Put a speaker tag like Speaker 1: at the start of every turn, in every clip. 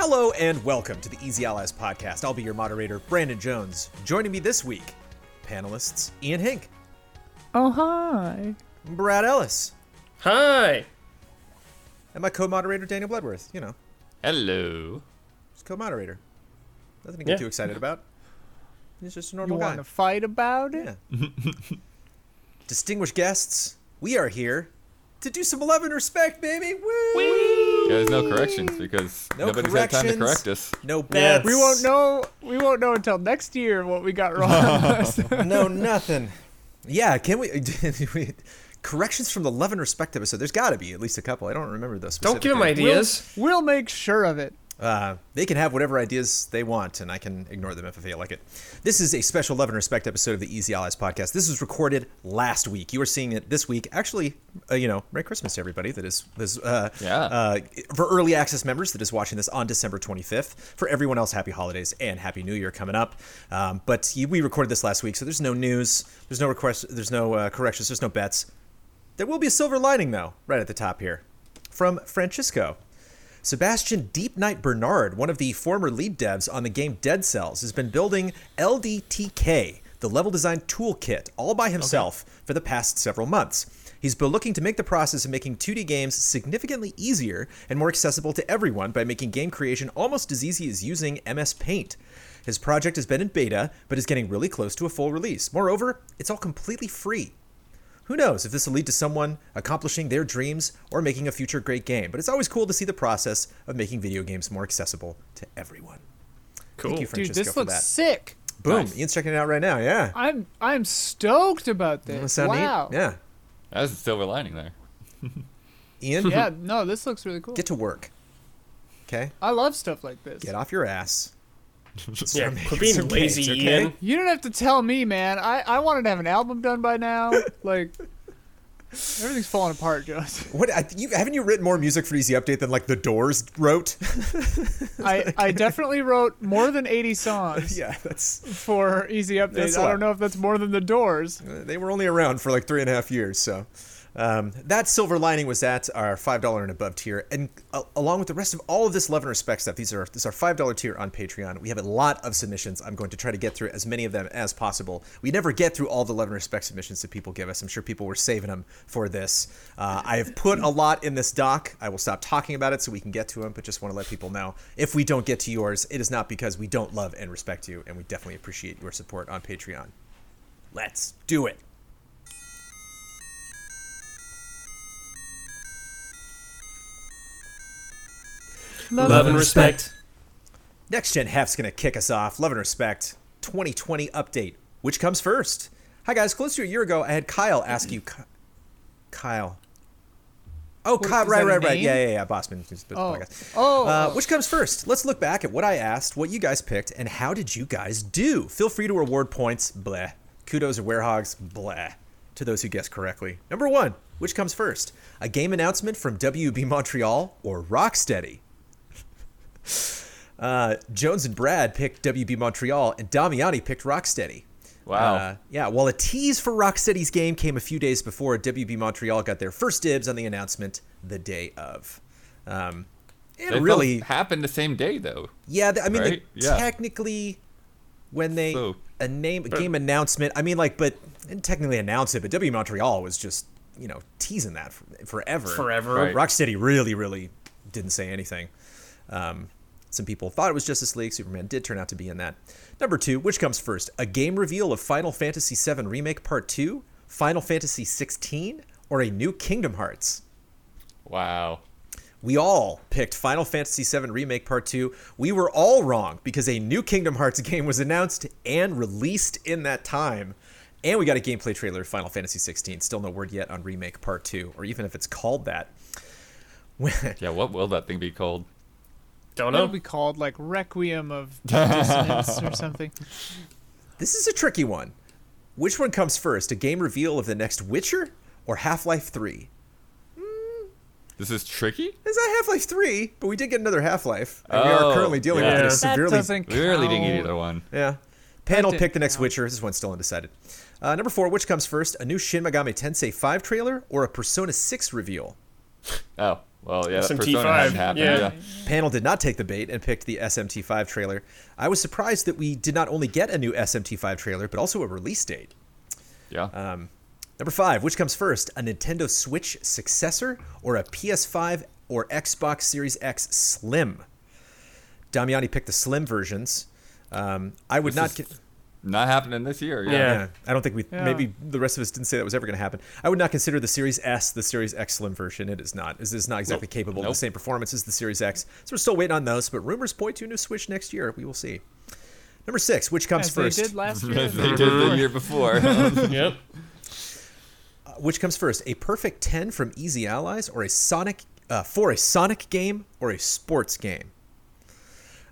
Speaker 1: Hello and welcome to the Easy Allies podcast. I'll be your moderator, Brandon Jones. Joining me this week, panelists Ian Hink,
Speaker 2: Oh, hi.
Speaker 1: Brad Ellis,
Speaker 3: Hi.
Speaker 1: and my co-moderator Daniel Bloodworth. You know,
Speaker 4: Hello.
Speaker 1: just co-moderator. Nothing to get
Speaker 3: Yeah.
Speaker 1: too excited about. He's just a
Speaker 2: You
Speaker 1: normal guy.
Speaker 2: want to fight about it?
Speaker 1: Yeah. Distinguished guests, we are here to do some love and respect, baby. Woo!
Speaker 4: Yeah, there's no corrections because
Speaker 1: No
Speaker 4: nobody's had time to
Speaker 1: corrections.
Speaker 4: correct us.
Speaker 1: No bad.
Speaker 3: Yes.
Speaker 2: We won't know. We won't know until next year what we got wrong.
Speaker 1: no nothing. Yeah, can we, we- corrections from the love and respect episode? There's got to be at least a couple. I don't remember those.
Speaker 3: Don't give him
Speaker 1: specifically.
Speaker 3: ideas.
Speaker 2: we'll make sure of it.
Speaker 1: Uh, they can have whatever ideas they want, and I can ignore them if I feel like it. This is a special love and respect episode of the Easy Allies podcast. This was recorded last week. You are seeing it this week. Actually, uh, you know, Merry Christmas to everybody that is is uh,
Speaker 4: Yeah.
Speaker 1: uh, for early access members that is watching this on December 25th. For everyone else, happy holidays and happy New Year coming up. Um, but you- we recorded this last week, so there's no news, there's no requests, there's no uh, corrections, there's no bets. There will be a silver lining though, right at the top here, from Francisco. Sebastian Deep Night Bernard, one of the former lead devs on the game Dead Cells, has been building LDTK, the level design toolkit, all by himself for the past several months. He's been looking to make the process of making 2D games significantly easier and more accessible to everyone by making game creation almost as easy as using MS Paint. His project has been in beta, but is getting really close to a full release. Moreover, it's all completely free. Who knows if this will lead to someone accomplishing their dreams or making a future great game, but it's always cool to see the process of making video games more accessible to everyone.
Speaker 3: Cool.
Speaker 1: you for-
Speaker 2: Dude,
Speaker 1: Just go
Speaker 2: this
Speaker 1: for
Speaker 2: looks
Speaker 1: that.
Speaker 2: sick.
Speaker 1: Boom.
Speaker 4: Nice.
Speaker 1: Ian's checking it out right now. Yeah.
Speaker 2: I'm I'm stoked about
Speaker 1: Doesn't that
Speaker 2: this.
Speaker 1: sound
Speaker 2: wow.
Speaker 1: neat? Yeah.
Speaker 4: That was the silver lining there.
Speaker 1: Ian,
Speaker 2: Yeah, No, this looks really cool.
Speaker 1: get to work. Okay?
Speaker 2: I love stuff like this.
Speaker 1: Get off your ass.
Speaker 3: Yeah,
Speaker 1: Start
Speaker 3: quit
Speaker 1: making
Speaker 3: being
Speaker 1: some
Speaker 3: lazy,
Speaker 1: games, okay?
Speaker 3: Ian.
Speaker 2: You don't have to tell me, man. I I wanted to have an album done by now. Like everything's falling apart, Jones.
Speaker 1: What I, you, haven't you written more music for Easy Update than like the Doors wrote?
Speaker 2: I I definitely wrote more than 80 songs.
Speaker 1: yeah, that's
Speaker 2: for easy
Speaker 1: That's
Speaker 2: updates.
Speaker 1: a
Speaker 2: I
Speaker 1: lot.
Speaker 2: don't know if that's more than the doors.
Speaker 1: they were only around for like three and a half years. So um, that silver lining was at our five dollar and above tier, and uh, along with the rest of all of this love and respect stuff, these are this is our five dollar tier on Patreon. We have a lot of submissions. I'm going to try to get through as many of them as possible. We never get through all the love and respect submissions that people give us. I'm sure people were saving them for this. Uh, I have put a lot in this doc. I will stop talking about it so we can get to them, but just want to let people know if we don't get to yours, it is not because we don't love and respect you, and we definitely appreciate your support on Patreon. Let's do it.
Speaker 3: Love and respect.
Speaker 1: Next Gen Hef's going to kick us off. Love and respect. 2020 update. Which comes first? Hi, guys. Close to a year ago, I had Kyle ask you. Ky- Kyle. Oh, Kyle.
Speaker 2: is
Speaker 1: Right,
Speaker 2: that a
Speaker 1: right, right.
Speaker 2: name?
Speaker 1: Yeah, yeah, yeah. Bossman. who's the
Speaker 2: Oh.
Speaker 1: podcast.
Speaker 2: Oh.
Speaker 1: Uh, which comes first? Let's look back at what I asked, what you guys picked, and how did you guys do? Feel free to award points. Bleh. Kudos or warehogs. Bleh. To those who guess correctly. Number one. Which comes first? A game announcement from WB Montreal or Rocksteady? Uh, Jones and Brad picked WB Montreal, and Damiani picked Rocksteady.
Speaker 4: Wow.
Speaker 1: Uh, yeah, while a tease for Rocksteady's game came a few days before, WB Montreal got their first dibs on the announcement the day of. Um, it
Speaker 4: They
Speaker 1: really,
Speaker 4: both happened the same day though.
Speaker 1: yeah. th- I mean, they-
Speaker 4: right? Yeah.
Speaker 1: technically, when they
Speaker 4: So-
Speaker 1: a name a game announcement, I mean, like, but and technically announce it, but WB Montreal was just you know teasing that for, forever,
Speaker 3: Forever.
Speaker 4: Right.
Speaker 1: Rocksteady really, really didn't say anything. Um, some people thought it was Justice League. Superman did turn out to be in that. Number two, which comes first? A game reveal of Final Fantasy VII Remake Part 2, Final Fantasy XVI, or a new Kingdom Hearts?
Speaker 4: Wow.
Speaker 1: We all picked Final Fantasy VII Remake Part 2. We were all wrong because a new Kingdom Hearts game was announced and released in that time. And we got a gameplay trailer of Final Fantasy 16. Still no word yet on Remake Part 2, or even if it's called that.
Speaker 4: Yeah, what will that thing be called?
Speaker 3: Don't
Speaker 2: That'll
Speaker 3: know.
Speaker 2: be called like Requiem of Dissonance or something.
Speaker 1: This is a tricky one. Which one comes first, a game reveal of the next Witcher or Half Life 3?
Speaker 4: This is tricky?
Speaker 1: It's not Half Life 3, but we did get another Half Life. And we are
Speaker 4: Oh,
Speaker 1: currently dealing
Speaker 3: yeah.
Speaker 1: with it.
Speaker 3: That
Speaker 1: It's severely.
Speaker 2: doesn't
Speaker 4: We really didn't get
Speaker 2: count.
Speaker 4: either one.
Speaker 1: Yeah. Panel
Speaker 2: didn't
Speaker 1: pick the next
Speaker 2: count.
Speaker 1: Witcher. This one's still undecided. Uh, number four, which comes first, a new Shin Megami Tensei 5 trailer or a Persona 6 reveal?
Speaker 4: Oh, Well, yeah, that
Speaker 3: SMT5,
Speaker 4: Persona hasn't happened.
Speaker 3: yeah.
Speaker 4: Yeah.
Speaker 1: Panel did not take the bait and picked the SMT5 trailer. I was surprised that we did not only get a new SMT5 trailer, but also a release date.
Speaker 4: Yeah.
Speaker 1: Um, Number five, which comes first, a Nintendo Switch successor or a PS5 or Xbox Series X Slim? Damiani picked the Slim versions. Um, I would
Speaker 4: This
Speaker 1: not
Speaker 4: is-
Speaker 1: get.
Speaker 4: Not happening this year. Yeah.
Speaker 3: Yeah.
Speaker 1: Yeah, I don't think we.
Speaker 2: Yeah.
Speaker 1: Maybe the rest of us didn't say that was ever going to happen. I would not consider the Series S the Series X Slim version. It is not. It is not exactly capable of
Speaker 4: Nope.
Speaker 1: the same performance as the Series X. So we're still waiting on those. But rumors point to a new Switch next year. We will see. Number six, which comes
Speaker 2: As
Speaker 1: first?
Speaker 2: they did last year.
Speaker 4: As they did the
Speaker 1: Mm-hmm.
Speaker 4: year before. That's
Speaker 1: Uh,
Speaker 3: Yep.
Speaker 1: Which comes first, a perfect ten from Easy Allies, or a Sonic uh, for a Sonic game or a sports game?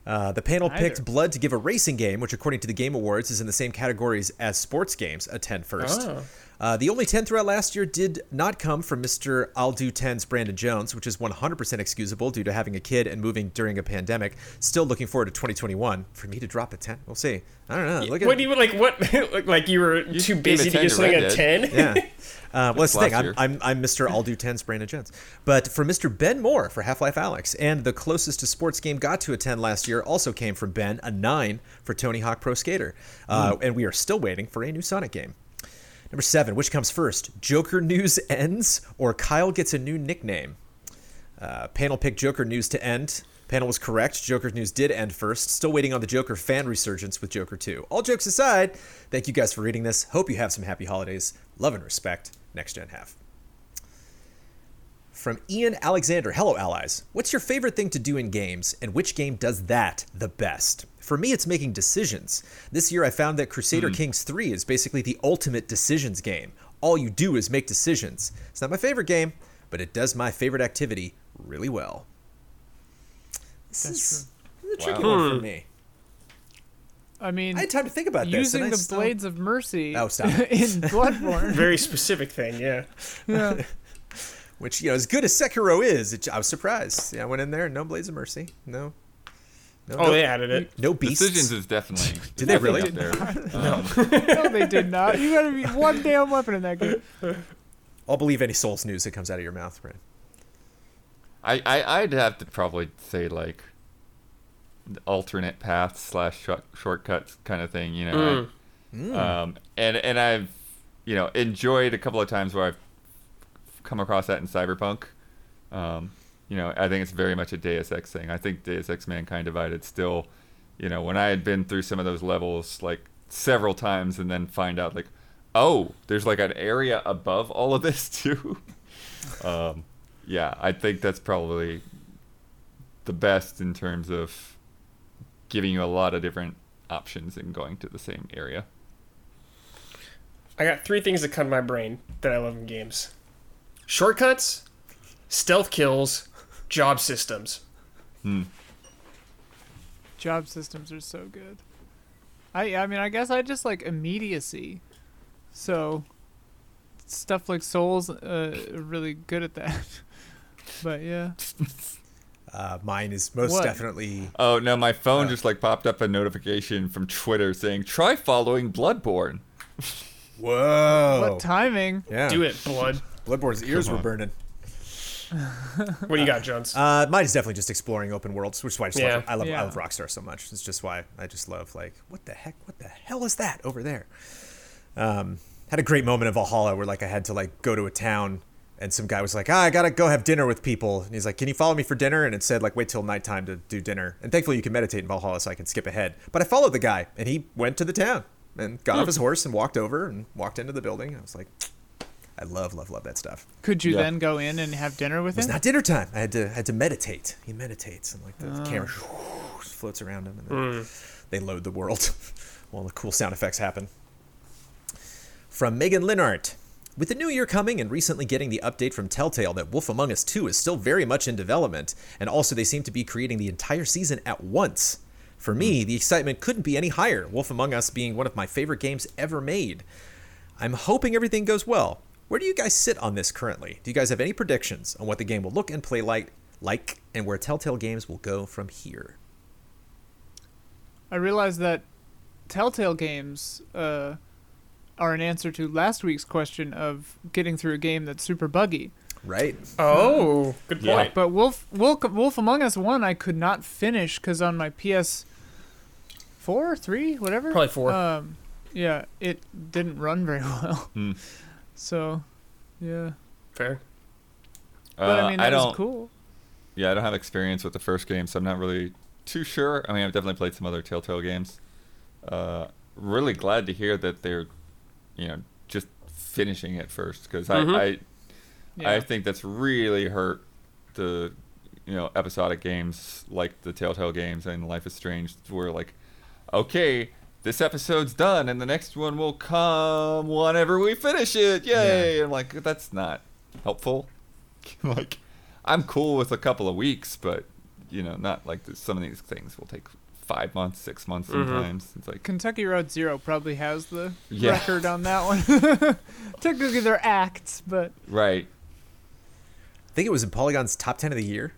Speaker 1: Uh, the panel
Speaker 2: Neither.
Speaker 1: picked Blood to give a racing game, which, according to the Game Awards, is in the same categories as sports games, a 10 first.
Speaker 3: Oh.
Speaker 1: Uh, the only 10 throughout last year did not come from Mr. I'll Do 10's Brandon Jones, which is 100% excusable due to having a kid and moving during a pandemic. Still looking forward to 2021 for me to drop a 10. We'll see. I don't know. Look at
Speaker 3: What do you like? What like, like you were too
Speaker 4: gave
Speaker 3: busy
Speaker 4: a
Speaker 3: to
Speaker 4: 10
Speaker 3: get
Speaker 4: to
Speaker 3: something
Speaker 4: Red
Speaker 3: at ten?
Speaker 4: Dead.
Speaker 1: yeah. Uh, well, that's the
Speaker 4: last
Speaker 1: thing. I'm,
Speaker 4: year.
Speaker 1: I'm, I'm Mr. I'll do 10's Brandon Jones. But for Mr. Ben Moore for Half Life Alex, and the closest a sports game got to a 10 last year also came from Ben, a 9 for Tony Hawk Pro Skater. Uh,
Speaker 4: Hmm.
Speaker 1: And we are still waiting for a new Sonic game. Number seven, which comes first? Joker News ends or Kyle gets a new nickname? Uh, panel picked Joker News to end. Panel was correct. Joker News did end first. Still waiting on the Joker fan resurgence with Joker 2. All jokes aside, thank you guys for reading this. Hope you have some happy holidays. Love and respect. Next Gen Half. From Ian Alexander. Hello, allies. What's your favorite thing to do in games, and which game does that the best? For me, it's making decisions. This year, I found that Crusader Kings 3 is basically the ultimate decisions game. All you do is make decisions. It's not my favorite game, but it does my favorite activity really well. This is a tricky
Speaker 4: Wow.
Speaker 1: one for me.
Speaker 2: I mean,
Speaker 1: I had time to think about this. and
Speaker 2: using
Speaker 1: I
Speaker 2: the
Speaker 1: still-
Speaker 2: blades of mercy
Speaker 1: Oh, stop it.
Speaker 2: in Bloodborne.
Speaker 3: Very specific thing. Yeah.
Speaker 2: yeah.
Speaker 1: Which, you know, as good as Sekiro is, it, I was surprised. Yeah, I went in there, no Blades of Mercy. No. No,
Speaker 3: Oh,
Speaker 1: no,
Speaker 3: they added it.
Speaker 1: no beasts.
Speaker 4: Decisions is definitely.
Speaker 1: Did they really?
Speaker 4: definitely up there. Um,
Speaker 2: No, they did not. You gotta be one damn weapon in that game.
Speaker 1: I'll believe any Souls news that comes out of your mouth, Brent.
Speaker 4: I, I I'd have to probably say like the alternate paths slash short, shortcuts kind of thing, you know. I- Um, and and I've you know enjoyed a couple of times where I've come across that in Cyberpunk. Um, you know, I think it's very much a Deus Ex thing. I think Deus Ex Mankind Divided still, you know, when I had been through some of those levels like several times and then find out like, oh, there's like an area above all of this too. um, yeah, I think that's probably the best in terms of giving you a lot of different options and going to the same area.
Speaker 3: I got three things that come to my brain that I love in games: shortcuts, stealth kills, job systems.
Speaker 2: Job systems are so good. I I mean, I guess I just like immediacy. So stuff like Souls uh, are really good at that. But yeah,
Speaker 1: Uh, mine is most
Speaker 2: What?
Speaker 1: definitely.
Speaker 4: Oh no, my phone just like popped up a notification from Twitter saying try following Bloodborne.
Speaker 1: Whoa.
Speaker 2: what timing?
Speaker 1: yeah.
Speaker 3: Do it, blood.
Speaker 1: Bloodborne's ears
Speaker 4: Come
Speaker 1: were
Speaker 4: on.
Speaker 1: burning.
Speaker 3: What do you got, Jones?
Speaker 1: Uh, mine is definitely just exploring open worlds, which is why I just
Speaker 3: Yeah.
Speaker 1: love, I love I
Speaker 2: Yeah.
Speaker 1: love Rockstar so much. It's just why I just love like what the heck, what the hell is that over there? Um, had a great moment in Valhalla where like I had to like go to a town and some guy was like, ah, I gotta go have dinner with people, and he's like, can you follow me for dinner? And it said like wait till nighttime to do dinner. And thankfully you can meditate in Valhalla, so I can skip ahead. But I followed the guy, and he went to the town and got off his horse and walked over and walked into the building. I was like, I love love love that stuff.
Speaker 2: Could you
Speaker 4: Yeah.
Speaker 2: then go in and have dinner
Speaker 1: It
Speaker 2: with
Speaker 1: was
Speaker 2: him?
Speaker 1: not dinner time. I had to I had to meditate. He meditates, and like the, the camera floats around him, and then they load the world while the cool sound effects happen. From Megan Linhart. With the new year coming and recently getting the update from Telltale that Wolf Among Us 2 is still very much in development, and also they seem to be creating the entire season at once. For me, the excitement couldn't be any higher, Wolf Among Us being one of my favorite games ever made. I'm hoping everything goes well. Where do you guys sit on this currently? Do you guys have any predictions on what the game will look and play like, like and where Telltale Games will go from here?
Speaker 2: I realized that Telltale games uh, are an answer to last week's question of getting through a game that's super buggy.
Speaker 1: Right.
Speaker 3: Oh, good
Speaker 4: Yeah.
Speaker 3: point.
Speaker 2: But Wolf Wolf Wolf Among Us one I could not finish because on my PS four three whatever
Speaker 3: Probably four.
Speaker 2: um yeah it didn't run very well
Speaker 4: Hmm.
Speaker 2: so yeah
Speaker 3: Fair.
Speaker 2: but
Speaker 4: Uh,
Speaker 2: I mean that
Speaker 4: don't.
Speaker 2: was cool
Speaker 4: Yeah, I don't have experience with the first game, so I'm not really too sure. I mean, I've definitely played some other Telltale games. Uh, really glad to hear that they're, you know, just finishing it first because
Speaker 2: Mm-hmm.
Speaker 4: I, I,
Speaker 2: yeah
Speaker 4: I think that's really hurt the, you know, episodic games like the Telltale games and Life is Strange, where like, okay, this episode's done and the next one will come whenever we finish it. Yay! I'm like, that's not helpful. like, I'm cool with a couple of weeks, but you know, not like this, some of these things will take five months, six months sometimes. It's like,
Speaker 2: Kentucky Road Zero probably has the
Speaker 4: Yeah.
Speaker 2: record on that one. Technically, they're acts, but
Speaker 4: right?
Speaker 1: I think it was in Polygon's top ten of the year.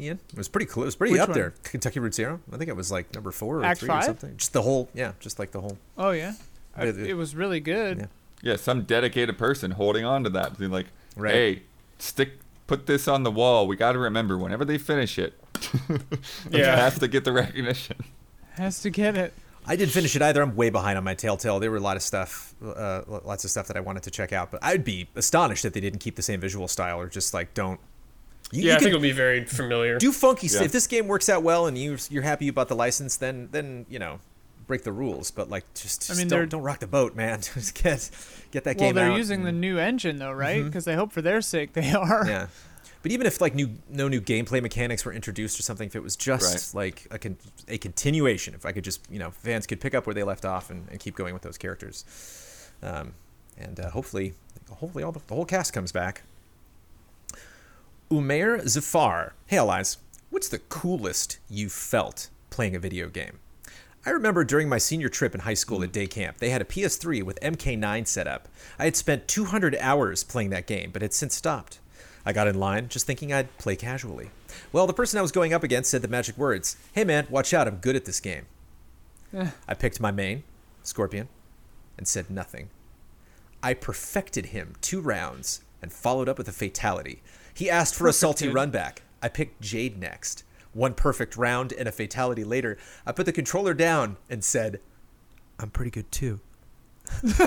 Speaker 1: Ian, it was pretty cool. It was pretty
Speaker 2: Which
Speaker 1: up
Speaker 2: one?
Speaker 1: there. Kentucky Route Zero. I think it was like number four or
Speaker 2: Act
Speaker 1: three or
Speaker 2: five?
Speaker 1: something. Just the whole. Yeah, just like the whole.
Speaker 2: oh yeah, I-
Speaker 1: It- it-
Speaker 2: it, was really good.
Speaker 1: yeah.
Speaker 4: Yeah, some dedicated person holding on to that, being like,
Speaker 1: Right.
Speaker 4: "Hey, stick, put this on the wall. We got to remember whenever they finish it,
Speaker 3: Yeah.
Speaker 4: yeah, have to get the recognition."
Speaker 2: Has to get it.
Speaker 1: I didn't finish it either. I'm way behind on my Telltale. There were a lot of stuff, uh, lots of stuff that I wanted to check out, but I'd be astonished if they didn't keep the same visual style or just like don't. You,
Speaker 3: Yeah,
Speaker 1: you
Speaker 3: I think
Speaker 1: can
Speaker 3: it'll be very familiar.
Speaker 1: do funky stuff.
Speaker 4: Yeah.
Speaker 1: If this game works out well and you you're happy about the license, then then you know break the rules. But like just, just
Speaker 2: mean, they're-
Speaker 1: don't, don't rock the boat, man. just get get that
Speaker 2: Well,
Speaker 1: game
Speaker 2: they're
Speaker 1: out.
Speaker 2: using the new engine though, right? Because I hope for their sake they are.
Speaker 1: yeah. But even if like new no new gameplay mechanics were introduced or something, if it was just like a con- a continuation, if I could just you know fans could pick up where they left off and, and keep going with those characters, um, and uh, hopefully hopefully all the, the whole cast comes back. Umair Zafar, hey allies, what's the coolest you felt playing a video game? I remember during my senior trip in high school at day camp, they had a PS3 with MK9 set up. I had spent 200 hours playing that game, but had since stopped. I got in line, just thinking I'd play casually. Well, the person I was going up against said the magic words Hey man, watch out, I'm good at this game.
Speaker 2: Eh.
Speaker 1: I picked my main, Scorpion, and said nothing. I perfected him two rounds and followed up with a fatality. He asked for a salty run back. I picked Jade next. One perfect round and a fatality later, I put the controller down and said, I'm pretty good too.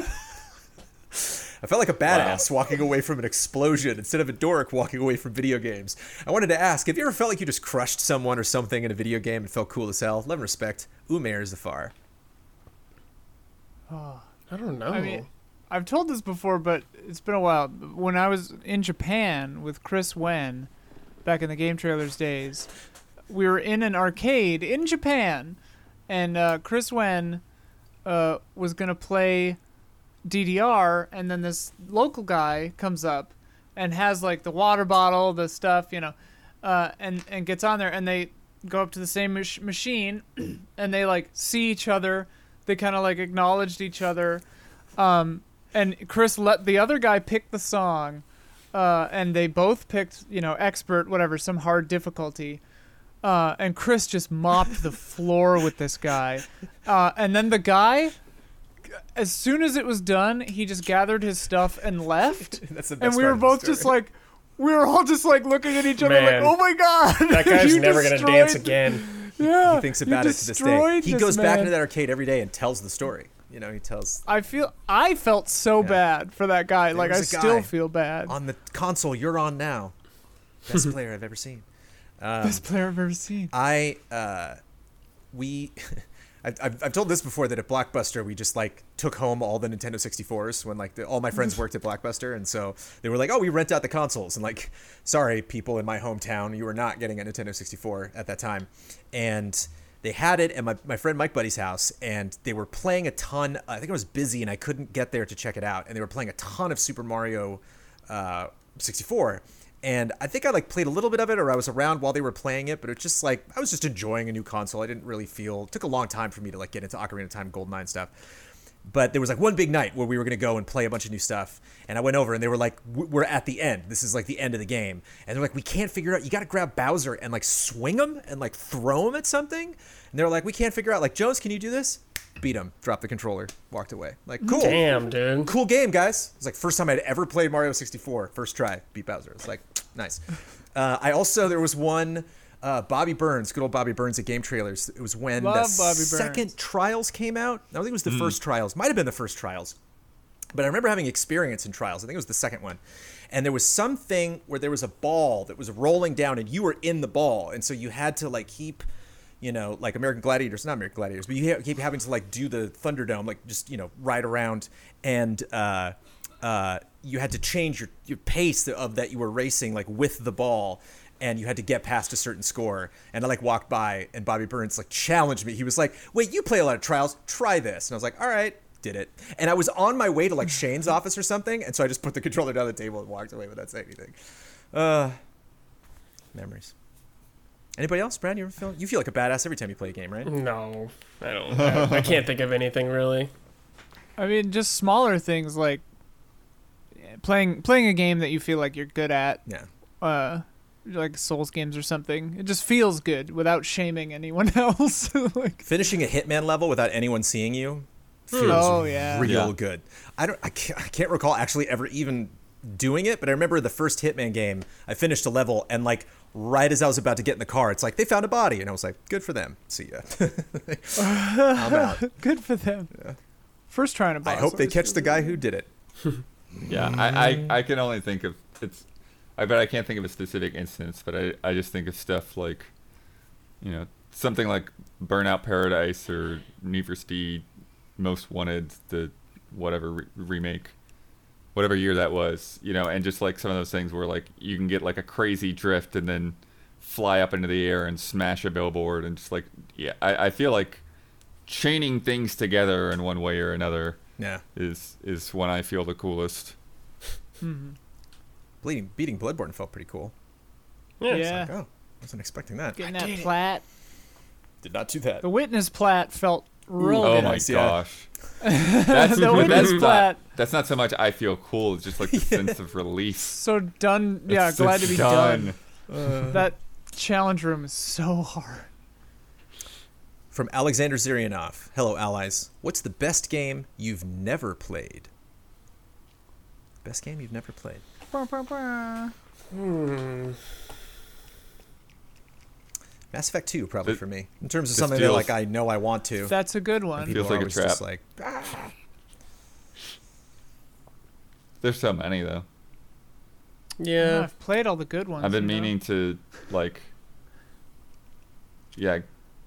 Speaker 1: I felt like a badass walking away from an explosion instead of a dork walking away from video games. I wanted to ask, have you ever felt like you just crushed someone or something in a video game and felt cool as hell? Love and respect, Umair Zafar.
Speaker 3: I don't know.
Speaker 2: I mean, I've told this before, but it's been a while. When I was in Japan with Chris Wen, back in the Game Trailers days, we were in an arcade in Japan, and uh, Chris Wen uh, was gonna play DDR, and then this local guy comes up and has like the water bottle, the stuff, you know, uh, and and gets on there, and they go up to the same mach- machine, and they like see each other. They kind of like acknowledged each other, um, and Chris let the other guy pick the song, uh, and they both picked you know expert whatever some hard difficulty. Uh, and Chris just mopped the floor with this guy, uh, and then the guy, as soon as it was done, he just gathered his stuff and left.
Speaker 1: That's the best
Speaker 2: and we were
Speaker 1: part of the
Speaker 2: both just
Speaker 1: story.
Speaker 2: like, we were all just like looking at each other
Speaker 3: Man.
Speaker 2: like, oh my god,
Speaker 3: that guy's
Speaker 2: you
Speaker 3: never gonna dance
Speaker 2: destroyed-
Speaker 3: again.
Speaker 2: Yeah,
Speaker 1: He thinks
Speaker 2: you
Speaker 1: about it to this day.
Speaker 2: destroyed
Speaker 1: He
Speaker 2: this
Speaker 1: goes back
Speaker 2: man.
Speaker 1: into that arcade every day and tells the story. You know, he tells
Speaker 2: I feel I felt so bad for that guy. like
Speaker 1: was
Speaker 2: I
Speaker 1: a
Speaker 2: still
Speaker 1: guy
Speaker 2: feel bad.
Speaker 1: on the console you're on now. Best player I've ever seen.
Speaker 2: Best player I've ever seen.
Speaker 1: I uh, we I, I've, I've told this before that at Blockbuster we just like took home all the Nintendo 64s when like the, all my friends worked at Blockbuster and so they were like oh we rent out the consoles and like sorry people in my hometown you were not getting a Nintendo 64 at that time and they had it at my, my friend Mike Buddy's house and they were playing a ton I think I was busy and I couldn't get there to check it out and they were playing a ton of Super Mario uh, 64 and i think i like played a little bit of it or i was around while they were playing it but it's just like i was just enjoying a new console i didn't really feel it took a long time for me to like get into ocarina of time goldeneye and stuff but there was like one big night where we were going to go and play a bunch of new stuff and i went over and they were like "We- we're at the end this is like the end of the game and they're like we can't figure out you got to grab bowser and like swing him and like throw him at something and they're like we can't figure out like jones can you do this beat him, dropped the controller, walked away. Like, cool.
Speaker 3: Damn, dude.
Speaker 1: Cool game, guys. It's like first time I'd ever played Mario 64. First try, beat Bowser. It's like, nice. Uh, I also, there was one, uh, Bobby Burns, good old Bobby Burns at Game Trailers. It was when
Speaker 2: Love
Speaker 1: the
Speaker 2: Bobby Burns.
Speaker 1: second Trials came out. I think it was the first Trials. Might have been the first Trials but I remember having experience in trials. I think it was the second one. And there was something where there was a ball that was rolling down and you were in the ball. And so you had to like keep, you know, like American Gladiators, not American Gladiators, but you ha- keep having to like do the Thunderdome, like just, you know, ride around. And uh, uh, you had to change your, your pace of that you were racing like with the ball. And you had to get past a certain score. And I like walked by and Bobby Burns like challenged me. He was like, wait, you play a lot of trials. Try this. And I was like, all right did it. And I was on my way to like Shane's office or something, and so I just put the controller down the table and walked away without saying anything. Uh, memories. Anybody else, Brad? You ever feel you feel like a badass every time you play a game,
Speaker 3: Mm-hmm.
Speaker 1: right?
Speaker 3: No, I don't. I, I can't think of anything really.
Speaker 2: I mean, just smaller things like playing playing a game that you feel like you're good at,
Speaker 1: Yeah.
Speaker 2: uh, like Souls games or something. It just feels good without shaming anyone else. like,
Speaker 1: Finishing a Hitman level without anyone seeing you feels
Speaker 2: Oh, yeah.
Speaker 1: real
Speaker 4: Yeah.
Speaker 1: good. I don't. I can't, I can't recall actually ever even doing it, but I remember the first Hitman game. I finished a level and like right as I was about to get in the car, it's like they found a body, and I was like, good for them. See ya. I'm out.
Speaker 2: good for them. First trying to.
Speaker 1: I hope they catch the guy who did it.
Speaker 4: Yeah, I, I, I can only think of it's. I bet I can't think of a specific instance, but I, I just think of stuff like, you know, something like Burnout Paradise or Need for Speed, Most Wanted, the whatever re- remake, whatever year that was, you know, and just like some of those things where like you can get like a crazy drift and then fly up into the air and smash a billboard and just like yeah, I, I feel like chaining things together in one way or another
Speaker 1: Yeah.
Speaker 4: is is when I feel the coolest.
Speaker 1: Bleeding, beating Bloodborne felt pretty cool.
Speaker 2: Yeah,
Speaker 1: Like, oh, wasn't expecting that.
Speaker 2: getting that plat.
Speaker 1: Did not do that.
Speaker 2: The witness plat felt real
Speaker 4: Oh
Speaker 2: good.
Speaker 4: my
Speaker 1: nice, yeah.
Speaker 4: gosh. That's
Speaker 2: The
Speaker 4: that's
Speaker 2: witness
Speaker 4: not,
Speaker 2: plat.
Speaker 4: that's not so much I feel cool, it's just like the sense of release.
Speaker 2: So done. Yeah,
Speaker 4: It's-
Speaker 2: glad
Speaker 4: it's
Speaker 2: to be done. That challenge room is so hard.
Speaker 1: From Alexander Zirianov. Hello, allies. What's the best game you've never played? Best game you've never played. Mass Effect 2, probably
Speaker 4: Th-
Speaker 1: for me. In terms of
Speaker 4: this
Speaker 1: something that,
Speaker 4: feels-
Speaker 1: like, I know I want to.
Speaker 2: That's a good one.
Speaker 1: people
Speaker 4: Feels like
Speaker 1: are
Speaker 4: a
Speaker 1: always just
Speaker 4: trap.
Speaker 1: like,
Speaker 4: There's so many though.
Speaker 2: Yeah,
Speaker 3: Yeah.
Speaker 2: I've played all the good ones.
Speaker 4: I've been
Speaker 2: you know?
Speaker 4: meaning to like yeah,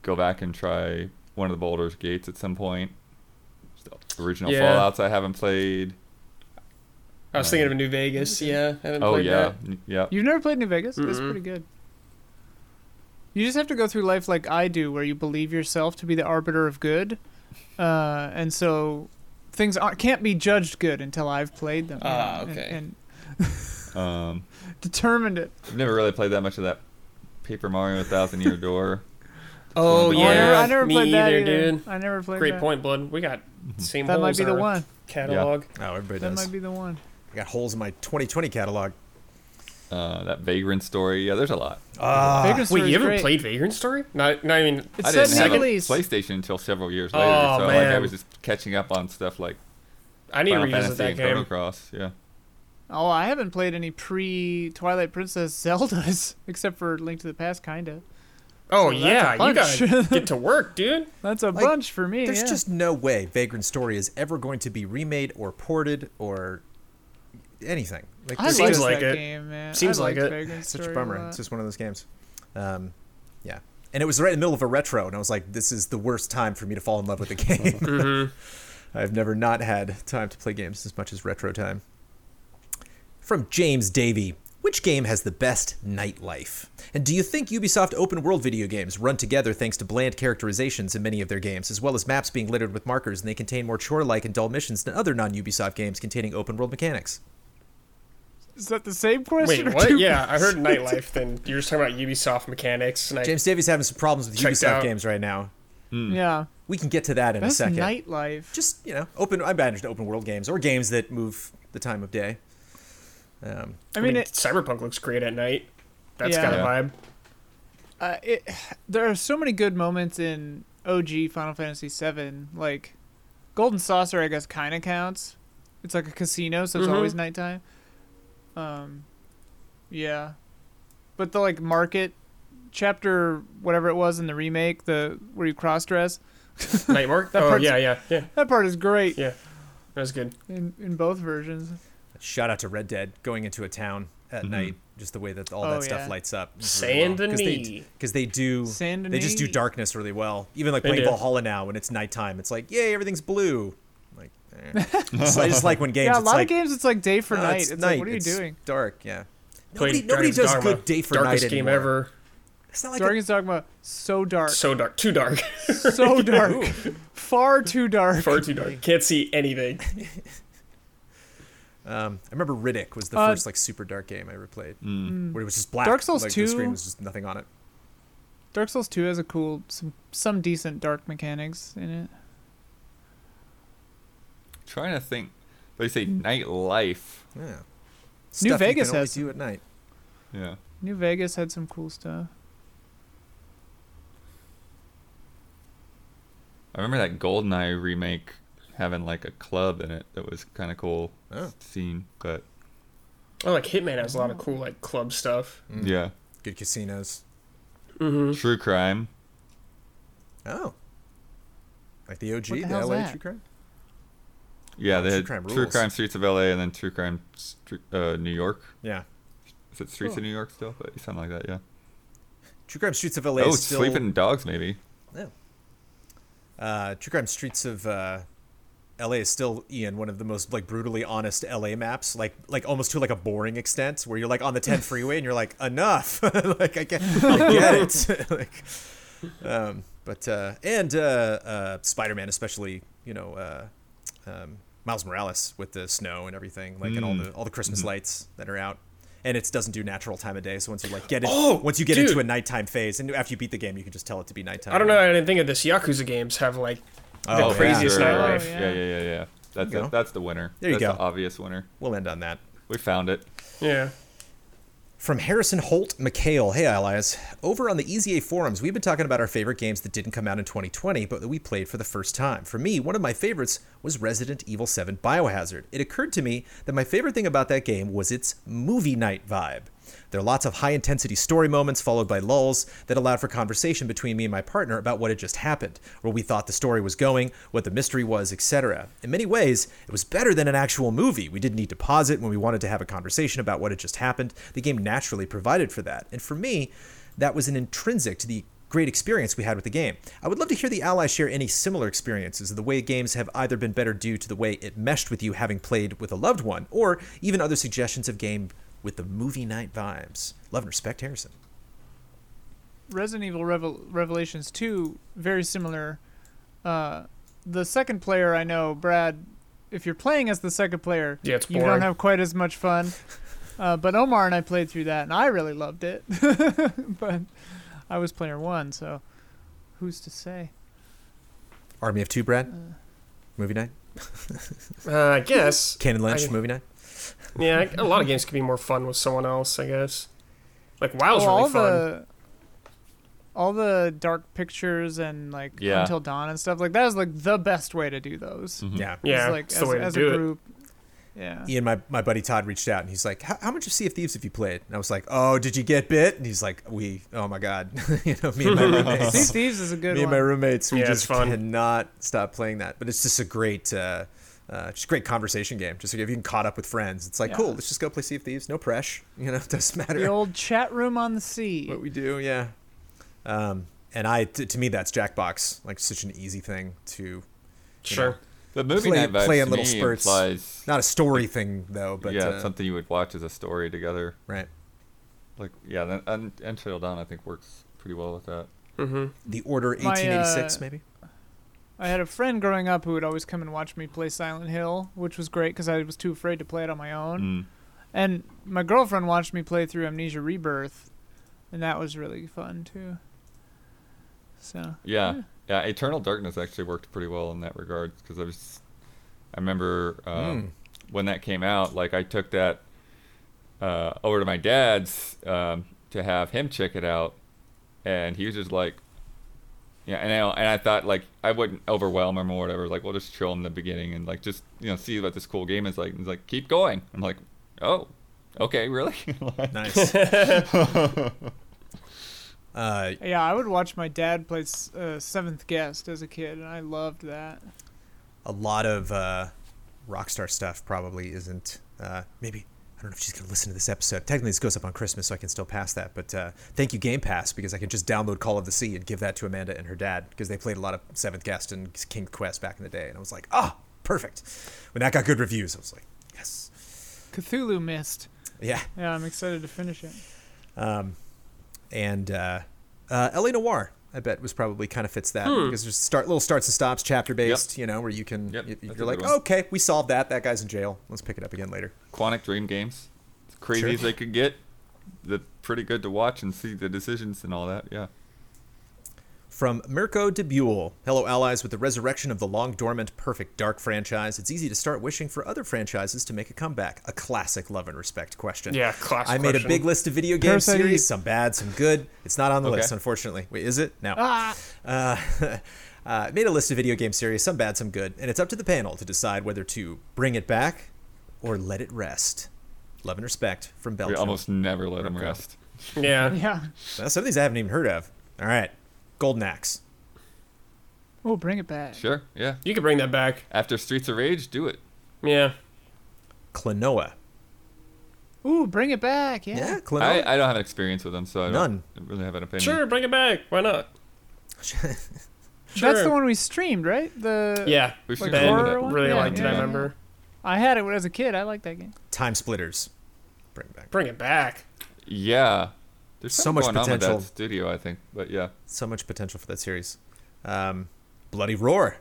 Speaker 4: go back and try one of the Baldur's Gates at some point. Just the Original
Speaker 3: Yeah.
Speaker 4: Fallout's I haven't played.
Speaker 3: I was thinking of New Vegas. Yeah. I haven't
Speaker 4: Oh
Speaker 3: played
Speaker 4: yeah,
Speaker 3: that.
Speaker 4: N- yeah.
Speaker 2: You've never played New Vegas? That's
Speaker 3: Mm-mm.
Speaker 2: pretty good. You just have to go through life like I do, where you believe yourself to be the arbiter of good, uh, and so things aren't, can't be judged good until I've played them. you know,
Speaker 3: Ah,
Speaker 2: and-
Speaker 3: okay.
Speaker 2: And,
Speaker 4: Um,
Speaker 2: determined it.
Speaker 4: I've never really played that much of that Paper Mario: A Thousand Year Door.
Speaker 3: Oh
Speaker 4: Oh,
Speaker 3: yeah.
Speaker 2: I never, I never
Speaker 3: Me
Speaker 2: played that
Speaker 3: either,
Speaker 2: either.
Speaker 3: dude.
Speaker 2: I never played
Speaker 3: Great
Speaker 2: that.
Speaker 3: point, Blood. We got
Speaker 4: Mhm.
Speaker 3: same
Speaker 2: That might
Speaker 3: holes
Speaker 2: be
Speaker 3: in
Speaker 2: the
Speaker 3: our
Speaker 2: one.
Speaker 3: catalog.
Speaker 1: oh, everybody
Speaker 2: That
Speaker 1: does.
Speaker 2: might be the one.
Speaker 1: I got holes in my 2020 catalog.
Speaker 4: Uh, that Vagrant story. Yeah, there's a lot.
Speaker 1: Ah,
Speaker 2: Vagrant
Speaker 3: Wait,
Speaker 2: Story
Speaker 3: you
Speaker 2: is
Speaker 3: haven't
Speaker 2: great.
Speaker 3: played Vagrant Story? Not, not even.
Speaker 2: It's
Speaker 4: I
Speaker 2: set
Speaker 4: didn't
Speaker 2: in
Speaker 4: have a
Speaker 2: Italy's.
Speaker 4: PlayStation until several years later,
Speaker 3: Oh,
Speaker 4: so like I
Speaker 3: man.
Speaker 4: was just catching up on stuff like
Speaker 3: I need to
Speaker 4: Final
Speaker 3: revisit
Speaker 4: Fantasy
Speaker 3: that
Speaker 4: and
Speaker 3: game.
Speaker 4: Chrono Cross. Yeah,
Speaker 2: Oh, I haven't played any pre Twilight Princess Zeldas except for Link to the Past, kinda.
Speaker 3: Oh
Speaker 2: that's
Speaker 3: yeah,
Speaker 2: a
Speaker 3: you
Speaker 2: bunch.
Speaker 3: gotta get to work, dude.
Speaker 2: That's a
Speaker 1: Like,
Speaker 2: bunch for me.
Speaker 1: there's
Speaker 2: yeah.
Speaker 1: just no way Vagrant Story is ever going to be remade or ported or anything. Like,
Speaker 2: I
Speaker 1: there's
Speaker 3: Seems
Speaker 2: liked
Speaker 1: just-
Speaker 3: like
Speaker 2: that
Speaker 3: it.
Speaker 2: Game, man.
Speaker 3: Seems
Speaker 2: I
Speaker 3: like
Speaker 2: liked
Speaker 3: it.
Speaker 2: Vagrant
Speaker 1: It's such a
Speaker 2: Story
Speaker 1: bummer.
Speaker 2: lot.
Speaker 1: It's just one of those games. Um, yeah. And it was right in the middle of a retro, and I was like, this is the worst time for me to fall in love with a game.
Speaker 3: Mm-hmm.
Speaker 1: I've never not had time to play games as much as retro time. From James Davey Which game has the best nightlife? And do you think Ubisoft open world video games run together thanks to bland characterizations in many of their games, as well as maps being littered with markers and they contain more chore like and dull missions than other non Ubisoft games containing open world mechanics?
Speaker 2: Is that the same question?
Speaker 3: Wait,
Speaker 2: or
Speaker 3: what?
Speaker 2: two-
Speaker 3: Yeah, I heard Nightlife. Then you're just talking about Ubisoft mechanics, and I,
Speaker 1: James Davey's having some problems with
Speaker 3: Checked
Speaker 1: Ubisoft
Speaker 3: out.
Speaker 1: games right now.
Speaker 2: Yeah.
Speaker 1: We can get to that in a
Speaker 2: That's
Speaker 1: second.
Speaker 2: nightlife.
Speaker 1: just you know open i managed open world games or games that move the time of day um,
Speaker 2: I mean, it,
Speaker 3: Cyberpunk looks great at night. That's
Speaker 2: Yeah.
Speaker 3: got a
Speaker 4: Yeah.
Speaker 3: vibe.
Speaker 2: uh, it. There are so many good moments in OG Final Fantasy VII, like Golden Saucer, I guess kind of counts. It's like a casino, so it's
Speaker 1: Mm-hmm.
Speaker 3: Mhm.
Speaker 2: always nighttime. Um, yeah, but the like market chapter, whatever it was in the remake, the where you cross dress,
Speaker 3: Night Mark?
Speaker 2: That
Speaker 3: oh,
Speaker 2: part's-
Speaker 3: yeah, yeah, yeah.
Speaker 2: that part is great
Speaker 3: Yeah. That was good.
Speaker 2: in in both versions.
Speaker 1: Shout out to Red Dead going into a town at night, just the way that all that
Speaker 2: Oh,
Speaker 1: stuff
Speaker 2: yeah.
Speaker 1: lights up. is
Speaker 3: Saint Denis.
Speaker 1: Because they, do,
Speaker 2: Saint
Speaker 1: they just do
Speaker 2: Denis.
Speaker 1: darkness really well. Even like
Speaker 3: They
Speaker 1: playing
Speaker 3: do.
Speaker 1: Valhalla now, when it's nighttime, it's like, yay, everything's blue. I'm Like, eh. So I just like when games.
Speaker 2: yeah, a
Speaker 1: it's
Speaker 2: lot
Speaker 1: like,
Speaker 2: of games it's like day for
Speaker 1: "No,
Speaker 2: night.
Speaker 1: It's,
Speaker 2: It's,
Speaker 1: night.
Speaker 2: like what are you
Speaker 1: it's
Speaker 2: doing?
Speaker 1: Dark. Yeah.
Speaker 3: Played
Speaker 1: Nobody, nobody
Speaker 3: Dragon's
Speaker 1: does
Speaker 3: Dogma.
Speaker 1: good day for
Speaker 3: Darkest
Speaker 1: night
Speaker 3: game
Speaker 1: anymore.
Speaker 3: ever.
Speaker 1: It's not like a
Speaker 2: Dragon's Dogma, so dark,
Speaker 3: So dark. Too dark.
Speaker 2: so dark, far too dark.
Speaker 3: Far too dark. Can't see anything.
Speaker 1: Um, I remember Riddick was the
Speaker 2: Uh,
Speaker 1: first like super dark game I ever played,
Speaker 4: Mm.
Speaker 1: where it was just black.
Speaker 2: Dark Souls
Speaker 1: like,
Speaker 2: 2.
Speaker 1: The screen was just nothing on it.
Speaker 2: Dark Souls 2 has a cool some some decent dark mechanics in it.
Speaker 4: Trying to think. They say nightlife.
Speaker 1: Yeah. Stuff you
Speaker 2: Vegas
Speaker 1: can only
Speaker 2: has
Speaker 1: do at night.
Speaker 4: Yeah.
Speaker 2: New Vegas had some cool stuff.
Speaker 4: I remember that Goldeneye remake having like a club in it that was kind of cool
Speaker 1: Oh.
Speaker 4: scene, but
Speaker 3: Oh, like Hitman has a lot of cool like club stuff.
Speaker 1: Mm.
Speaker 4: yeah,
Speaker 1: Good casinos.
Speaker 2: Mm-hmm.
Speaker 4: true crime.
Speaker 1: Oh. Like the OG,
Speaker 2: What the
Speaker 1: the,
Speaker 2: hell's
Speaker 1: LA
Speaker 2: that?
Speaker 1: True Crime.
Speaker 4: Yeah,
Speaker 1: Oh,
Speaker 4: they
Speaker 1: True
Speaker 4: had
Speaker 1: Crime
Speaker 4: True
Speaker 1: rules.
Speaker 4: Crime Streets of L.A. and then True Crime Stre- uh, New York.
Speaker 1: Yeah.
Speaker 4: Is it Streets of New York still? But something like that, yeah.
Speaker 1: True Crime Streets of LA.
Speaker 4: oh,
Speaker 1: is still,
Speaker 4: Sleeping Dogs, maybe.
Speaker 1: Oh. Uh, True Crime Streets of uh, LA is still Ian one of the most like brutally honest LA maps, like like almost to like a boring extent, where you're like on the 10 freeway and you're like enough, like I get, I get it, like, um, but uh, and uh, uh, Spider Man especially, you know, uh, um, Miles Morales with the snow and everything, like and all
Speaker 3: Mm.
Speaker 1: the all the
Speaker 3: Mm-hmm.
Speaker 1: Christmas lights that are out. And it doesn't do natural time of day, so once you like get it,
Speaker 3: Oh,
Speaker 1: once you get
Speaker 3: dude.
Speaker 1: into a nighttime phase, and after you beat the game, you can just tell it to be nighttime.
Speaker 3: I don't know. I didn't think of this. Yakuza games have like the
Speaker 4: oh,
Speaker 3: craziest
Speaker 4: sure.
Speaker 3: nightlife.
Speaker 2: Oh, yeah.
Speaker 4: yeah, yeah, yeah, yeah. That's
Speaker 1: you
Speaker 4: the-
Speaker 1: go.
Speaker 4: that's the winner.
Speaker 1: There you
Speaker 4: that's
Speaker 1: go.
Speaker 4: The obvious winner.
Speaker 1: We'll end on that.
Speaker 4: We found it.
Speaker 3: Yeah.
Speaker 1: From Harrison Holt McHale. Hey, allies. Over on the EZA forums, we've been talking about our favorite games that didn't come out in 2020, but that we played for the first time. For me, one of my favorites was Resident Evil 7 Biohazard. It occurred to me that my favorite thing about that game was its movie night vibe. There are lots of high intensity story moments followed by lulls that allowed for conversation between me and my partner about what had just happened, where we thought the story was going, what the mystery was, etc. In many ways, it was better than an actual movie. We didn't need to pause it when we wanted to have a conversation about what had just happened. The game naturally provided for that. And for me, that was an intrinsic to the great experience we had with the game. I would love to hear the allies share any similar experiences, the way games have either been better due to the way it meshed with you having played with a loved one, or even other suggestions of game with the movie night vibes. Love and respect, Harrison.
Speaker 2: Resident Evil Revel- Revelations 2 very similar. Uh, the second player I know, Brad, if you're playing as the second player,
Speaker 3: Yeah, it's
Speaker 2: you
Speaker 3: boring.
Speaker 2: don't have quite as much fun. Uh, but Omar and I played through that, and I really loved it. but I was player one, so who's to say?
Speaker 1: Army of Two, Brad. movie night.
Speaker 3: Uh, I guess.
Speaker 1: Cannon Lynch,
Speaker 3: I-
Speaker 1: movie night.
Speaker 3: Yeah, a lot of games could be more fun with someone else. I guess. Like WoW's
Speaker 2: Well, all
Speaker 3: really fun.
Speaker 2: the all the dark pictures and like
Speaker 4: Yeah. Mm.
Speaker 2: until dawn and stuff like that is like the best way to do those.
Speaker 4: Mm-hmm.
Speaker 1: Yeah.
Speaker 2: Is,
Speaker 3: yeah,
Speaker 2: like
Speaker 3: it's
Speaker 2: as,
Speaker 3: the way to
Speaker 2: as
Speaker 3: do
Speaker 2: a
Speaker 3: it.
Speaker 2: group. Yeah.
Speaker 1: Ian, my, my buddy Todd reached out and he's like, "How how much of Sea of Thieves have you played?" And I was like, "Oh, did you get bit?" And he's like, "We, oh my god, you know, me and my roommates."
Speaker 2: Sea of Thieves is a good
Speaker 1: me and my
Speaker 2: one.
Speaker 1: roommates we
Speaker 3: Yeah, it's
Speaker 1: just
Speaker 3: fun.
Speaker 1: cannot stop playing that but it's just a great uh, uh, just great conversation game just like if you can caught up with friends it's like
Speaker 2: Yeah.
Speaker 1: cool let's just go play sea of thieves no pressure you know it doesn't
Speaker 2: the
Speaker 1: matter
Speaker 2: old chat room on the sea.
Speaker 1: what we do yeah um, and i t- to me that's jackbox like such an easy thing to
Speaker 3: Sure.
Speaker 4: The movie
Speaker 1: Play-
Speaker 4: night vibes
Speaker 1: play in
Speaker 4: to
Speaker 1: little
Speaker 4: me
Speaker 1: spurts.
Speaker 4: implies,
Speaker 1: not a story thing though but
Speaker 4: yeah,
Speaker 1: uh,
Speaker 4: something you would watch as a story together.
Speaker 1: right
Speaker 4: Like yeah, then and, and Trail Down I think works pretty well with that.
Speaker 3: Mm-hmm.
Speaker 1: the order
Speaker 2: My,
Speaker 1: 1886
Speaker 2: uh,
Speaker 1: maybe
Speaker 2: I had a friend growing up who would always come and watch me play Silent Hill, which was great because I was too afraid to play it on my own.
Speaker 4: Mm.
Speaker 2: And my girlfriend watched me play through Amnesia Rebirth, and that was really fun too. So
Speaker 4: Yeah. yeah, Eternal Darkness actually worked pretty well in that regard because I was, I remember um, when that came out. Like I took that uh, over to my dad's um, to have him check it out, and he was just like, Yeah, and I and I thought like I wouldn't overwhelm him or whatever. Like we'll just show him the beginning and like just you know see what this cool game is like. And he's like, keep going. I'm like, oh, okay, really? Like-
Speaker 1: Nice. uh,
Speaker 2: Yeah, I would watch my dad play s- uh, Seventh Guest as a kid, and I loved that.
Speaker 1: a lot of uh, Rockstar stuff probably isn't. Uh, maybe I don't know if she's going to listen to this episode. Technically, this goes up on Christmas, so I can still pass that. But uh, thank you, Game Pass, because I can just download Call of the Sea and give that to Amanda and her dad because they played a lot of Seventh Guest and King Quest back in the day, and I was like, ah, perfect. When that got good reviews, I was like, yes,
Speaker 2: Cthulhu Mist.
Speaker 1: yeah.
Speaker 2: Yeah, I'm excited to finish it.
Speaker 1: and uh, uh, La Noir. I bet was probably kind of fits that because there's start little starts and stops, chapter based, you know, where you can
Speaker 4: Hmm. Yep,
Speaker 1: y-
Speaker 4: that's a
Speaker 1: you're
Speaker 4: good
Speaker 1: like,
Speaker 4: one.
Speaker 1: okay, we solved that. That guy's in jail. Let's pick it up again later.
Speaker 4: Quantic Dream Games, It's crazy
Speaker 1: Sure.
Speaker 4: as they could get. They're pretty good to watch and see the decisions and all that. Yeah.
Speaker 1: From Mirko de Buhl. Hello, allies. With the resurrection of the long dormant Perfect Dark franchise, it's easy to start wishing for other franchises to make a comeback. A classic love and respect question.
Speaker 3: Yeah, classic
Speaker 1: I made a
Speaker 3: question.
Speaker 1: big list of video game
Speaker 2: Parasite Eve.
Speaker 1: series, some bad, some good. It's not on the
Speaker 4: Okay.
Speaker 1: list, unfortunately. Wait, is it? No.
Speaker 2: Ah,
Speaker 1: Uh, uh, made a list of video game series, some bad, some good, and it's up to the panel to decide whether to bring it back or let it rest. Love and respect from
Speaker 4: We
Speaker 1: Belgium.
Speaker 4: almost never let them rest.
Speaker 3: Yeah.
Speaker 2: yeah.
Speaker 1: Well, some of these I haven't even heard of. All right, Golden Axe.
Speaker 2: Oh, bring it back.
Speaker 4: Sure. Yeah.
Speaker 3: You could bring that back.
Speaker 4: After Streets of Rage, do it.
Speaker 3: Yeah.
Speaker 1: Klonoa.
Speaker 2: Ooh, bring it back. Yeah.
Speaker 1: Yeah,
Speaker 4: I,
Speaker 1: Klonoa.
Speaker 4: I don't have experience with them, so I don't really have an opinion.
Speaker 3: Sure, bring it back. Why not?
Speaker 2: That's
Speaker 3: Sure.
Speaker 2: the one we streamed, right? The
Speaker 3: Yeah.
Speaker 4: We
Speaker 2: Like
Speaker 4: should go with
Speaker 2: horror
Speaker 4: it.
Speaker 2: one?
Speaker 3: Really
Speaker 2: Yeah,
Speaker 3: liked it,
Speaker 2: yeah,
Speaker 3: I
Speaker 2: yeah.
Speaker 3: remember.
Speaker 2: I had it as a kid. I liked that game.
Speaker 1: Time Splitters. Bring it back.
Speaker 3: Bring it back.
Speaker 4: Yeah. There's
Speaker 1: So
Speaker 4: something
Speaker 1: much
Speaker 4: going on
Speaker 1: potential.
Speaker 4: with that studio, I think. But yeah.
Speaker 1: So much potential for that series. Um, Bloody Roar.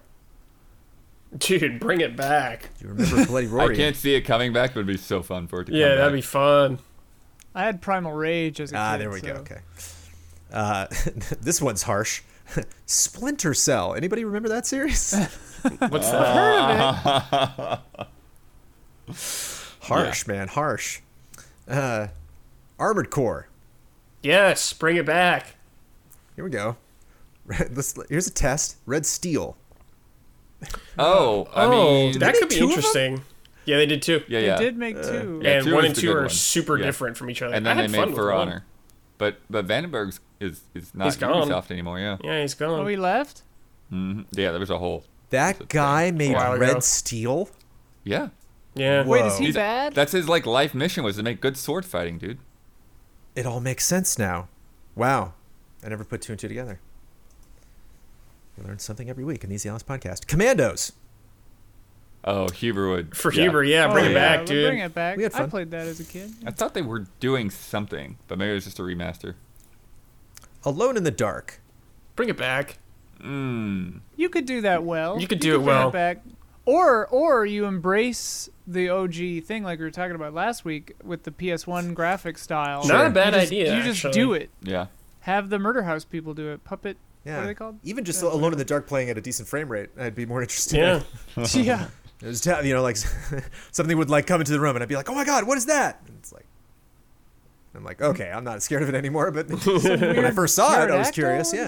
Speaker 3: Dude, bring it back.
Speaker 1: Do you remember Bloody Roar?
Speaker 4: I can't see it coming back, but it'd be so fun for it to
Speaker 3: Yeah,
Speaker 4: come
Speaker 3: that'd be
Speaker 4: back.
Speaker 3: fun.
Speaker 2: I had Primal Rage as a
Speaker 1: Ah,
Speaker 2: kid.
Speaker 1: there we go.
Speaker 2: so-
Speaker 1: Okay. Uh, this one's harsh. Splinter Cell. Anybody remember that series?
Speaker 3: What's that?
Speaker 4: Ah.
Speaker 1: Harsh, man, harsh. Uh, Armored Core.
Speaker 3: Yes, bring it back.
Speaker 1: Here we go. Red- Let's, here's a test. Red Steel.
Speaker 4: Oh, I mean,
Speaker 3: that
Speaker 1: they
Speaker 3: could be
Speaker 1: two of 'em?
Speaker 3: interesting. Yeah, they did too.
Speaker 4: yeah,
Speaker 2: They
Speaker 4: yeah.
Speaker 2: did make two.
Speaker 4: yeah.
Speaker 3: and
Speaker 4: two
Speaker 3: one
Speaker 4: is
Speaker 3: and
Speaker 4: the
Speaker 3: two
Speaker 4: good
Speaker 3: are
Speaker 4: one.
Speaker 3: super
Speaker 4: Yeah.
Speaker 3: different from each other.
Speaker 4: and
Speaker 3: I
Speaker 4: then they
Speaker 3: had fun
Speaker 4: made
Speaker 3: with
Speaker 4: For
Speaker 3: one.
Speaker 4: Honor. But but Vandenberg's is is not
Speaker 3: He's gone.
Speaker 4: Ubisoft anymore. Yeah.
Speaker 3: Yeah, he's
Speaker 2: Oh,
Speaker 3: gone.
Speaker 2: he left?
Speaker 4: hmm Yeah. There was a whole.
Speaker 1: That guy made
Speaker 3: while ago.
Speaker 1: Red Steel.
Speaker 4: Yeah.
Speaker 3: yeah.
Speaker 1: Wait,
Speaker 2: Wait, is
Speaker 1: Whoa.
Speaker 2: he
Speaker 1: He's-
Speaker 2: bad?
Speaker 4: That's his like life mission was to make good sword fighting, dude.
Speaker 1: It all makes sense now. Wow. I never put two and two together. We learn something every week in the Easy Alice podcast. Commandos.
Speaker 4: Oh, Huberwood.
Speaker 3: For
Speaker 4: yeah.
Speaker 3: Huber, yeah,
Speaker 2: Oh,
Speaker 3: bring it
Speaker 2: yeah,
Speaker 3: back,
Speaker 2: but
Speaker 3: dude.
Speaker 2: Bring it back.
Speaker 1: We had
Speaker 2: I
Speaker 1: fun.
Speaker 2: played that as a kid.
Speaker 4: I thought they were doing something, but maybe it was just a remaster.
Speaker 1: Alone in the Dark.
Speaker 3: Bring it back.
Speaker 4: Mm.
Speaker 2: You could do that well.
Speaker 3: You could do it
Speaker 2: bring
Speaker 3: well.
Speaker 2: back. Or or you embrace the OG thing like we were talking about last week with the PS1 graphic style.
Speaker 3: Not a
Speaker 2: You
Speaker 3: bad
Speaker 2: just-
Speaker 3: idea,
Speaker 2: You just
Speaker 3: actually.
Speaker 2: do it.
Speaker 4: Yeah.
Speaker 2: Have the murder house people do it. Puppet.
Speaker 1: Yeah.
Speaker 2: What are they called?
Speaker 1: Even just
Speaker 2: Yeah.
Speaker 1: Alone in the Dark playing at a decent frame rate, I'd be more interested.
Speaker 3: Yeah.
Speaker 2: yeah.
Speaker 1: It was, ta- you know, like something would like come into the room, and I'd be like, "Oh my god, what is that?" And it's like, I'm like, "Okay, I'm not scared of it anymore." But when I first saw it, I was
Speaker 2: Pterodactyl?
Speaker 1: curious.
Speaker 2: What is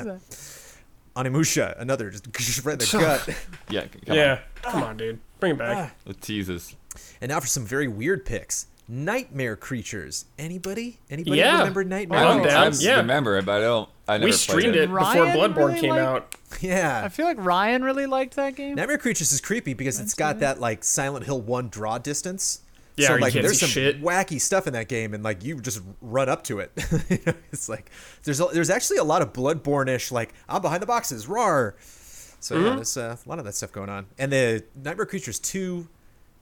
Speaker 1: Yeah,
Speaker 2: that?
Speaker 1: Animusha, another just right in the gut.
Speaker 4: Yeah. c- Come
Speaker 3: yeah. Come on, dude. Bring it
Speaker 2: Ah.
Speaker 3: back.
Speaker 4: On. The teases.
Speaker 1: And now for some very weird picks: nightmare creatures. Anybody? Anybody
Speaker 3: Yeah.
Speaker 1: remember
Speaker 4: I
Speaker 1: nightmare?
Speaker 3: Oh, I'm
Speaker 4: don't
Speaker 1: creatures?
Speaker 3: down.
Speaker 4: I
Speaker 3: Yeah.
Speaker 4: remember it, but I don't. I never
Speaker 3: we
Speaker 4: played
Speaker 3: streamed it before
Speaker 2: Ryan
Speaker 3: Bloodborne
Speaker 2: really
Speaker 3: came
Speaker 2: liked-
Speaker 3: out.
Speaker 1: Yeah.
Speaker 2: I feel like Ryan really liked that game.
Speaker 1: Nightmare Creatures is creepy because it's got that like Silent Hill one draw distance.
Speaker 3: Yeah,
Speaker 1: so
Speaker 3: where you
Speaker 1: like
Speaker 3: can't
Speaker 1: there's
Speaker 3: see
Speaker 1: some
Speaker 3: shit.
Speaker 1: wacky stuff in that game, and like you just run up to it. You know, it's like there's a, there's actually a lot of Bloodborne-ish like I'm behind the boxes, roar. So
Speaker 3: Mm-hmm.
Speaker 1: yeah, there's uh, a lot of that stuff going on. And the Nightmare Creatures two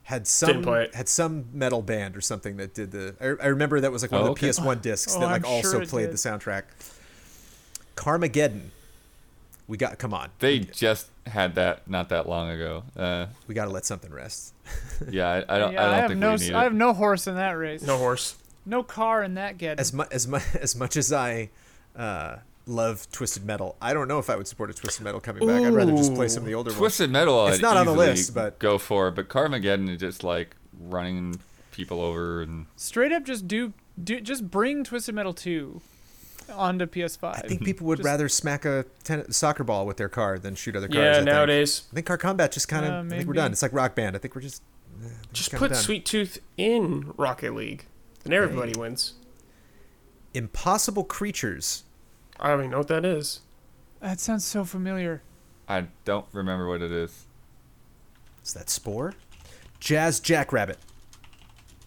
Speaker 1: had some
Speaker 3: Didn't play it.
Speaker 1: had some metal band or something that did the. I, I remember that was like one
Speaker 4: Oh,
Speaker 1: of the
Speaker 4: okay.
Speaker 1: PS1 discs
Speaker 2: Oh,
Speaker 1: that
Speaker 2: I'm
Speaker 1: like also
Speaker 2: sure it
Speaker 1: played
Speaker 2: did.
Speaker 1: the soundtrack. Carmageddon. We got come on.
Speaker 4: They just had that not that long ago. Uh,
Speaker 1: We got to let something rest.
Speaker 4: yeah, I, I don't.
Speaker 2: Yeah,
Speaker 4: I don't
Speaker 2: have
Speaker 4: think
Speaker 2: no.
Speaker 4: we
Speaker 2: s-
Speaker 4: need
Speaker 2: I have
Speaker 4: it.
Speaker 2: no horse in that race.
Speaker 3: No horse.
Speaker 2: No car in that get.
Speaker 1: as much as much as much as I uh, love Twisted Metal, I don't know if I would support a Twisted Metal coming back. I'd rather just play some of the older
Speaker 4: Twisted Metal.
Speaker 1: It's
Speaker 4: I'd
Speaker 1: not on the
Speaker 4: easily
Speaker 1: list, but-
Speaker 4: go for it. But Carmageddon is just like running people over and
Speaker 2: Straight up, just do, do just bring Twisted Metal two onto PS5.
Speaker 1: I think people would
Speaker 2: Just-
Speaker 1: rather smack a ten- soccer ball with their car than shoot other cars. I
Speaker 3: Yeah,
Speaker 1: think.
Speaker 3: nowadays.
Speaker 1: I think car combat just kind of.
Speaker 2: Yeah,
Speaker 1: I think we're
Speaker 2: maybe.
Speaker 1: done. It's like Rock Band. I think we're just. eh, I think we're
Speaker 3: Just
Speaker 1: kinda
Speaker 3: put
Speaker 1: done.
Speaker 3: Sweet Tooth in Rocket League, and everybody wins.
Speaker 1: Impossible creatures.
Speaker 3: I don't even know what that is.
Speaker 2: that sounds so familiar.
Speaker 4: I don't remember what it is.
Speaker 1: Is that spore? Jazz Jackrabbit.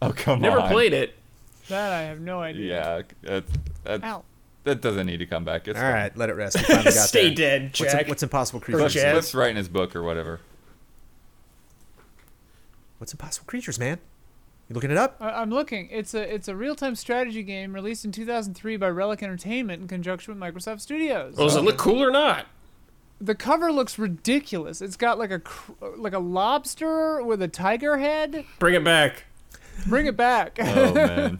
Speaker 4: Oh come
Speaker 3: Never
Speaker 4: on.
Speaker 3: played it.
Speaker 2: That I have no idea.
Speaker 4: Yeah, that, that,
Speaker 2: Ow.
Speaker 4: that doesn't need to come back. It's
Speaker 1: All
Speaker 4: fine.
Speaker 1: right, let it rest. We finally got
Speaker 3: Stay
Speaker 1: there.
Speaker 3: dead,
Speaker 1: What's,
Speaker 3: Jack.
Speaker 1: what's impossible
Speaker 4: Let's,
Speaker 1: creatures?
Speaker 3: Jazz.
Speaker 4: let's write in his book or whatever.
Speaker 1: What's impossible creatures, man? You looking it up?
Speaker 2: I- I'm looking. It's a it's a real-time strategy game released in 2003 by Relic Entertainment in conjunction with Microsoft Studios.
Speaker 3: well, Oh, does it look cool or not?
Speaker 2: The cover looks ridiculous. It's got like a cr- like a lobster with a tiger head.
Speaker 3: Bring it back.
Speaker 2: Bring it back.
Speaker 4: Oh man,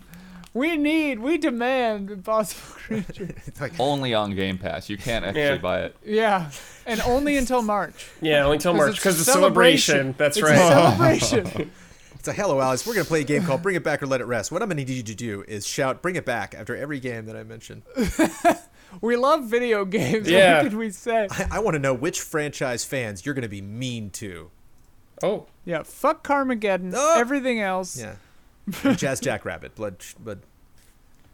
Speaker 2: we need, we demand impossible creatures.
Speaker 1: It's like,
Speaker 4: only on Game Pass. You can't actually
Speaker 3: Yeah.
Speaker 4: buy it.
Speaker 2: yeah, and only until March.
Speaker 3: Yeah, only till March
Speaker 2: a
Speaker 3: because the celebration. That's
Speaker 2: It's a
Speaker 3: right.
Speaker 2: celebration.
Speaker 1: it's like, hello, Alice. We're gonna play a game called Bring It Back or Let It Rest. What I'm gonna need you to do is shout "Bring It Back" after every game that I mention.
Speaker 2: we love video games.
Speaker 3: Yeah.
Speaker 2: What could we say?
Speaker 1: I, I want to know which franchise fans you're gonna be mean to.
Speaker 3: Oh,
Speaker 2: Yeah, fuck Carmageddon.
Speaker 1: Oh.
Speaker 2: Everything else.
Speaker 1: Yeah. Jazz Jackrabbit. Blood. sh- Blood.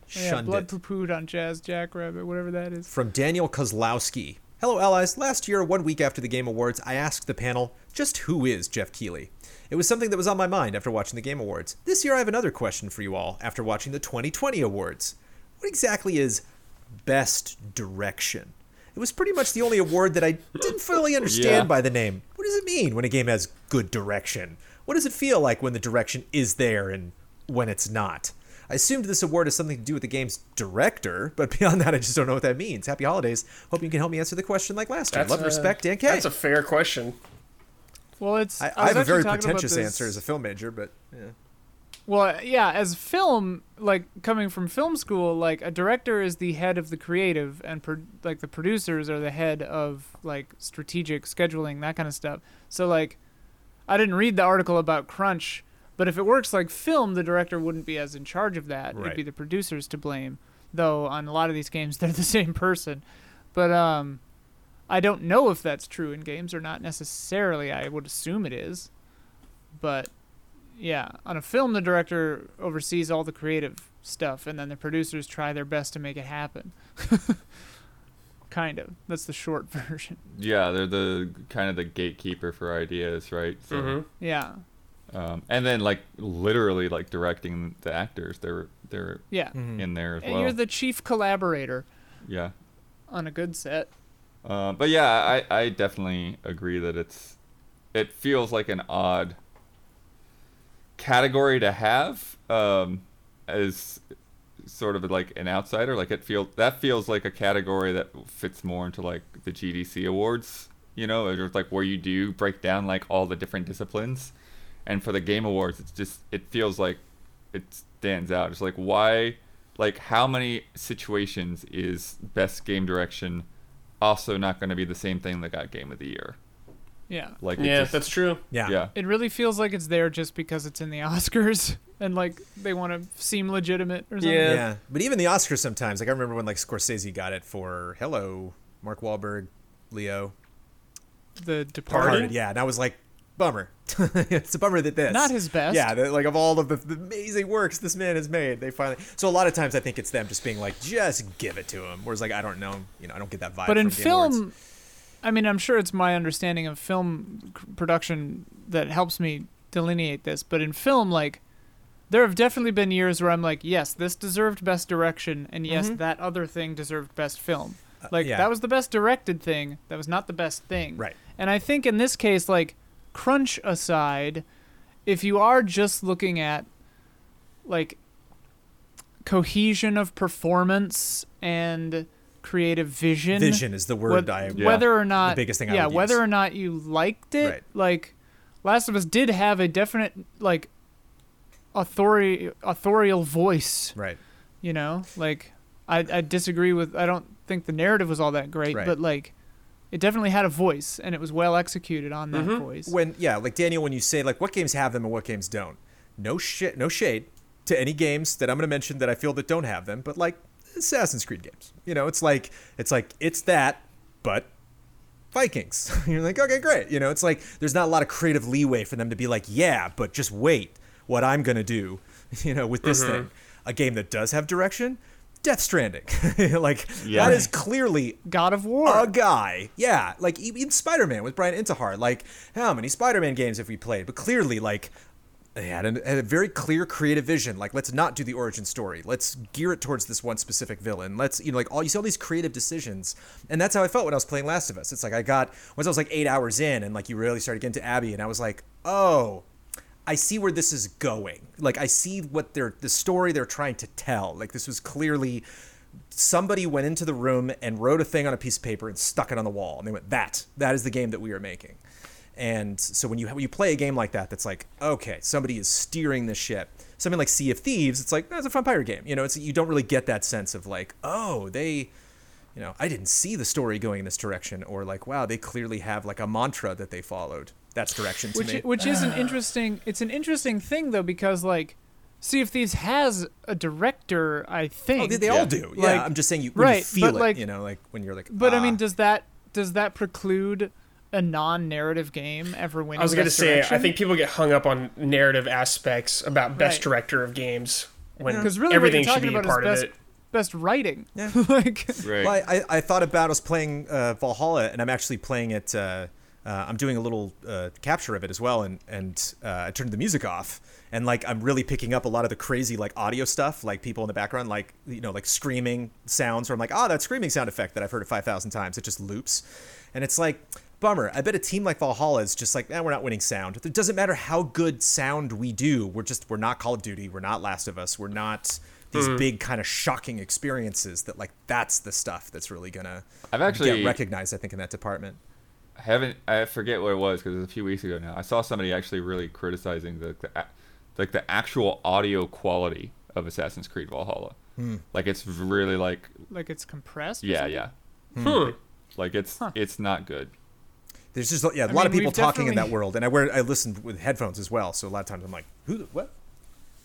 Speaker 2: Yeah,
Speaker 1: Shunned
Speaker 2: blood
Speaker 1: it.
Speaker 2: poo pooed on Jazz Jackrabbit, whatever that is.
Speaker 1: from Daniel Kozlowski. Hello, allies. Last year, one week after the Game Awards, I asked the panel, just who is Jeff Keighley? It was something that was on my mind after watching the Game Awards. This year, I have another question for you all after watching the 2020 Awards. What exactly is best direction? It was pretty much the only award that I didn't fully understand
Speaker 4: Yeah.
Speaker 1: by the name. What does it mean when a game has good direction? What does it feel like when the direction is there and when it's not? I assumed this award has something to do with the game's director, but beyond that, I just don't know what that means. Happy holidays. Hope you can help me answer the question like last year.
Speaker 3: that's
Speaker 1: Love and
Speaker 3: a-
Speaker 1: respect, Dan K.
Speaker 3: That's a fair question.
Speaker 2: Well, it's.
Speaker 1: I,
Speaker 2: was
Speaker 1: I have a
Speaker 2: actually
Speaker 1: very
Speaker 2: talking about
Speaker 1: pretentious
Speaker 2: this-
Speaker 1: answer as a film major, but yeah.
Speaker 2: Well, yeah, as film, like coming from film school, like a director is the head of the creative, and pro- like the producers are the head of like strategic scheduling, that kind of stuff. So like, I didn't read the article about crunch, but if it works like film, the director wouldn't be as in charge of that.
Speaker 1: Right.
Speaker 2: It'd be the producers to blame. Though on a lot of these games, they're the same person. But um, I don't know if that's true in games or not necessarily. I would assume it is, but yeah, on a film, the director oversees all the creative stuff, and then the producers try their best to make it happen. kind of. That's the short version.
Speaker 4: Yeah, they're the kind of the gatekeeper for ideas, right? So,
Speaker 1: Mm-hmm.
Speaker 2: Yeah,
Speaker 4: um, and then like literally like directing the actors, they're they're
Speaker 2: yeah.
Speaker 1: Mm.
Speaker 4: in there as
Speaker 2: And
Speaker 4: well.
Speaker 2: you're the chief collaborator
Speaker 4: yeah.
Speaker 2: on a good set.
Speaker 4: Uh, but yeah, I, I definitely agree that it's it feels like an odd category to have um, as sort of like an outsider. Like it feel that feels like a category that fits more into like the GDC awards, you know, or just, like where you do break down like all the different disciplines. And for the game awards, it's just it feels like it stands out. It's like why, like how many situations is best game direction also not going to be the same thing that got game of the year?
Speaker 2: Yeah.
Speaker 4: Like it
Speaker 3: Yeah,
Speaker 4: just-
Speaker 3: that's true.
Speaker 1: Yeah.
Speaker 4: yeah.
Speaker 2: It really feels like it's there just because it's in the Oscars and like they want to seem legitimate or something.
Speaker 3: Yeah.
Speaker 1: Yeah, but even the Oscars sometimes. Like I remember when like Scorsese got it for Hello, Mark Wahlberg, Leo,
Speaker 2: The
Speaker 3: Pardon?
Speaker 2: Departed.
Speaker 1: Yeah, and I was like, bummer. it's a bummer that this
Speaker 2: Not his best.
Speaker 1: Yeah, that, like of all of the, the amazing works this man has made, they finally. So a lot of times I think it's them just being like, just give it to him. Whereas like I don't know, you know, I don't get that vibe.
Speaker 2: but in
Speaker 1: from Game Awards.
Speaker 2: film i mean i'm sure it's my understanding of film c- production that helps me delineate this but in film like there have definitely been years where i'm like yes this deserved best direction and yes that other thing deserved best film like
Speaker 1: Mm-hmm. Uh, yeah.
Speaker 2: that was the best directed thing that was not the best thing
Speaker 1: Right.
Speaker 2: and i think in this case like crunch aside if you are just looking at like cohesion of performance and creative vision
Speaker 1: vision is the word
Speaker 2: whe-
Speaker 1: I.
Speaker 4: Yeah.
Speaker 2: whether or not
Speaker 1: biggest thing I
Speaker 2: yeah
Speaker 1: would
Speaker 2: whether
Speaker 1: use.
Speaker 2: or not you liked it
Speaker 1: Right.
Speaker 2: like last of us did have a definite like authori- authorial voice
Speaker 1: Right.
Speaker 2: you know like I, I disagree with i don't think the narrative was all that great
Speaker 1: Right.
Speaker 2: but like it definitely had a voice and it was well executed on that
Speaker 1: Mm-hmm.
Speaker 2: voice
Speaker 1: When yeah, like Daniel, when you say like what games have them and what games don't, no shit, no shade to any games that I'm going to mention that I feel that don't have them, but like Assassin's Creed games. You know, it's like it's like it's that, but Vikings. You're like, okay, great. You know, it's like there's not a lot of creative leeway for them to be like, yeah, but just wait, what I'm gonna do, you know, with this thing. A game that does have direction, Death Stranding. like
Speaker 4: Yeah.
Speaker 1: that is clearly
Speaker 2: God of War.
Speaker 1: a guy. Yeah, like e, even Spider Man with Brian Intihar. Like, how many Spider Man games have we played? But clearly, like, they had, an, had a very clear creative vision. Like, let's not do the origin story. Let's gear it towards this one specific villain. Let's, you know, like all you see all these creative decisions, and that's how I felt when I was playing Last of Us. It's like I got once I was like eight hours in, and like you really started getting to Abby, and I was like, oh. I see where this is going. Like I see what they're the story they're trying to tell. Like this was clearly somebody went into the room and wrote a thing on a piece of paper and stuck it on the wall and they went that that is the game that we are making and so when you when you play a game like that that's like okay somebody is steering this ship something like sea of thieves it's like that's a fun pirate game you know it's you don't really get that sense of like oh they you know i didn't see the story going in this direction or like wow they clearly have like a mantra that they followed that's direction to
Speaker 2: which
Speaker 1: me
Speaker 2: i- which is an interesting it's an interesting thing though because like Sea of Thieves has a director, I think.
Speaker 1: Oh, they, they
Speaker 4: Yeah.
Speaker 1: all do yeah
Speaker 2: Like-
Speaker 1: i'm just saying you, when you
Speaker 2: right,
Speaker 1: feel
Speaker 2: but,
Speaker 1: it
Speaker 2: like-
Speaker 1: you know like when you're like
Speaker 2: But I
Speaker 1: ah.
Speaker 2: mean, does that does that preclude a non-narrative game ever winning?
Speaker 3: I was
Speaker 2: going
Speaker 3: gonna
Speaker 2: to
Speaker 3: say, I think people get hung up on narrative aspects about best
Speaker 2: Right.
Speaker 3: director of games when
Speaker 2: because really
Speaker 3: everything
Speaker 2: what
Speaker 3: should
Speaker 2: you're
Speaker 3: be
Speaker 2: talking
Speaker 3: a part
Speaker 2: about
Speaker 3: of
Speaker 2: is
Speaker 3: it.
Speaker 2: best best writing.
Speaker 1: Yeah.
Speaker 2: like
Speaker 4: Right.
Speaker 1: Well, I, I thought about I was playing uh, Valhalla, and I'm actually playing it. Uh, uh, I'm doing a little uh, capture of it as well, and and uh, I turned the music off, and like I'm really picking up a lot of the crazy like audio stuff, like people in the background, like you know, like screaming sounds, where I'm like, oh, that screaming sound effect that I've heard it five thousand times. It just loops, and it's like. Bummer. I bet a team like Valhalla is just like, eh, we're not winning sound. It doesn't matter how good sound we do. We're just, we're not Call of Duty. We're not Last of Us. We're not these
Speaker 4: Hmm.
Speaker 1: big kind of shocking experiences that like that's the stuff that's really gonna
Speaker 4: I've actually-
Speaker 1: get recognized i think in that department
Speaker 4: I haven't. I forget what it was because it was a few weeks ago now. I saw somebody actually really criticizing the, the a- like the actual audio quality of Assassin's Creed Valhalla.
Speaker 2: Hmm.
Speaker 4: Like it's really like
Speaker 2: like it's compressed. or
Speaker 4: yeah
Speaker 2: something?
Speaker 4: yeah,
Speaker 3: Hmm.
Speaker 4: like it's it's not good.
Speaker 1: there's just yeah a lot of
Speaker 2: mean,
Speaker 1: people
Speaker 2: we've
Speaker 1: talking in that
Speaker 2: definitely-
Speaker 1: world and i wear i listened with headphones as well so a lot of times i'm like who the- what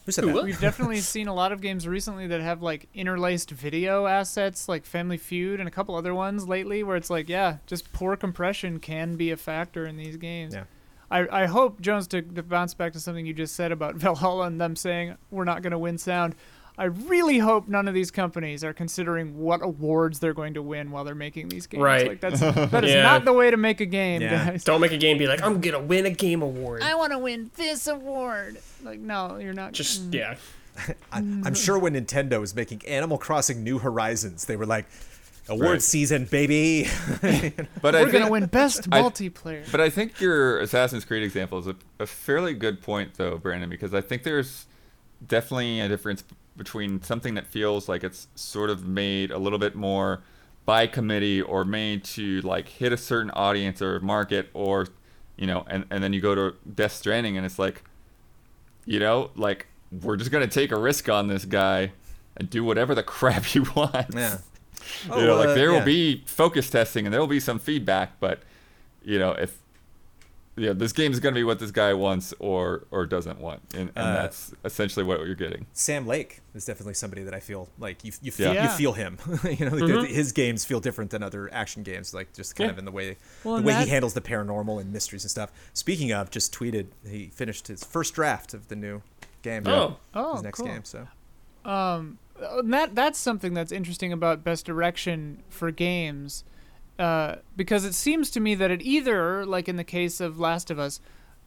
Speaker 1: who said
Speaker 3: Who
Speaker 1: that
Speaker 3: what?
Speaker 2: We've definitely seen a lot of games recently that have like interlaced video assets, like Family Feud and a couple other ones lately, where it's like, yeah, just poor compression can be a factor in these games.
Speaker 1: Yeah.
Speaker 2: I, I hope Jones to, to bounce back to something you just said about Valhalla and them saying we're not going to win sound. I really hope none of these companies are considering what awards they're going to win while they're making these games.
Speaker 3: Right.
Speaker 2: Like that's that is
Speaker 3: Yeah.
Speaker 2: not the way to make a game,
Speaker 1: Yeah.
Speaker 2: guys.
Speaker 3: Don't make a game be like, I'm gonna win a game award.
Speaker 2: I want to win this award. Like no, you're not.
Speaker 3: Just yeah.
Speaker 1: I, i'm sure when nintendo was making animal crossing new horizons they were like award
Speaker 4: Right.
Speaker 1: season baby
Speaker 4: But I
Speaker 2: we're going
Speaker 4: think-
Speaker 2: to win best
Speaker 4: I-
Speaker 2: multiplayer.
Speaker 4: But I think your Assassin's Creed example is a, a fairly good point, though, Brandon, because I think there's definitely a difference b- between something that feels like it's sort of made a little bit more by committee or made to like hit a certain audience or market or you know and, and then you go to death stranding and it's like you know like we're just gonna take a risk on this guy and do whatever the crap he wants
Speaker 1: yeah
Speaker 4: you know,
Speaker 1: uh,
Speaker 4: like there
Speaker 1: yeah.
Speaker 4: will be focus testing and there will be some feedback, but you know, if you know, this game is going to be what this guy wants or or doesn't want, and, and
Speaker 1: Uh,
Speaker 4: that's essentially what you're getting.
Speaker 1: Sam Lake is definitely somebody that I feel like you you feel,
Speaker 4: Yeah.
Speaker 1: you feel him. you know, like his games feel different than other action games, like just kind
Speaker 3: Mm-hmm. Yeah.
Speaker 1: of in the way
Speaker 2: Well,
Speaker 1: the
Speaker 2: and
Speaker 1: way
Speaker 2: that-
Speaker 1: he handles the paranormal and mysteries and stuff. Speaking of, just tweeted he finished his first draft of the new game.
Speaker 3: Oh.
Speaker 2: Oh,
Speaker 1: his next
Speaker 2: cool.
Speaker 1: game. So
Speaker 2: Uh, and that that's something that's interesting about best direction for games, uh, because it seems to me that it either, like in the case of Last of Us,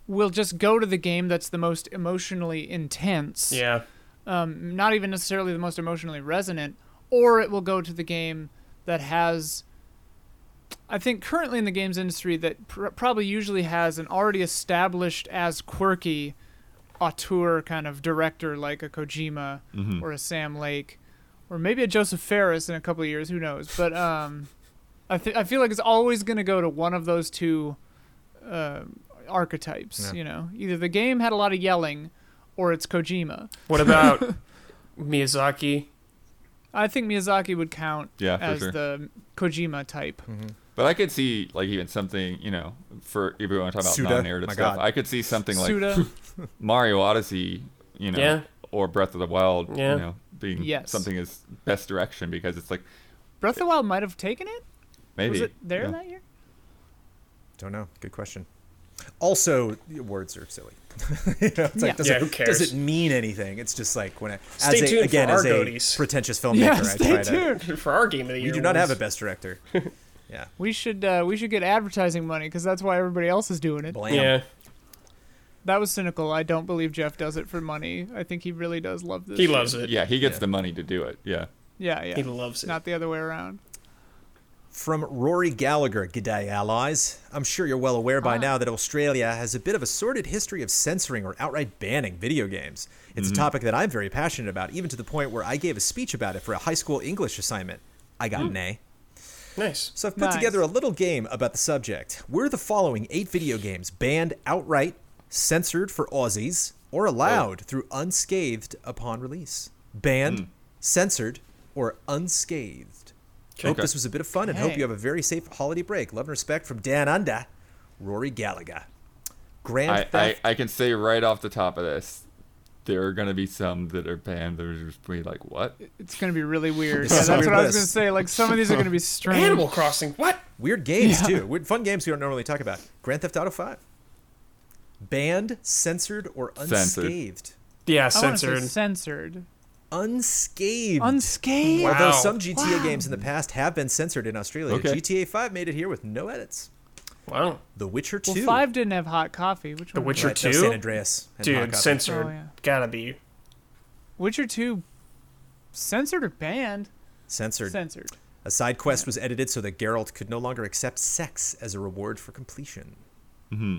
Speaker 2: will just go to the game that's the most emotionally intense,
Speaker 3: Yeah.
Speaker 2: um, not even necessarily the most emotionally resonant, or it will go to the game that has. I think currently in the games industry that pr- probably usually has an already established as quirky auteur kind of director like a Kojima
Speaker 1: mm-hmm.
Speaker 2: or a Sam Lake or maybe a Joseph Ferris in a couple of years, who knows. But um I th- I feel like it's always going to go to one of those two uh, archetypes,
Speaker 1: Yeah.
Speaker 2: you know. Either the game had a lot of yelling or it's Kojima.
Speaker 3: What about Miyazaki?
Speaker 2: I think Miyazaki would count
Speaker 4: Yeah, for
Speaker 2: as
Speaker 4: sure.
Speaker 2: the Kojima type.
Speaker 4: But I could see like even something, you know, for if we want to talk about
Speaker 1: Suda,
Speaker 4: non-narrative
Speaker 1: my
Speaker 4: stuff,
Speaker 1: God.
Speaker 4: I could see something like
Speaker 2: Suda,
Speaker 4: Mario Odyssey, you know,
Speaker 3: Yeah.
Speaker 4: or Breath of the Wild,
Speaker 3: Yeah.
Speaker 4: you know, being
Speaker 2: Yes.
Speaker 4: something is best direction because it's like
Speaker 2: Breath of the Wild might have taken it.
Speaker 4: maybe
Speaker 2: Was it there
Speaker 4: yeah.
Speaker 2: that year?
Speaker 1: Don't know. Good question. Also, words are silly. you know, it's
Speaker 2: Yeah.
Speaker 1: like, does,
Speaker 3: Yeah,
Speaker 1: it,
Speaker 3: who cares?
Speaker 1: does it mean anything? It's just like when I,
Speaker 3: Stay
Speaker 1: as
Speaker 3: tuned
Speaker 1: a,
Speaker 3: for
Speaker 1: again,
Speaker 3: our
Speaker 1: as a
Speaker 3: goaties.
Speaker 1: pretentious filmmaker,
Speaker 2: Yeah,
Speaker 1: I try
Speaker 2: stay
Speaker 1: to.
Speaker 2: tuned.
Speaker 3: for our game of the year.
Speaker 1: You do not have a
Speaker 3: ones.
Speaker 1: best director. yeah.
Speaker 2: We should uh, we should get advertising money because that's why everybody else is doing it.
Speaker 1: Blam.
Speaker 3: Yeah,
Speaker 2: That was cynical. I don't believe Jeff does it for money. I think he really does love this.
Speaker 3: he
Speaker 2: shit.
Speaker 3: loves it.
Speaker 4: Yeah, he gets the money to do it. Yeah.
Speaker 2: Yeah, yeah.
Speaker 3: he loves it.
Speaker 2: Not the other way around.
Speaker 1: From Rory Gallagher, G'day allies. I'm sure you're well aware by now that Australia has a bit of a sordid history of censoring or outright banning video games. It's a topic that I'm very passionate about, even to the point where I gave a speech about it for a high school English assignment. I got an A.
Speaker 3: nice.
Speaker 1: So I've put
Speaker 2: Nice.
Speaker 1: together a little game about the subject. Were the following eight video games banned outright, censored for Aussies, or
Speaker 4: Oh.
Speaker 1: allowed through unscathed upon release?
Speaker 4: Hmm.
Speaker 1: Banned, censored, or unscathed? Hope
Speaker 4: Okay.
Speaker 1: this was a bit of fun and hope
Speaker 2: Okay.
Speaker 1: you have a very safe holiday break. Love and respect from Dan Under, Rory Gallagher. Grand
Speaker 4: I, I,
Speaker 1: Theft.
Speaker 4: I can say right off the top of this, there are gonna be some that are banned. There's just be like, what?
Speaker 2: It's gonna be really weird.
Speaker 1: This
Speaker 2: yeah,
Speaker 1: is
Speaker 2: that's
Speaker 1: a
Speaker 2: what
Speaker 1: weird
Speaker 2: I was gonna
Speaker 1: list.
Speaker 2: say. Like some of these are gonna be strange.
Speaker 3: Animal Crossing. What?
Speaker 1: Weird games,
Speaker 2: Yeah.
Speaker 1: too. Weird, fun games we don't normally talk about. Grand Theft Auto 5. Banned, censored, or
Speaker 4: Censored.
Speaker 1: unscathed?
Speaker 3: Yeah,
Speaker 2: I wanna say
Speaker 3: censored.
Speaker 2: censored.
Speaker 1: Unscathed.
Speaker 2: Unscathed.
Speaker 3: Wow.
Speaker 1: Although some GTA
Speaker 2: Wow.
Speaker 1: games in the past have been censored in Australia,
Speaker 4: Okay.
Speaker 1: GTA 5 made it here with no edits.
Speaker 3: Wow,
Speaker 1: The Witcher 2.
Speaker 2: Well, five didn't have hot coffee. Which
Speaker 3: The
Speaker 2: one?
Speaker 3: Witcher
Speaker 1: Right, no
Speaker 3: 2,
Speaker 1: San Andreas. and Hot
Speaker 3: dude,
Speaker 1: Copy.
Speaker 3: censored.
Speaker 2: Oh, yeah.
Speaker 3: Gotta be.
Speaker 2: Witcher two. Censored or banned?
Speaker 1: censored.
Speaker 2: Censored.
Speaker 1: a side quest was edited so that Geralt could no longer accept sex as a reward for completion.
Speaker 3: Mm-hmm.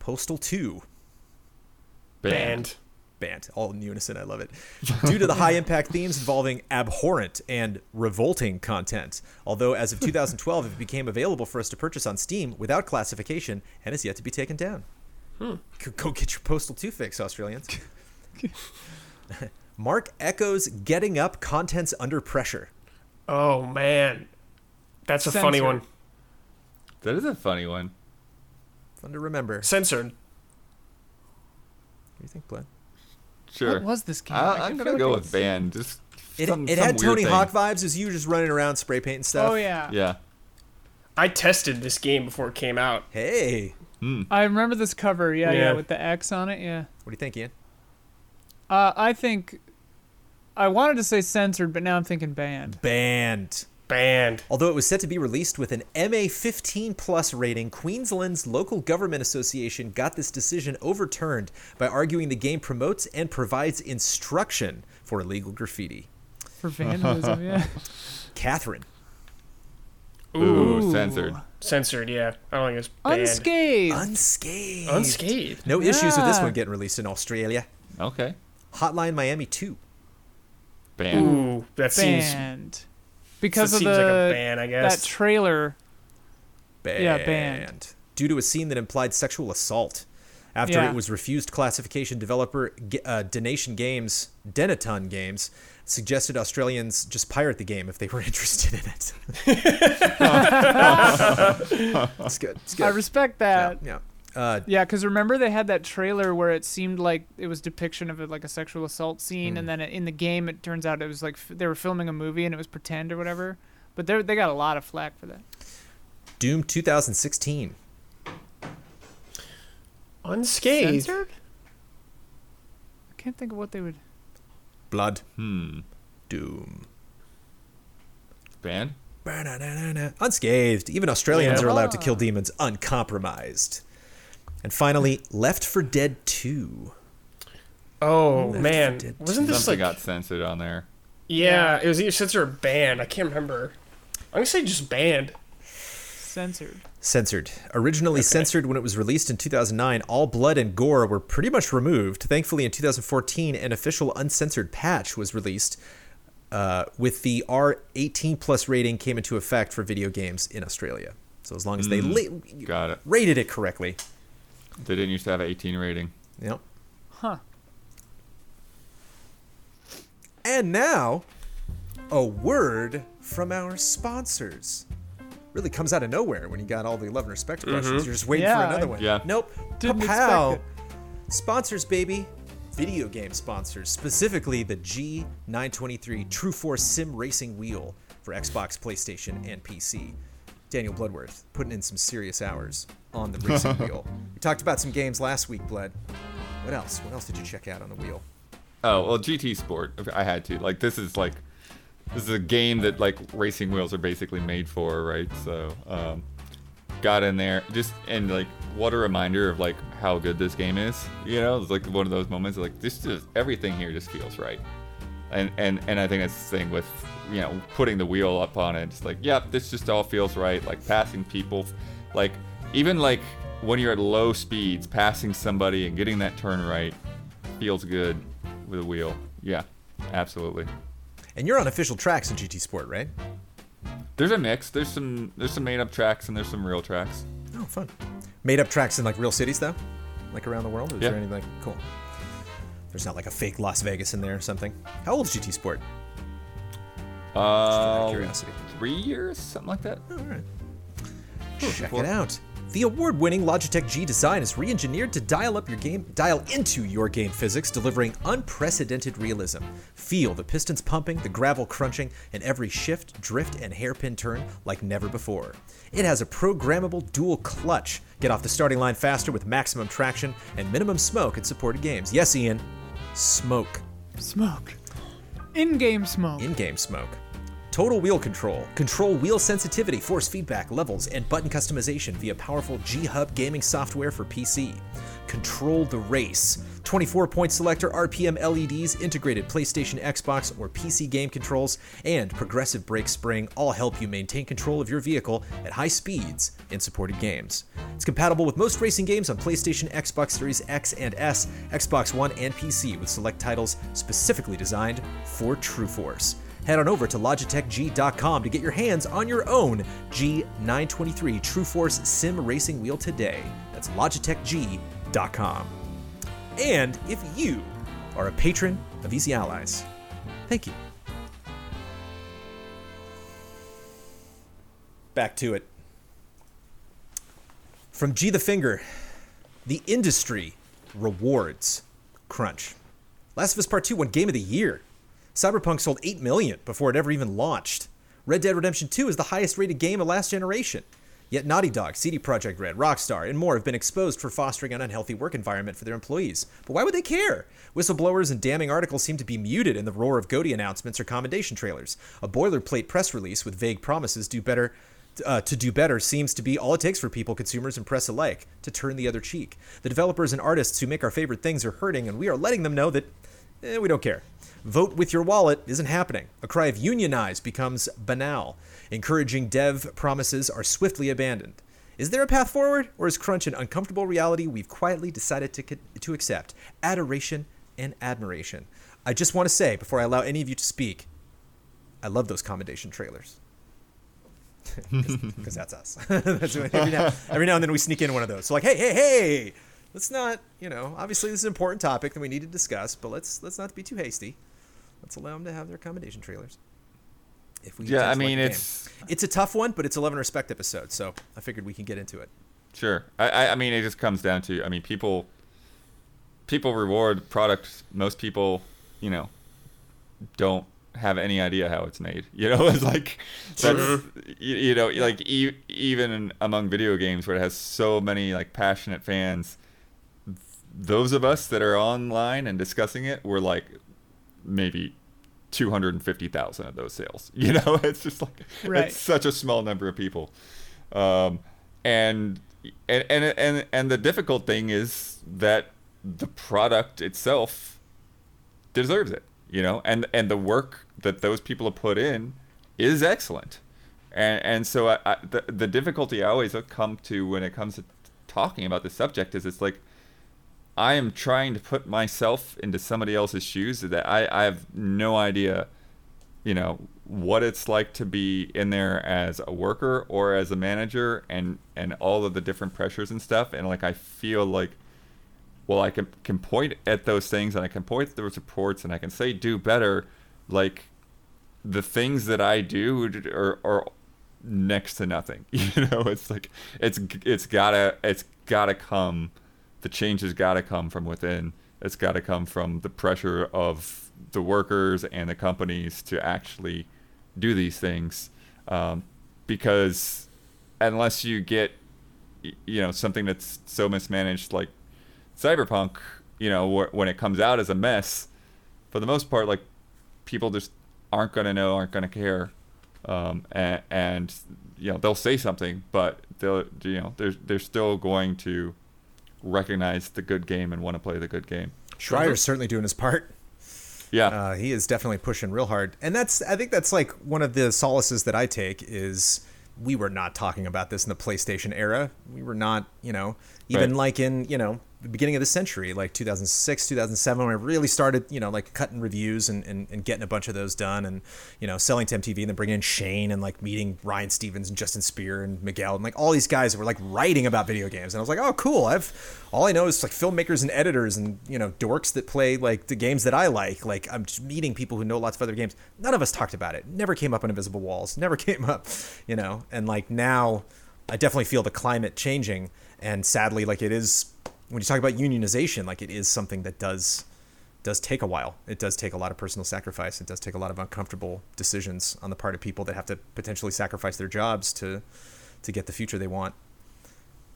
Speaker 1: Postal 2.
Speaker 3: Banned.
Speaker 1: Banned. All in unison. I love it. Due to the high impact themes involving abhorrent and revolting content. Although, as of 2012, it became available for us to purchase on Steam without classification and is yet to be taken down.
Speaker 4: Hmm.
Speaker 1: Go- Go get your Postal 2 fix, Australians. Mark Echo's Getting Up Contents Under Pressure.
Speaker 3: Oh man, that's a funny
Speaker 2: Censored.
Speaker 3: one.
Speaker 4: That is a funny one.
Speaker 1: Fun to remember. What
Speaker 3: Censored.
Speaker 1: do you think, Bled?
Speaker 4: Sure.
Speaker 2: What was this game? I
Speaker 4: I,
Speaker 2: can
Speaker 4: I'm
Speaker 2: feel
Speaker 4: gonna
Speaker 2: like
Speaker 4: go
Speaker 2: I
Speaker 4: with banned. Just
Speaker 1: It,
Speaker 4: some-
Speaker 1: it
Speaker 4: some
Speaker 1: had
Speaker 4: weird
Speaker 1: Tony
Speaker 4: thing.
Speaker 1: Hawk vibes as you were just running around spray painting stuff.
Speaker 2: Oh yeah.
Speaker 4: Yeah.
Speaker 3: I tested this game before it came out.
Speaker 1: Hey,
Speaker 2: I remember this cover. Yeah, yeah,
Speaker 3: Yeah.
Speaker 2: with the X on it. Yeah.
Speaker 1: what do you think, Ian?
Speaker 2: Uh, I think. I wanted to say censored, but now I'm thinking banned.
Speaker 1: Banned.
Speaker 3: Banned.
Speaker 1: Although it was set to be released with an MA 15 plus rating, Queensland's local government association got this decision overturned by arguing the game promotes and provides instruction for illegal graffiti.
Speaker 2: For vandalism, yeah.
Speaker 1: Catherine.
Speaker 4: Ooh,
Speaker 2: Ooh.
Speaker 4: censored.
Speaker 3: Censored. Yeah, I don't think it's banned.
Speaker 2: Unscathed.
Speaker 1: Unscathed.
Speaker 3: Unscathed.
Speaker 1: No issues with this
Speaker 2: Yeah.
Speaker 1: one getting released in Australia.
Speaker 4: Okay.
Speaker 1: Hotline Miami 2.
Speaker 4: Banned.
Speaker 3: Ooh, that seems. That
Speaker 2: banned. Because of
Speaker 3: seems
Speaker 2: the
Speaker 3: like a ban, I
Speaker 2: that
Speaker 3: guess.
Speaker 2: trailer.
Speaker 1: Banned.
Speaker 2: Yeah, banned.
Speaker 1: Due to a scene that implied sexual assault. After
Speaker 2: Yeah.
Speaker 1: it was refused, classification developer G- uh, Denation Games, Denaton Games, suggested Australians just pirate the game if they were interested in it. it's good. It's good.
Speaker 2: I respect
Speaker 1: yeah.
Speaker 2: that.
Speaker 1: yeah. Uh,
Speaker 2: Yeah, because remember they had that trailer where it seemed like it was depiction of a, like a sexual assault
Speaker 1: Mm.
Speaker 2: scene, and then in the game it turns out it was like f- they were filming a movie and it was pretend or whatever. But they they got a lot of flack for that.
Speaker 1: Doom 2016.
Speaker 3: Unscathed.
Speaker 2: Censored. I can't think of what they would.
Speaker 1: Blood.
Speaker 4: Hmm.
Speaker 1: Doom.
Speaker 4: Banned.
Speaker 1: Ba-na-na-na-na. Unscathed. Even Australians
Speaker 3: Yeah.
Speaker 1: are allowed to
Speaker 2: Ah.
Speaker 1: kill demons uncompromised. And finally, Left for Dead 2.
Speaker 3: Oh
Speaker 1: Left
Speaker 3: man,
Speaker 1: for Dead
Speaker 3: wasn't this
Speaker 4: Something
Speaker 3: like?
Speaker 4: got censored on there.
Speaker 3: yeah, it was either censored or banned. I can't remember. I'm gonna say just banned.
Speaker 2: Censored.
Speaker 1: Censored. Originally censored when it was released in 2009, all blood and gore were pretty much removed. Thankfully, in 2014, an official uncensored patch was released uh, with the R18 plus rating came into effect for video games in Australia. So as long as
Speaker 2: Hmm.
Speaker 1: they la-
Speaker 4: Got it.
Speaker 1: rated it correctly.
Speaker 4: They didn't used to have an 18 rating.
Speaker 1: Yep.
Speaker 2: Huh.
Speaker 1: And now, a word from our sponsors. Really comes out of nowhere when you got all the love and respect questions. You're just waiting
Speaker 2: Mm-hmm. Yeah,
Speaker 1: for another
Speaker 2: I
Speaker 1: one.
Speaker 4: Yeah.
Speaker 1: Nope.
Speaker 2: didn't
Speaker 1: Pow.
Speaker 2: expect
Speaker 1: Sponsors, baby. video game sponsors, specifically the G923 True Force Sim Racing Wheel for Xbox, PlayStation, and PC. Daniel Bloodworth putting in some serious hours on the racing wheel. We talked about some games last week, Blood. What else? What else did you check out on the wheel?
Speaker 4: Oh well, GT Sport. if I had to. Like this is like this is a game that like racing wheels are basically made for, right? So um, got in there just and like what a reminder of like how good this game is. You know, it's like one of those moments like this is everything here just feels right. And and and I think that's the thing with you know putting the wheel up on it. It's like yep, this just all feels right. Like passing people, like even like when you're at low speeds, passing somebody and getting that turn right feels good with a wheel. Yeah, absolutely.
Speaker 1: And you're on official tracks in GT Sport, right?
Speaker 4: There's a mix. There's some there's some made up tracks and there's some real tracks.
Speaker 1: Oh, fun. Made up tracks in like real cities though, like around the world. Or is
Speaker 4: Yeah.
Speaker 1: there anything like cool? There's not like a fake Las Vegas in there or something. How old is GT Sport? out of
Speaker 4: Uh,
Speaker 1: curiosity.
Speaker 4: three years, something like that.
Speaker 1: All right. Check
Speaker 4: cool.
Speaker 1: it out. The award-winning Logitech G design is re-engineered to dial up your game, dial into your game physics, delivering unprecedented realism. Feel the pistons pumping, the gravel crunching, and every shift, drift, and hairpin turn like never before. It has a programmable dual clutch. Get off the starting line faster with maximum traction and minimum smoke in supported games. Yes, Ian, smoke
Speaker 2: Smoke. In-game smoke.
Speaker 1: in-game smoke. Total wheel control, control wheel sensitivity, force feedback, levels, and button customization via powerful G-Hub gaming software for PC. Control the race. 24-point selector, RPM LEDs, E integrated PlayStation, Xbox, or PC game controls, and progressive brake spring all help you maintain control of your vehicle at high speeds in supported games. It's compatible with most racing games on PlayStation, Xbox Series X and S, Xbox One, and PC, with select titles specifically designed for True Force. Head on over to logitechg.com to get your hands on your own G923 True Force Sim Racing Wheel today. That's logitechg.com. And if you are a patron of Easy Allies, thank you. Back to it. From G the Finger, the industry rewards crunch. Last of Us Part 2 won Game of the Year. Cyberpunk sold 8 million before it ever even launched. Red Dead Redemption 2 is the highest rated game of last generation. Yet Naughty Dog, CD Projekt Red, Rockstar, and more have been exposed for fostering an unhealthy work environment for their employees. But why would they care? Whistleblowers and damning articles seem to be muted in the roar of Goody announcements or commendation trailers. A boilerplate press release with vague promises do better uh, to do better seems to be all it takes for people, consumers, and press alike to turn the other cheek. The developers and artists who make our favorite things are hurting, and we are letting them know that eh, we don't care. Vote with your wallet isn't happening. A cry of unionize becomes banal. Encouraging dev promises are swiftly abandoned. Is there a path forward, or is crunch an uncomfortable reality we've quietly decided to, co- to accept? Adoration and admiration. I just want to say, before I allow any of you to speak, I love those commendation trailers because that's us. That's what- every, now, every now and then we sneak in one of those. So like, hey, hey, hey, let's not, you know, obviously this is an important topic that we need to discuss, but let's let's not be too hasty. Let's allow them to have their accommodation trailers. If we
Speaker 4: Yeah, I
Speaker 1: intend to like
Speaker 4: mean,
Speaker 1: the game.
Speaker 4: it's-
Speaker 1: it's a tough one, but it's eleven respect episode, so I figured we can get into it.
Speaker 4: Sure. I, I I mean it just comes down to I mean people people reward products. Most people you know don't have any idea how it's made. You know, it's like that's you, you know like e- even among video games where it has so many like passionate fans. Those of us that are online and discussing it were like maybe 250,000 of those sales. You know, it's just like
Speaker 2: Right.
Speaker 4: it's such a small number of people. Um, and and and and and the difficult thing is that the product itself deserves it, you know, and and the work that those people have put in is excellent, and and so I, I, the the difficulty I always come to when it comes to talking about this subject is it's like I am trying to put myself into somebody else's shoes that I, I have no idea, you know, what it's like to be in there as a worker or as a manager and, and all of the different pressures and stuff. And like, I feel like, well, I can, can point at those things and I can point at those reports and I can say, do better. Like the things that I do d- are, are next to nothing. You know, it's like, it's, it's gotta, it's gotta come the change has got to come from within It's got to come from the pressure of the workers and the companies to actually do these things, um, because unless you get, y- you know, something that's so mismanaged like Cyberpunk, you know, wh- when it comes out as a mess, for the most part, like people just aren't gonna know, aren't gonna care, um, and, and you know they'll say something, but they'll you know they're they're still going to recognize the good game and want to play the good game.
Speaker 1: Schreier's certainly doing his part.
Speaker 4: Yeah,
Speaker 1: Uh, he is definitely pushing real hard, and that's I think that's like one of the solaces that I take is we were not talking about this in the PlayStation era. We were not, you know, even
Speaker 4: Right.
Speaker 1: like in you know the beginning of the century, like 2006, 2007, when I really started, you know, like cutting reviews and, and, and getting a bunch of those done, and you know, selling to MTV, and then bringing in Shane and like meeting Ryan Stevens and Justin Spear and Miguel and like all these guys that were like writing about video games, and I was like, oh, cool. I've all I know is like filmmakers and editors and you know dorks that play like the games that I like. Like I'm just meeting people who know lots of other games. None of us talked about it. Never came up on Invisible Walls. Never came up, you know. And like now, I definitely feel the climate changing. And sadly, like it is when you talk about unionization, like it is something that does does take a while. It does take a lot of personal sacrifice. It does take a lot of uncomfortable decisions on the part of people that have to potentially sacrifice their jobs to to get the future they want.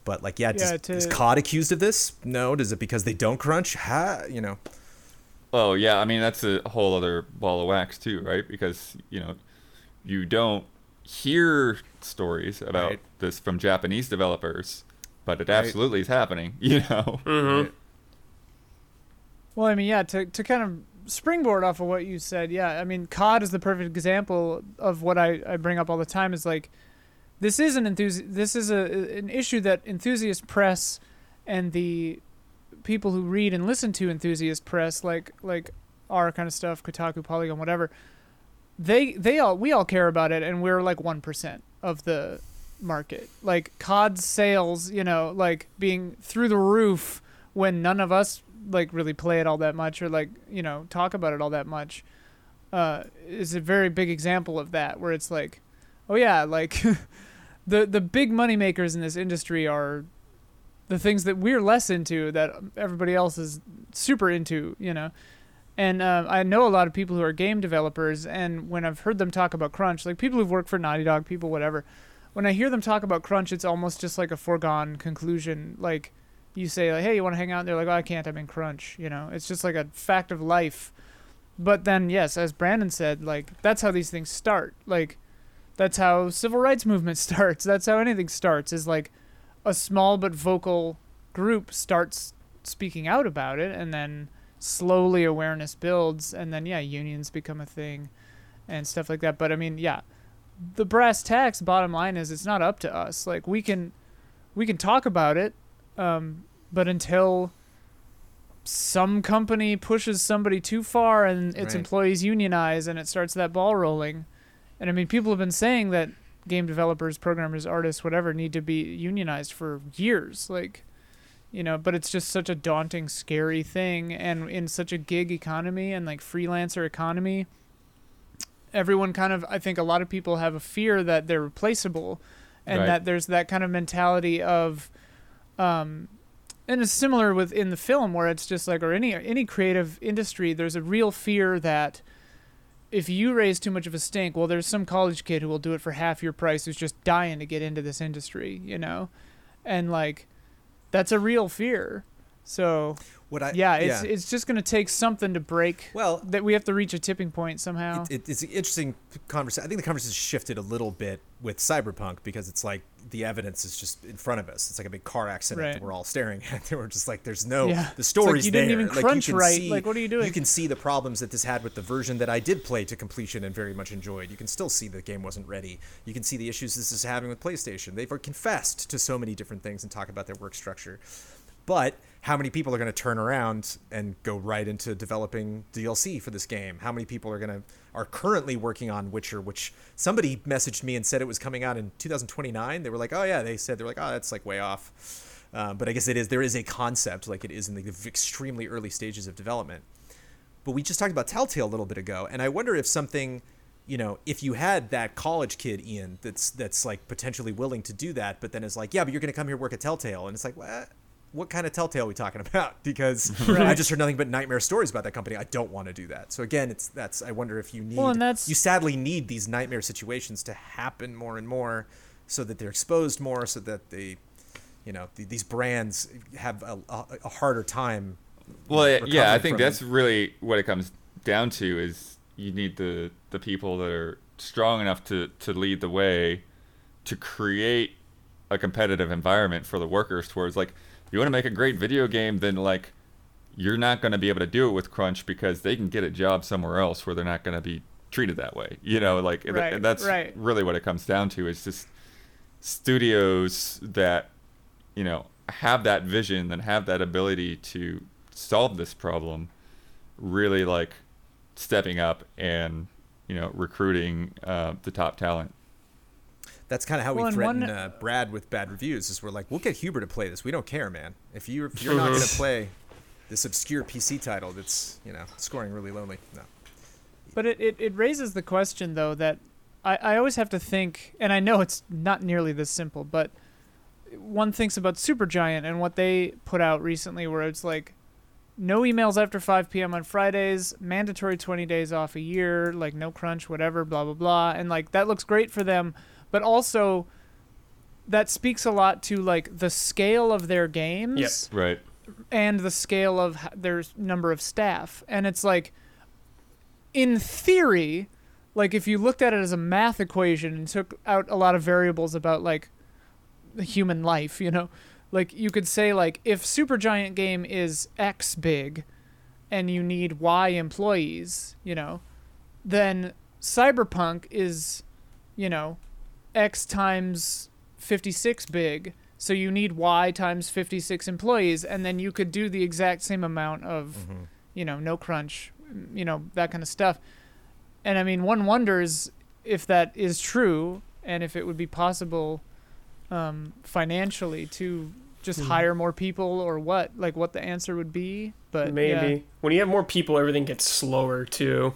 Speaker 1: But like, yeah, does,
Speaker 2: Yeah, to-
Speaker 1: is COD accused of this? No. Does it because they don't crunch? Ha, you know.
Speaker 4: Oh yeah, I mean that's a whole other ball of wax too, right? Because you know, you don't hear stories about
Speaker 1: Right.
Speaker 4: this from Japanese developers, but it absolutely is happening. You know,
Speaker 2: Well, I mean, yeah, to, to kind of springboard off of what you said, yeah, I mean, COD is the perfect example of what I, I bring up all the time is like, this is an enthusi- this is a an issue that enthusiast press and the people who read and listen to enthusiast press like like our kind of stuff, Kotaku, Polygon, whatever, they they all we all care about it and we're like 1% of the market. Like COD sales, you know, like being through the roof when none of us like really play it all that much or like you know talk about it all that much uh, is a very big example of that where it's like oh yeah like the the big money makers in this industry are the things that we're less into that everybody else is super into you know and uh, I know a lot of people who are game developers and when I've heard them talk about crunch like people who've worked for Naughty Dog people whatever when I hear them talk about crunch it's almost just like a foregone conclusion like you say like, "Hey, you want to hang out?" And they're like, "Oh, I can't. I'm in crunch." You know, it's just like a fact of life. But then, yes, as Brandon said, like that's how these things start. Like that's how civil rights movement starts. That's how anything starts. Is like a small but vocal group starts speaking out about it, and then slowly awareness builds, and then yeah, unions become a thing, and stuff like that. But I mean, yeah, the brass tacks. Bottom line is, it's not up to us. Like we can, we can talk about it um, but until some company pushes somebody too far and its
Speaker 1: Right.
Speaker 2: employees unionize and it starts that ball rolling, and I mean people have been saying that game developers, programmers, artists, whatever need to be unionized for years, like you know, but it's just such a daunting, scary thing, and in such a gig economy and like freelancer economy. Everyone kind of, I think a lot of people have a fear that they're replaceable and
Speaker 4: Right.
Speaker 2: that there's that kind of mentality of, um, and it's similar within the film where it's just like or any any creative industry there's a real fear that if you raise too much of a stink well there's some college kid who will do it for half your price who's just dying to get into this industry you know and like that's a real fear so
Speaker 1: What I
Speaker 2: yeah it's it's just going to take something to break
Speaker 1: Well-
Speaker 2: that we have to reach a tipping point somehow
Speaker 1: it, it- it's an interesting conversation. I think the conversation shifted a little bit with cyberpunk because it's like the evidence is just in front of us. It's like a big car accident that
Speaker 2: Right.
Speaker 1: we're all staring at. They were just like, "There's no the
Speaker 2: Yeah. It's like,
Speaker 1: story's
Speaker 2: you didn't
Speaker 1: there."
Speaker 2: even
Speaker 1: you
Speaker 2: crunch
Speaker 1: can
Speaker 2: right. Like, what are you doing?
Speaker 1: You can see the problems that this had with the version that I did play to completion and very much enjoyed. You can still see the game wasn't ready. You can see the issues this is having with PlayStation. They've confessed to so many different things and talk about their work structure but how many people are going to turn around and go right into developing DLC for this game? How many people are going to are currently working on Witcher, which somebody messaged me and said it was coming out in 2029. They were like, "Oh yeah," they said they're like, "Oh, that's like way off." Uh, but I guess it is. There is a concept, like it is in the extremely early stages of development. But we just talked about Telltale a little bit ago, and I wonder if something, you know, if you had that college kid Ian that's that's like potentially willing to do that, but then is like, yeah, but you're going to come here and work at Telltale, and it's like, what? what kind of Telltale are we talking about? Because
Speaker 2: Right.
Speaker 1: I just heard nothing but nightmare stories about that company. I don't want to do that. So again, it's that's I wonder if you need
Speaker 2: Well, and that's-
Speaker 1: you sadly need these nightmare situations to happen more and more, so that they're exposed more, so that they, you know, th- these brands have a, a, a harder time.
Speaker 4: Well, yeah, yeah, I
Speaker 1: recovering
Speaker 4: think
Speaker 1: from
Speaker 4: that's really what it comes down to is you need the the people that are strong enough to to lead the way to create a competitive environment for the workers towards like you want to make a great video game then like you're not going to be able to do it with crunch because they can get a job somewhere else where they're not going to be treated that way you know like th-
Speaker 2: Right,
Speaker 4: that's
Speaker 2: right.
Speaker 4: really what it comes down to is just studios that you know have that vision and have that ability to solve this problem really like stepping up and you know recruiting uh, the top talent
Speaker 1: That's kind of how
Speaker 2: Well,
Speaker 1: we
Speaker 2: and
Speaker 1: threaten
Speaker 2: one-
Speaker 1: uh, Brad with bad reviews. Is we're like, we'll get Huber to play this. We don't care, man. If you if you're not going to play this obscure PC title that's you know scoring really lonely, no.
Speaker 2: But it, it, it raises the question, though, that I, I always have to think, and I know it's not nearly this simple, but one thinks about Supergiant and what they put out recently, where it's like no emails after 5 p.m. on Fridays, mandatory 20 days off a year, like no crunch, whatever, blah, blah, blah. And like that looks great for them, but also that speaks a lot to like the scale of their games
Speaker 4: right
Speaker 2: and the scale of h- their s- number of staff. And it's like, in theory, like if you looked at it as a math equation and took out a lot of variables about like the human life, you know, like you could say like if Supergiant game is X big, and you need Y employees, you know, then Cyberpunk is, you know, X times 56 big. So you need Y times 56 employees, and then you could do the exact same amount of, you know, no crunch, m- you know, that kind of stuff. And I mean, one wonders if that is true and if it would be possible um, financially to just hire more people or what, like what the answer would be. But yeah.
Speaker 3: Maybe when you have more people, everything gets slower too.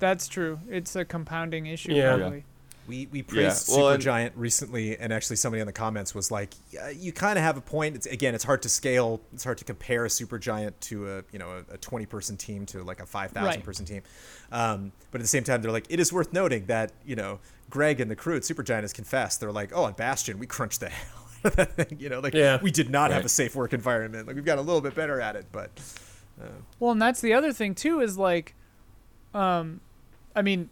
Speaker 2: That's true. It's a compounding issue,
Speaker 3: Yeah.
Speaker 4: Yeah.
Speaker 2: probably.
Speaker 1: We we
Speaker 4: Yeah,
Speaker 1: praised
Speaker 4: well, and-
Speaker 1: Supergiant recently, and actually somebody in the comments was like, yeah, "You kind of have a point." It's again, it's hard to scale. It's hard to compare a Supergiant to a you know a, a twenty person team to like a five thousand
Speaker 2: Right.
Speaker 1: person team. Um, but at the same time, they're like, it is worth noting that you know Greg and the crew at Supergiant has confessed. They're like, "Oh, on Bastion, we crunched the hell." out of that thing," you know, like
Speaker 3: Yeah.
Speaker 1: we did not have
Speaker 4: Right.
Speaker 1: a safe work environment. Like we've got a little bit better at it, but
Speaker 2: Well, and that's the other thing too is like, um, I mean,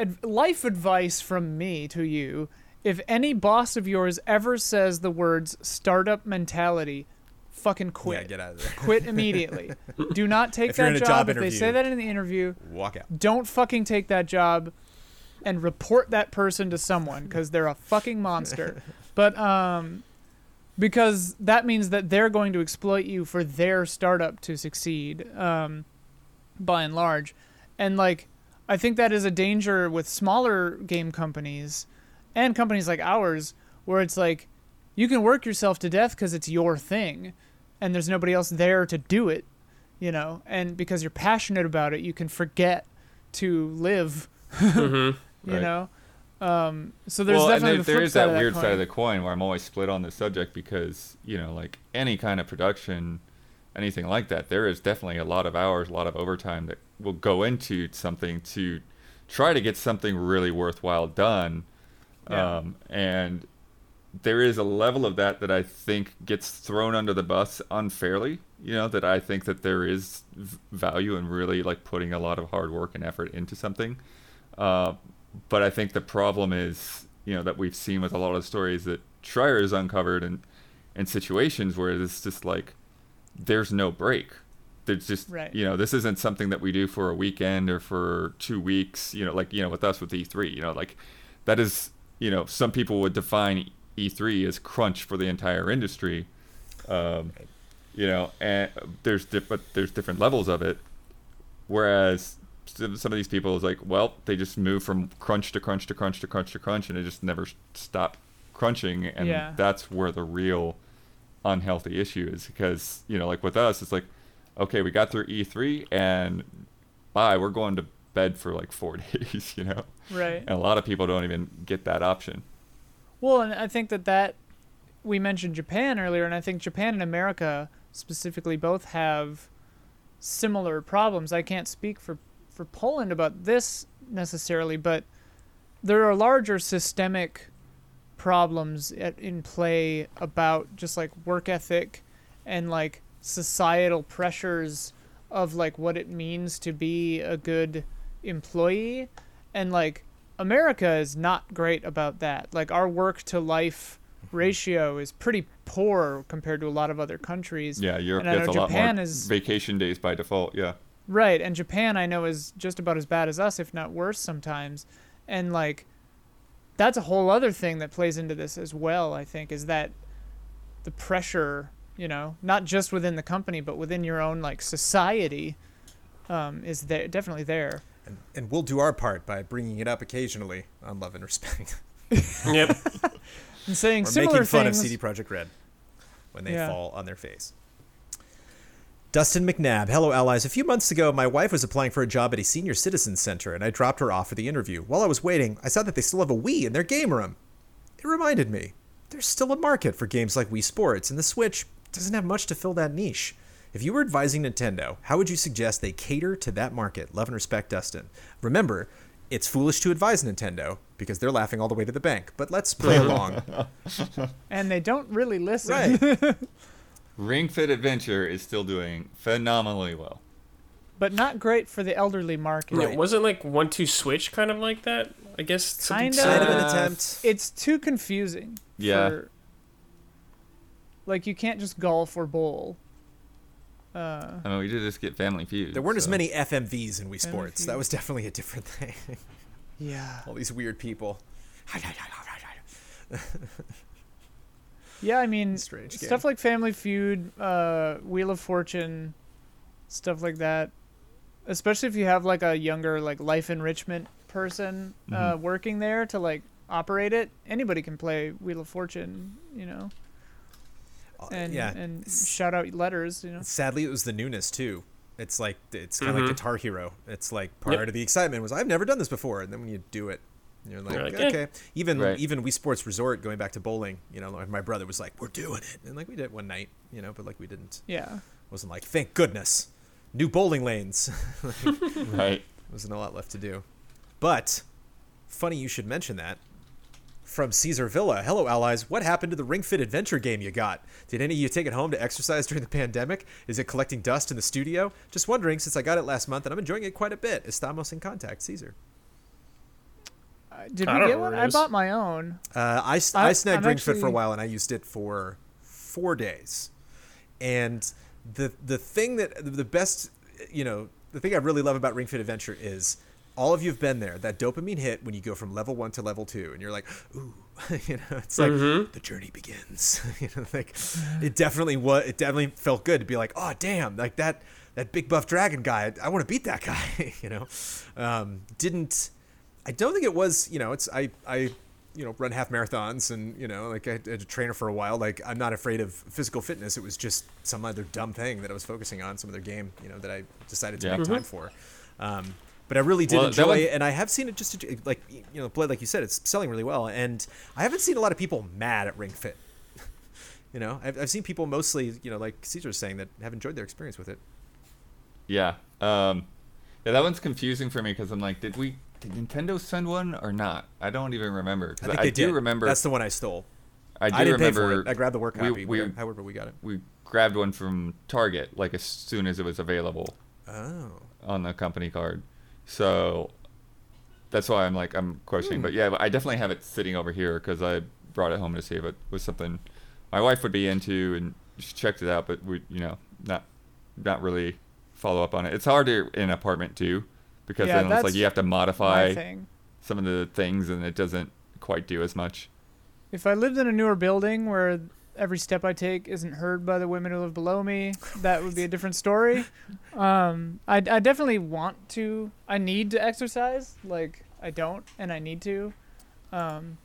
Speaker 2: ad- life advice from me to you: if any boss of yours ever says the words "startup mentality," fucking
Speaker 1: yeah,
Speaker 2: quit.
Speaker 1: get out of there,
Speaker 2: quit immediately. Do not take
Speaker 1: If you're
Speaker 2: that
Speaker 1: in a
Speaker 2: job.
Speaker 1: job
Speaker 2: if they say
Speaker 1: interview.
Speaker 2: that in the interview,
Speaker 1: walk out.
Speaker 2: don't fucking take that job and report that person to someone because they're a fucking monster. but um, because that means that they're going to exploit you for their startup to succeed, um, by and large. And like, I think that is a danger with smaller game companies and companies like ours where it's like you can work yourself to death because it's your thing and there's nobody else there to do it you know and because you're passionate about it you can forget to live you
Speaker 4: Mm-hmm. Right.
Speaker 2: know um, so there's
Speaker 4: well, and
Speaker 2: definitely
Speaker 4: there,
Speaker 2: the flip
Speaker 4: there is
Speaker 2: side
Speaker 4: that,
Speaker 2: of
Speaker 4: weird
Speaker 2: coin.
Speaker 4: side of the coin where I'm always split on the subject because you know, like any kind of production, anything like that, there is definitely a lot of hours, a lot of overtime that will go into something to try to get something really worthwhile done.
Speaker 2: Yeah.
Speaker 4: Um, and there is a level of that that I think gets thrown under the bus unfairly. You know that I think that there is v- value in really like putting a lot of hard work and effort into something. Uh, but I think the problem is, you know, that we've seen with a lot of stories that Schreier has uncovered and in situations where it's just like there's no break. There's just
Speaker 2: Right.
Speaker 4: you know, this isn't something that we do for a weekend or for two weeks, you know, like you know, with us with E three, you know, like that is you know, some people would define E three as crunch for the entire industry. Um, you know, and there's different there's different levels of it. Whereas some some of these people is like, well, they just move from crunch to crunch to crunch to crunch to crunch, and it just never s- stop crunching, and
Speaker 2: Yeah.
Speaker 4: that's where the real unhealthy issue is because you know, like with us, it's like, okay, we got through E3, and bye, we're going to bed for like four days, you know,
Speaker 2: right
Speaker 4: and a lot of people don't even get that option.
Speaker 2: Well, and I think that that we mentioned Japan earlier, and I think Japan and America specifically both have similar problems. I can't speak for for Poland about this necessarily, but there are larger systemic problems at, in play about just like work ethic and like societal pressures of like what it means to be a good employee and like America is not great about that. Like our work to life
Speaker 4: Mm-hmm.
Speaker 2: ratio is pretty poor compared to a lot of other countries.
Speaker 4: Yeah, Europe
Speaker 2: and I know
Speaker 4: gets a lot
Speaker 2: Japan
Speaker 4: more
Speaker 2: is
Speaker 4: vacation days by default. Yeah.
Speaker 2: Right, and Japan I know is just about as bad as us, if not worse sometimes. And like that's a whole other thing that plays into this as well, I think, is that the pressure, you know, not just within the company, but within your own like society, um, is there definitely there.
Speaker 1: And, and we'll do our part by bringing it up occasionally on Love and Respect.
Speaker 3: Yep.
Speaker 2: And saying
Speaker 1: We're
Speaker 2: similar
Speaker 1: making fun
Speaker 2: things.
Speaker 1: of CD Projekt Red when they
Speaker 2: Yeah.
Speaker 1: fall on their face. Dustin McNabb, hello allies. A few months ago, my wife was applying for a job at a senior citizen center, and I dropped her off for the interview. While I was waiting, I saw that they still have a Wii in their game room. It reminded me there's still a market for games like Wii Sports, and the Switch doesn't have much to fill that niche. If you were advising Nintendo, how would you suggest they cater to that market? Love and respect, Dustin. Remember, it's foolish to advise Nintendo because they're laughing all the way to the bank, but let's play along.
Speaker 2: and they don't really listen.
Speaker 1: Right.
Speaker 4: Ring Fit Adventure is still doing phenomenally well.
Speaker 2: but not great for the elderly market.
Speaker 1: Right.
Speaker 3: It wasn't like one two switch kind of like that. I guess something
Speaker 2: Kind
Speaker 1: Kind of an
Speaker 2: Uh,
Speaker 1: attempt.
Speaker 2: It's too confusing.
Speaker 4: Yeah.
Speaker 2: For, like you can't just golf or bowl. Uh,
Speaker 4: I mean, we did just get Family Feud.
Speaker 1: Uh-huh. There weren't as
Speaker 4: so-
Speaker 1: many FMVs in Wii Sports. That
Speaker 2: FMVs.
Speaker 1: was definitely a different thing.
Speaker 2: yeah.
Speaker 1: All these weird people.
Speaker 2: Yeah, I mean,
Speaker 1: Strange
Speaker 2: stuff like Family Feud, uh, Wheel of Fortune, stuff like that. Especially if you have like a younger like life enrichment person uh,
Speaker 3: Mm-hmm.
Speaker 2: working there to like operate it. Anybody can play Wheel of Fortune, you know,
Speaker 1: Uh,
Speaker 2: and
Speaker 1: yeah.
Speaker 2: and shout out letters, you know.
Speaker 1: Sadly, it was the newness too. It's like it's kind of like Guitar Hero. It's like part
Speaker 3: Yep.
Speaker 1: of the excitement was I've never done this before, and then when you do it, you're like,
Speaker 3: You're like, eh.
Speaker 1: okay. Even
Speaker 4: Right.
Speaker 1: even Wii Sports Resort, going back to bowling, you know, like my brother was like, we're doing it, and like we did it one night, you know, but like we didn't.
Speaker 2: Yeah.
Speaker 1: Wasn't like thank goodness, new bowling lanes.
Speaker 4: Right.
Speaker 1: wasn't a lot left to do. But funny you should mention that. From Caesar Villa, hello allies. What happened to the Ring Fit Adventure game you got? Did any of you take it home to exercise during the pandemic? Is it collecting dust in the studio? Just wondering, since I got it last month and I'm enjoying it quite a bit. Estamos in contact, Caesar.
Speaker 2: Uh, did
Speaker 3: I
Speaker 2: we
Speaker 3: don't
Speaker 2: get
Speaker 3: know
Speaker 2: one?
Speaker 3: where it
Speaker 2: I
Speaker 3: is.
Speaker 2: bought my own.
Speaker 1: Uh, I, s-
Speaker 2: I-
Speaker 1: I snagged
Speaker 2: I'm
Speaker 1: Ring Fit for a
Speaker 2: actually-
Speaker 1: while, and I used it for four days. And the the thing that the best, you know, the thing I really love about Ring Fit Adventure is all of you have been there. That dopamine hit when you go from level one to level two, and you're like, ooh, you know, it's like
Speaker 2: Mm-hmm.
Speaker 1: the journey begins. you know, like it definitely was. It definitely felt good to be like, oh, damn, like that that big buff dragon guy. I want to beat that guy. you know, um, didn't. I don't think it was, you know, it's I I you know run half marathons and you know like I had a trainer for a while. Like I'm not afraid of physical fitness. It was just some other dumb thing that I was focusing on, some other game, you know, that I decided to
Speaker 4: Yeah.
Speaker 1: make time for. Um, but I really did
Speaker 4: Well, that
Speaker 1: enjoy
Speaker 4: one-
Speaker 1: it, and I have seen it just like you know, Blade, like you said, it's selling really well, and I haven't seen a lot of people mad at Ring Fit. you know, I've, I've seen people mostly, you know, like Caesar was saying, that have enjoyed their experience with it.
Speaker 4: Yeah. Um, yeah, that one's confusing for me because I'm like, did we did Nintendo send one or not? I don't even remember. 'cause
Speaker 1: I think they
Speaker 4: do
Speaker 1: did.
Speaker 4: remember.
Speaker 1: that's the one I stole.
Speaker 4: I do
Speaker 1: I, didn't pay
Speaker 4: remember.
Speaker 1: for it. I grabbed the work
Speaker 4: we-
Speaker 1: copy,
Speaker 4: We,
Speaker 1: where- however we got it.
Speaker 4: we grabbed one from Target like as soon as it was available
Speaker 1: Oh.
Speaker 4: on the company card. So that's why I'm like I'm
Speaker 2: Hmm.
Speaker 4: questioning. But yeah, I definitely have it sitting over here because I brought it home to see if it was something my wife would be into, and she checked it out. But we, you know, not not really follow up on it. It's harder in an apartment too, because
Speaker 2: Yeah,
Speaker 4: then it's like
Speaker 2: that's
Speaker 4: you have to
Speaker 2: My
Speaker 4: modify
Speaker 2: thing.
Speaker 4: some of the things, and it doesn't quite do as much.
Speaker 2: If I lived in a newer building where every step I take isn't heard by the women who live below me, that would be a different story. Um, I, I definitely want to. I need to exercise. Like I don't, and I need to. Um,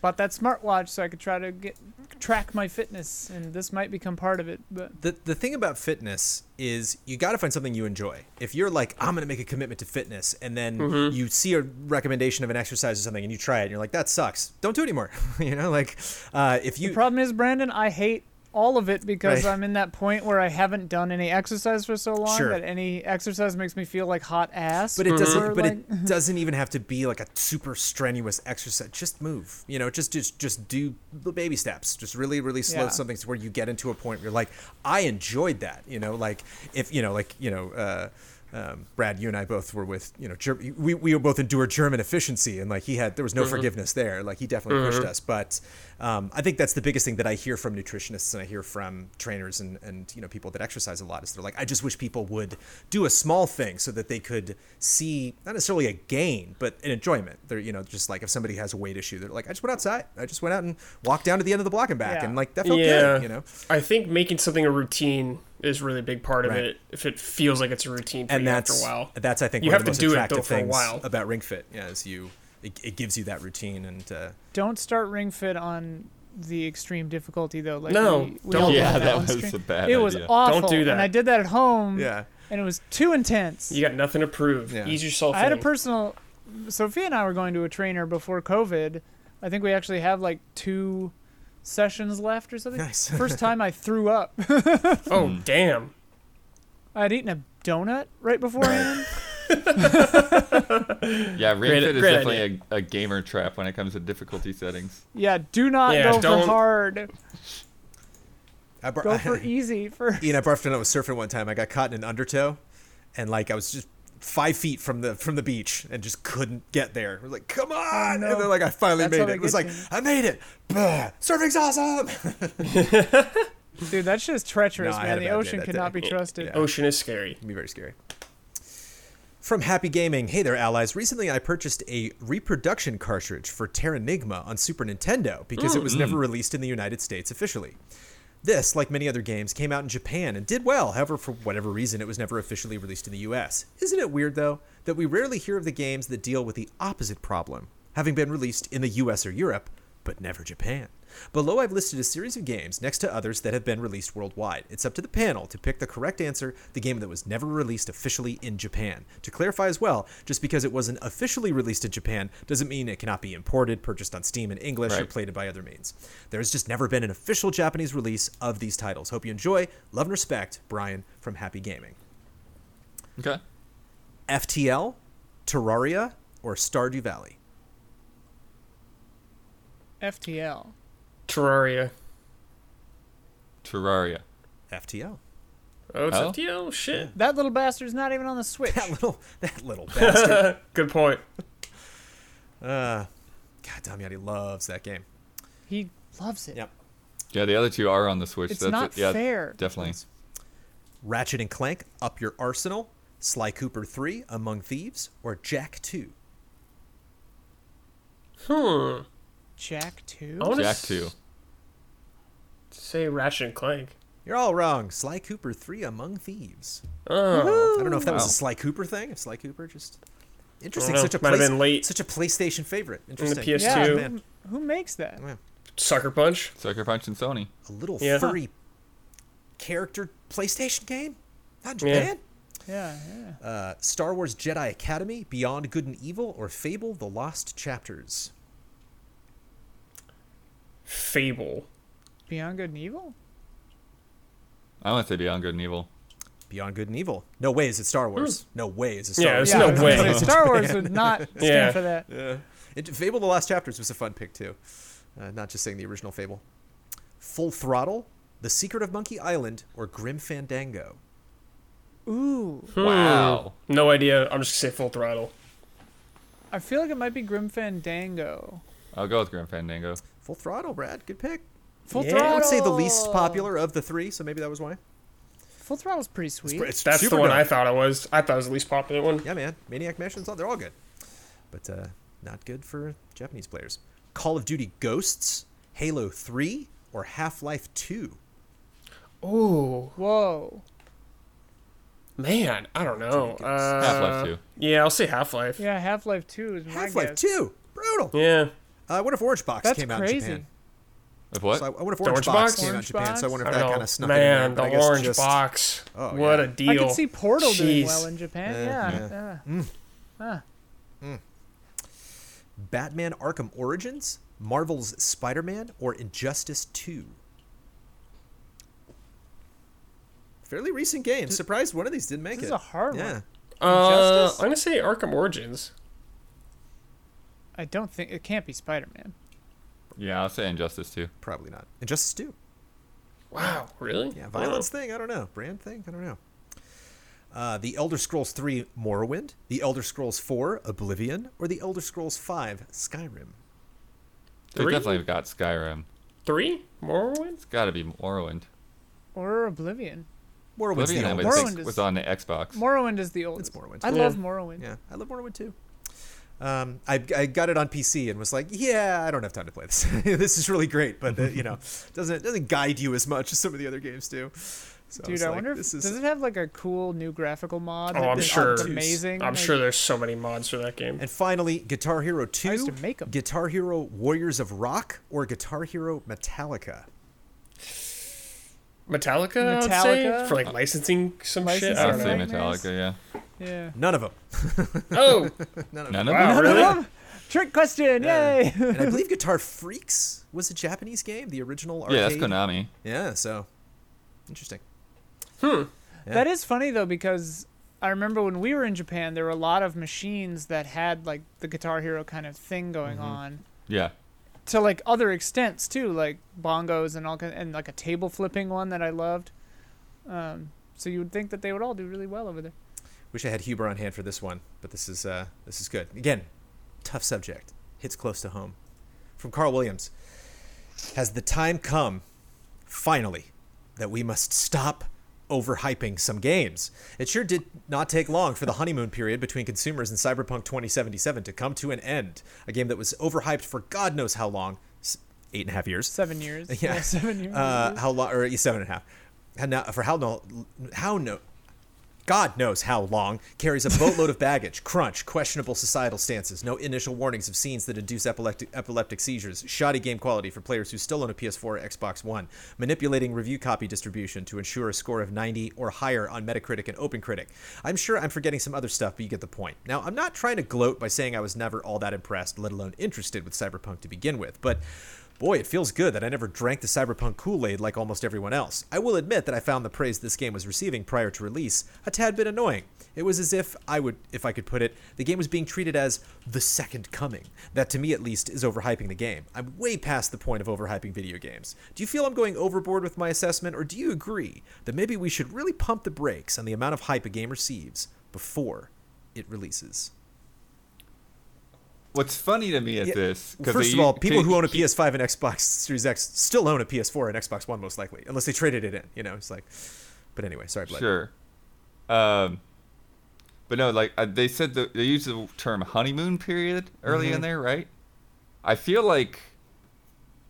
Speaker 2: Bought that smartwatch so I could try to get track my fitness, and this might become part of it. But
Speaker 1: the, the thing about fitness is you got to find something you enjoy. If you're like, I'm going to make a commitment to fitness, and then
Speaker 2: Mm-hmm.
Speaker 1: you see a recommendation of an exercise or something and you try it and you're like, that sucks. Don't do it anymore. you know, like uh, if you.
Speaker 2: the problem is, Brandon, I hate all of it because
Speaker 1: Right.
Speaker 2: I'm in that point where I haven't done any exercise for so long
Speaker 1: Sure.
Speaker 2: that any exercise makes me feel like hot ass.
Speaker 1: but it doesn't.
Speaker 2: Mm-hmm. or
Speaker 1: But
Speaker 2: like,
Speaker 1: it doesn't even have to be like a super strenuous exercise. Just move. You know, just just just do the baby steps. Just really really slow
Speaker 2: Yeah.
Speaker 1: something to where you get into a point where you're like, I enjoyed that. You know, like if you know, like you know. Uh, um, Brad, you and I both were with you know Ger- we we both endured German efficiency and like he had there was no forgiveness there like he definitely pushed us but um, I think that's the biggest thing that I hear from nutritionists and I hear from trainers and and you know people that exercise a lot is they're like I just wish people would do a small thing so that they could see not necessarily a gain but an enjoyment they're you know just like if somebody has a weight issue they're like I just went outside I just went out and walked down to the end of the block and back
Speaker 2: Yeah.
Speaker 1: and like that felt
Speaker 3: Yeah.
Speaker 1: good you know
Speaker 3: I think making something a routine is really a big part of
Speaker 1: Right.
Speaker 3: it. If it feels like it's a routine for
Speaker 1: and
Speaker 3: you
Speaker 1: that's
Speaker 3: after a while,
Speaker 1: that's I think
Speaker 3: You
Speaker 1: one
Speaker 3: have
Speaker 1: of
Speaker 3: to
Speaker 1: the most
Speaker 3: do it, though,
Speaker 1: attractive
Speaker 3: for a
Speaker 1: things Uh,
Speaker 3: while.
Speaker 1: about Ring Fit. Yeah, is you it, it gives you that routine and uh,
Speaker 2: don't start Ring Fit on the extreme difficulty though. Like
Speaker 3: No,
Speaker 2: we, we
Speaker 3: don't.
Speaker 2: all did
Speaker 4: Yeah, that
Speaker 2: on
Speaker 4: was
Speaker 2: stream.
Speaker 4: a bad
Speaker 2: It was
Speaker 4: idea.
Speaker 2: awful.
Speaker 3: Don't do that.
Speaker 2: And I did that at home.
Speaker 1: yeah.
Speaker 2: And it was too intense.
Speaker 3: you got nothing to prove.
Speaker 1: Yeah.
Speaker 3: Ease yourself.
Speaker 2: I had a
Speaker 3: in.
Speaker 2: personal. Sophia and I were going to a trainer before COVID. I think we actually have like two sessions left or something.
Speaker 1: Nice.
Speaker 2: First time I threw up.
Speaker 3: Oh
Speaker 1: Hmm.
Speaker 3: damn!
Speaker 2: I'd eaten a donut right beforehand.
Speaker 4: Yeah, Ring
Speaker 3: Great-
Speaker 4: Fit is
Speaker 3: great
Speaker 4: definitely a, a gamer trap when it comes to difficulty settings.
Speaker 2: yeah, do not
Speaker 3: Yeah,
Speaker 2: go
Speaker 3: don't-
Speaker 2: for hard.
Speaker 1: I br-
Speaker 2: Go for easy. For
Speaker 1: Ian, I barfed when I was surfing one time. I got caught in an undertow, and like I was just five feet from the from the beach and just couldn't get there. I was like, come on!
Speaker 2: Oh, no.
Speaker 1: And then like I finally
Speaker 2: That's how
Speaker 1: made
Speaker 2: they
Speaker 1: it. It was like
Speaker 2: get you.
Speaker 1: I made it. Bah, surfing's awesome.
Speaker 2: dude, that's just treacherous,
Speaker 1: No, I had
Speaker 2: man.
Speaker 1: a
Speaker 2: The
Speaker 1: bad day
Speaker 2: ocean
Speaker 1: that
Speaker 2: cannot
Speaker 1: day.
Speaker 2: be trusted.
Speaker 1: Yeah.
Speaker 3: Ocean is Oh, scary.
Speaker 1: It'd be very scary. From Happy Gaming, hey there, allies. Recently, I purchased a reproduction cartridge for Terranigma on Super Nintendo because it was never released in the United States officially. This, like many other games, came out in Japan and did well. However, for whatever reason, it was never officially released in the US. Isn't it weird, though, that we rarely hear of the games that deal with the opposite problem, having been released in the US or Europe, but never Japan? Below, I've listed a series of games next to others that have been released worldwide. It's up to the panel to pick the correct answer, the game that was never released officially in Japan. To clarify as well, just because it wasn't officially released in Japan doesn't mean it cannot be imported, purchased on Steam in English, or
Speaker 4: Right.
Speaker 1: played by other means. There's just never been an official Japanese release of these titles. Hope you enjoy. Love and respect, Brian from Happy Gaming.
Speaker 4: Okay.
Speaker 1: FTL, Terraria, or Stardew Valley?
Speaker 2: FTL.
Speaker 3: Terraria.
Speaker 4: Terraria.
Speaker 1: FTL.
Speaker 3: Oh, it's
Speaker 4: Oh?
Speaker 3: a deal. Shit.
Speaker 2: That little bastard's not even on the Switch.
Speaker 1: That little, that little bastard.
Speaker 3: Good point.
Speaker 1: God, Damiati loves that game.
Speaker 2: he loves it.
Speaker 1: Yep.
Speaker 4: Yeah, the other two are on the Switch.
Speaker 2: It's
Speaker 4: That's
Speaker 2: not
Speaker 4: it. Yeah,
Speaker 2: fair.
Speaker 4: Definitely.
Speaker 1: Ratchet and Clank, Up Your Arsenal, Sly Cooper 3, Among Thieves, or Jack 2?
Speaker 3: Hmm.
Speaker 2: Jack 2?
Speaker 3: I want
Speaker 4: Jack two.
Speaker 3: to say Ratchet and Clank.
Speaker 1: You're all wrong. Sly Cooper 3, Among Thieves.
Speaker 3: Oh,
Speaker 1: I don't know if that was
Speaker 4: Wow.
Speaker 1: a Sly Cooper thing. If Sly Cooper just interesting,
Speaker 3: know.
Speaker 1: such a
Speaker 3: Might have
Speaker 1: place-
Speaker 3: been late.
Speaker 1: such a PlayStation favorite. Interesting.
Speaker 3: PS2.
Speaker 2: yeah,
Speaker 3: two.
Speaker 2: who, who makes that?
Speaker 3: Sucker Punch.
Speaker 4: Sucker Punch and Sony.
Speaker 1: A little
Speaker 3: Yeah.
Speaker 1: furry character PlayStation game. Not in
Speaker 3: Yeah.
Speaker 1: Japan.
Speaker 2: Yeah, yeah.
Speaker 1: Uh, Star Wars Jedi Academy, Beyond Good and Evil, or Fable: The Lost Chapters.
Speaker 3: Fable.
Speaker 2: Beyond Good and Evil?
Speaker 4: I want to say Beyond Good and Evil.
Speaker 1: Beyond Good and Evil. No way is it Star Wars. No way is it Star
Speaker 3: Hmm. Yeah,
Speaker 1: Wars.
Speaker 3: There's no
Speaker 2: I was
Speaker 3: way.
Speaker 2: gonna say, Star Wars would not stand
Speaker 3: Yeah.
Speaker 2: for that.
Speaker 1: It, Fable: The Last Chapters was a fun pick too. Uh, not just saying the original Fable. Full Throttle, The Secret of Monkey Island, or Grim Fandango.
Speaker 2: Ooh,
Speaker 3: Hmm.
Speaker 4: Wow.
Speaker 3: No idea. I'm just gonna say Full Throttle.
Speaker 2: I feel like it might be Grim Fandango.
Speaker 4: I'll go with Grim Fandango.
Speaker 1: Full Throttle, Brad. Good pick.
Speaker 2: Full
Speaker 3: Yeah.
Speaker 2: Throttle.
Speaker 1: I would say the least popular of the three, so maybe that was why.
Speaker 2: Full Throttle's pretty sweet.
Speaker 1: It's
Speaker 3: That's
Speaker 1: super
Speaker 3: the one
Speaker 1: dope.
Speaker 3: I thought it was. I thought it was the least popular one.
Speaker 1: Yeah, man. Maniac Mansion's all, they're all good. But uh, not good for Japanese players. Call of Duty Ghosts, Halo 3, or Half Life 2?
Speaker 3: Oh
Speaker 2: Whoa.
Speaker 3: man, I don't know. Uh,
Speaker 4: Half Life 2.
Speaker 3: Yeah, I'll say Half Life.
Speaker 2: Yeah, Half Life Two is my
Speaker 1: Half Life
Speaker 2: guess.
Speaker 1: 2! Brutal!
Speaker 3: Yeah.
Speaker 1: Uh, I wonder if Orange Box
Speaker 2: That's
Speaker 1: came out in
Speaker 2: crazy.
Speaker 1: Japan.
Speaker 4: Of what?
Speaker 1: So I, I wonder if
Speaker 3: The
Speaker 1: Orange, Box,
Speaker 3: Orange Box?
Speaker 1: came out in
Speaker 2: Orange
Speaker 1: Japan. So I wonder if
Speaker 3: I
Speaker 1: that
Speaker 3: don't
Speaker 1: kind
Speaker 3: know.
Speaker 1: of snuck in there.
Speaker 3: Man,
Speaker 1: but I
Speaker 3: the
Speaker 1: guess
Speaker 3: orange
Speaker 1: just-
Speaker 3: box.
Speaker 1: Oh,
Speaker 3: what
Speaker 1: yeah.
Speaker 3: a deal.
Speaker 2: I could see Portal doing
Speaker 3: Jeez.
Speaker 2: well in Japan.
Speaker 1: Yeah,
Speaker 2: Yeah.
Speaker 1: Uh, yeah.
Speaker 2: yeah. Huh.
Speaker 1: Batman Arkham Origins, Marvel's Spider-Man, or Injustice 2? Fairly recent games. Surprised one of these didn't make
Speaker 2: This
Speaker 1: it.
Speaker 2: is a hard one.
Speaker 1: yeah.
Speaker 3: Uh,
Speaker 2: Injustice?
Speaker 3: I'm gonna say Arkham Origins.
Speaker 2: I don't think it can't be Spider Man.
Speaker 4: Yeah, I'll say Injustice too.
Speaker 1: Probably not. Injustice 2.
Speaker 3: Wow, really?
Speaker 1: Yeah,
Speaker 3: Wow.
Speaker 1: violence thing. I don't know. Brand thing. I don't know. Uh, the Elder Scrolls 3 Morrowind, The Elder Scrolls 4 Oblivion, or The Elder Scrolls 5 Skyrim.
Speaker 4: They
Speaker 3: Three?
Speaker 4: definitely got Skyrim.
Speaker 3: Three Morrowind.
Speaker 4: It's got to be Morrowind.
Speaker 2: or Oblivion.
Speaker 1: Morrowind's
Speaker 4: Oblivion,
Speaker 1: the
Speaker 4: I
Speaker 1: old
Speaker 4: would
Speaker 1: one.
Speaker 2: Morrowind
Speaker 4: think,
Speaker 2: is-
Speaker 4: was on the Xbox.
Speaker 2: Morrowind is the oldest.
Speaker 1: Morrowind.
Speaker 2: I
Speaker 3: Yeah.
Speaker 2: love Morrowind.
Speaker 1: Yeah, I love Morrowind too. Um, I, I got it on PC and was like, yeah, I don't have time to play this. this is really great, but uh, you know, doesn't doesn't guide you as much as some of the other games do. So
Speaker 2: Dude,
Speaker 1: was
Speaker 2: I
Speaker 1: like,
Speaker 2: wonder if
Speaker 1: this is
Speaker 2: does it have like a cool new graphical mod?
Speaker 3: Oh,
Speaker 2: that
Speaker 3: I'm
Speaker 2: is
Speaker 3: sure.
Speaker 2: Amazing.
Speaker 3: I'm
Speaker 2: like,
Speaker 3: sure there's so many mods for that game.
Speaker 1: And finally, Guitar Hero 2,
Speaker 2: used to make 'em.
Speaker 1: Guitar Hero Warriors of Rock, or Guitar Hero Metallica.
Speaker 3: Metallica, I'd say,
Speaker 2: Metallica?
Speaker 3: for like licensing some shit. I
Speaker 4: I'll
Speaker 3: don't
Speaker 4: say
Speaker 2: Licensing.
Speaker 3: know.
Speaker 2: Nightmares?
Speaker 4: Metallica, yeah.
Speaker 2: Yeah.
Speaker 1: None of them.
Speaker 3: Oh,
Speaker 4: None of
Speaker 3: wow,
Speaker 4: them?
Speaker 3: really?
Speaker 2: Trick question. Yay.
Speaker 1: and I believe Guitar Freaks was a Japanese game, the original arcade.
Speaker 4: Yeah, that's Konami.
Speaker 1: Yeah, so interesting. Yeah.
Speaker 2: That is funny though because I remember when we were in Japan, there were a lot of machines that had like the Guitar Hero kind of thing going on.
Speaker 4: Yeah.
Speaker 2: to like other extents too, like bongos and all kind, and like a table flipping one that I loved. Um, so you would think that they would all do really well over there.
Speaker 1: Wish I had Huber on hand for this one, but this is uh, this is good. Again, tough subject. Hits close to home. From Carl Williams. Has the time come, finally, that we must stop overhyping some games? It sure did not take long for the honeymoon period between consumers and Cyberpunk 2077 to come to an end. A game that was overhyped for God knows how long, s- eight and a half years.
Speaker 2: Seven years.
Speaker 1: Yeah.
Speaker 2: seven years.
Speaker 1: Uh, how long? Or yeah, seven and a half. Had now for how no? How no? God knows how long carries a boatload of baggage, crunch, questionable societal stances, no initial warnings of scenes that induce epileptic, epileptic seizures, shoddy game quality for players who still own a PS4 or Xbox One, manipulating review copy distribution to ensure a score of 90 or higher on Metacritic and OpenCritic. I'm sure I'm forgetting some other stuff, but you get the point. Now, I'm not trying to gloat by saying I was never all that impressed, let alone interested with Cyberpunk to begin with, but Boy, it feels good that I never drank the Cyberpunk Kool Aid like almost everyone else. I will admit that I found the praise this game was receiving prior to release a tad bit annoying. It was as if I would, if I could put it, the game was being treated as the second coming. That to me at least is overhyping the game. I'm way past the point of overhyping video games. Do you feel I'm going overboard with my assessment, or do you agree that maybe we should really pump the brakes on the amount of hype a game receives before it releases?
Speaker 4: What's funny to me is this. 'cause
Speaker 1: First
Speaker 4: they
Speaker 1: of all,
Speaker 4: u-
Speaker 1: people
Speaker 4: keep-
Speaker 1: who own a
Speaker 4: keep-
Speaker 1: PS5 and Xbox Series X still own a PS4 and Xbox One, most likely, unless they traded it in. You know, it's like. But anyway, sorry, Blake.
Speaker 4: Sure. Um, but no, like uh, they said, the, they used the term honeymoon period early
Speaker 2: Mm-hmm.
Speaker 4: in there, right? I feel like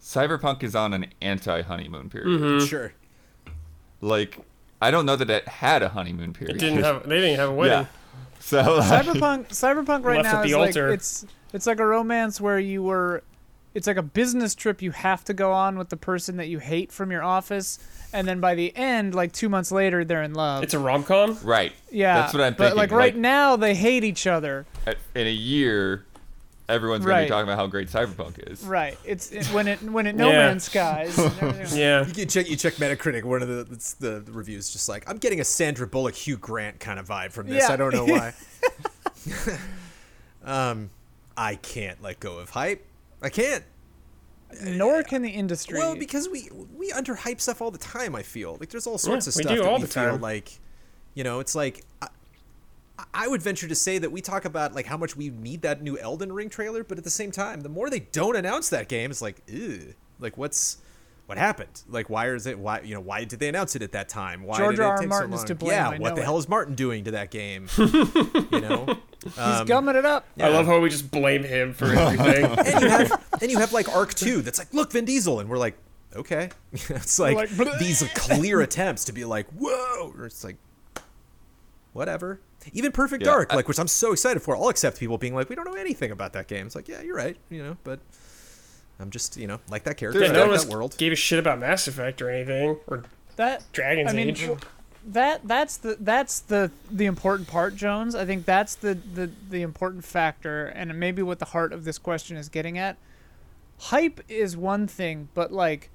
Speaker 4: Cyberpunk is on an anti-honeymoon period.
Speaker 2: Mm-hmm.
Speaker 1: Sure.
Speaker 4: Like, I don't know that it had a honeymoon period.
Speaker 3: it didn't have. They didn't have a wedding.
Speaker 4: Yeah. So uh, like,
Speaker 2: Cyberpunk. Cyberpunk right
Speaker 3: Left at
Speaker 2: now
Speaker 3: the
Speaker 2: is like
Speaker 3: altar.
Speaker 2: it's it's like a romance where you were, it's like a business trip you have to go on with the person that you hate from your office, and then by the end, like two months later, they're in love.
Speaker 3: It's a rom com.
Speaker 4: right.
Speaker 2: yeah.
Speaker 4: That's what I'm
Speaker 2: But
Speaker 4: thinking.
Speaker 2: like right now, they hate each other.
Speaker 4: at- in a year, everyone's gonna
Speaker 2: Right.
Speaker 4: be talking about how great Cyberpunk is.
Speaker 2: Right. It's it, when it when it No
Speaker 3: Yeah.
Speaker 2: Man's Skies. and everything.
Speaker 3: Yeah.
Speaker 1: You can check. You check Metacritic. One of the it's the, the reviews just like I'm getting a Sandra Bullock, Hugh Grant kind of vibe from this.
Speaker 2: Yeah.
Speaker 1: I don't know why. um, I can't let go of hype. I can't.
Speaker 2: Nor can the industry.
Speaker 1: Well, because we we underhype stuff all the time. I feel like there's all sorts
Speaker 3: Yeah,
Speaker 1: of
Speaker 3: we
Speaker 1: stuff
Speaker 3: do
Speaker 1: that
Speaker 3: all
Speaker 1: we
Speaker 3: the
Speaker 1: feel
Speaker 3: time.
Speaker 1: like, you know, it's like. I, I would venture to say that we talk about like how much we need that new Elden Ring trailer, but at the same time, the more they don't announce that game, it's like, ew, like what's what happened? Like why is it why you know why did they announce it at that time? Why
Speaker 2: George
Speaker 1: did it
Speaker 2: R. R.
Speaker 1: take
Speaker 2: Martin
Speaker 1: so
Speaker 2: is
Speaker 1: long?
Speaker 2: to blame,
Speaker 1: Yeah,
Speaker 2: I
Speaker 1: what
Speaker 2: know
Speaker 1: the
Speaker 2: it.
Speaker 1: hell is Martin doing to that game? you know,
Speaker 2: he's gumming it up.
Speaker 3: I love how we just blame him for everything.
Speaker 1: and you have and you have like Arc Two that's like, look, Vin Diesel, and we're like, okay, it's like,
Speaker 2: We're like,
Speaker 1: these are clear attempts to be like, whoa, or it's like, whatever. Even Perfect
Speaker 4: Yeah,
Speaker 1: Dark,
Speaker 4: I-
Speaker 1: like which I'm so excited for, I'll accept people being like, we don't know anything about that game. It's like, yeah, you're right, you know, but I'm just you know like that character,
Speaker 4: Dude,
Speaker 1: I
Speaker 3: no one
Speaker 1: like
Speaker 3: was-
Speaker 1: that world.
Speaker 3: gave a shit about Mass Effect or anything or
Speaker 2: That
Speaker 3: Dragon's
Speaker 2: I mean,
Speaker 3: Age.
Speaker 2: w- that that's the that's the the important part, Jones. I think that's the the the important factor, and maybe what the heart of this question is getting at. Hype is one thing, but like.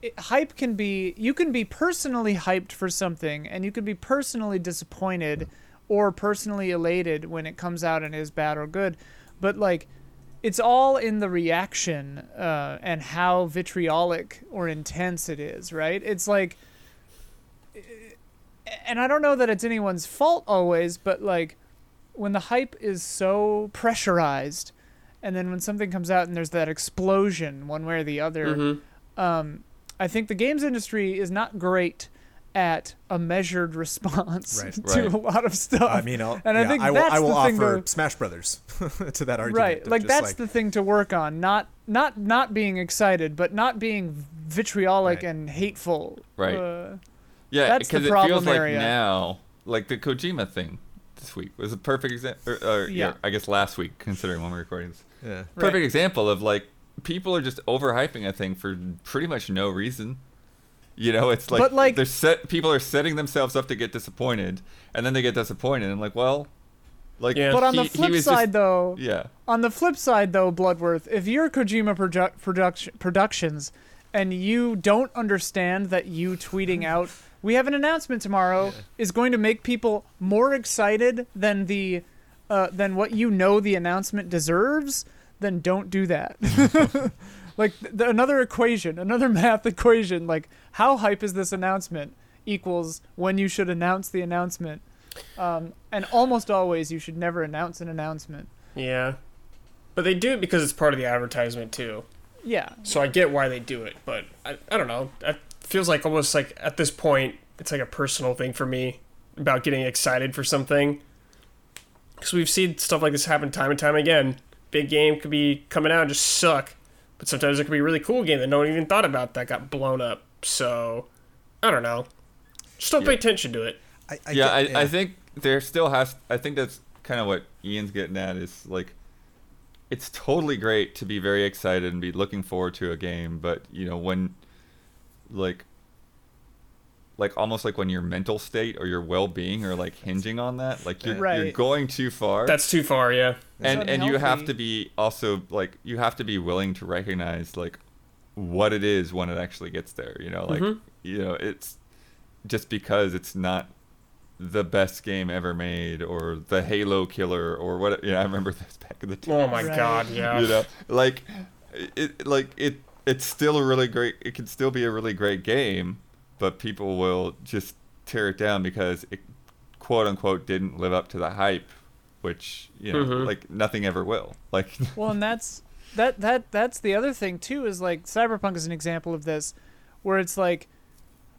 Speaker 2: It, hype can be you can be personally hyped for something and you can be personally disappointed or personally elated when it comes out and is bad or good but like it's all in the reaction uh, and how vitriolic or intense it is, right? It's like, and I don't know that it's anyone's fault always, but like when the hype is so pressurized, and then when something comes out and there's that explosion one way or the other, um, I think the games industry is not great at a measured response
Speaker 1: Right.
Speaker 2: to
Speaker 4: Right.
Speaker 2: a lot of stuff.
Speaker 1: I mean, I'll,
Speaker 2: and I
Speaker 1: yeah,
Speaker 2: think
Speaker 1: I will,
Speaker 2: that's
Speaker 1: I will
Speaker 2: the thing
Speaker 1: offer
Speaker 2: to,
Speaker 1: Smash Brothers to that argument.
Speaker 2: right
Speaker 1: of
Speaker 2: like
Speaker 1: just,
Speaker 2: that's the thing to work on not not not being excited but not being vitriolic
Speaker 1: Right.
Speaker 2: and hateful
Speaker 4: Right.
Speaker 2: uh,
Speaker 4: Yeah,
Speaker 2: That's the
Speaker 4: because it feels
Speaker 2: problem
Speaker 4: like
Speaker 2: area.
Speaker 4: now, like the Kojima thing this week was a perfect example. Or, or, yeah.
Speaker 2: Yeah.
Speaker 4: I guess last week, considering when we're recording this,
Speaker 1: yeah.
Speaker 2: Right.
Speaker 4: perfect example of like people are just overhyping a thing for pretty much no reason. You know, it's like,
Speaker 2: But, like-
Speaker 4: they're set. People are setting themselves up to get disappointed, and then they get disappointed, and like, well, like,
Speaker 3: Yeah.
Speaker 2: but on
Speaker 4: he-
Speaker 2: the
Speaker 4: he
Speaker 2: flip
Speaker 4: was just-
Speaker 2: side though
Speaker 4: yeah,
Speaker 2: on the flip side though bloodworth if you're kojima produ- produc- productions and you don't understand that you tweeting out we have an announcement tomorrow is going to make people more excited than the uh, than what you know the announcement deserves then don't do that like th- th- another equation another math equation like how hype is this announcement equals when you should announce the announcement um, and almost always you should never announce an announcement
Speaker 3: Yeah. But they do it because it's part of the advertisement too.
Speaker 2: yeah
Speaker 3: So I get why they do it, but I, I don't know. It feels like almost like at this point, it's like a personal thing for me about getting excited for something. Because we've seen stuff like this happen time and time again. Big game could be coming out and just suck, but sometimes it could be a really cool game that no one even thought about that got blown up. So I don't know. Just don't pay attention to it.
Speaker 1: I, I
Speaker 4: yeah, I,
Speaker 1: get-
Speaker 4: I think there still has. I think that's kind of what Ian's getting at is like, it's totally great to be very excited and be looking forward to a game, but you know when, like, like almost like when your mental state or your well-being are like hinging on that, like you're, you're
Speaker 2: Right.
Speaker 4: going too far
Speaker 3: That's too far, yeah.
Speaker 4: and and you have
Speaker 2: unhealthy.
Speaker 4: to be also like you have to be willing to recognize like what it is when it actually gets there you know like you know it's just because it's not the best game ever made or the halo killer or what yeah i remember this back in the day
Speaker 3: Oh my
Speaker 2: Right.
Speaker 3: god, yeah.
Speaker 4: you know like it like it it's still a really great it can still be a really great game but people will just tear it down because it quote unquote didn't live up to the hype which you know
Speaker 3: Mhm.
Speaker 4: like nothing ever will like
Speaker 2: well and that's that that that's the other thing too is like cyberpunk is an example of this where it's like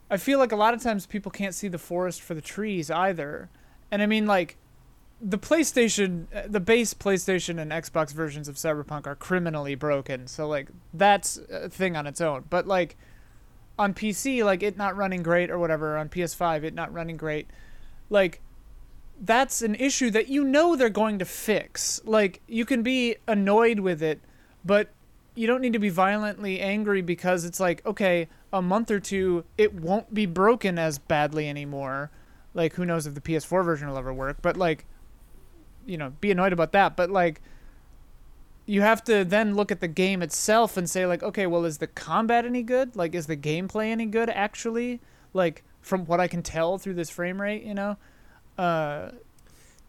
Speaker 2: i feel like a lot of times people can't see the forest for the trees either and i mean like the playstation uh, the base playstation and xbox versions of cyberpunk are criminally broken so like that's a thing on its own but like on pc like it not running great or whatever on ps5 it not running great like that's an issue that you know they're going to fix. Like you can be annoyed with it, but you don't need to be violently angry because it's like, okay, a month or two it won't be broken as badly anymore. Like who knows if the PS4 version will ever work, but like you know, be annoyed about that, but like you have to then look at the game itself and say like, okay, well is the combat any good? Like is the gameplay any good actually? Like from what I can tell through this frame rate, you know? uh,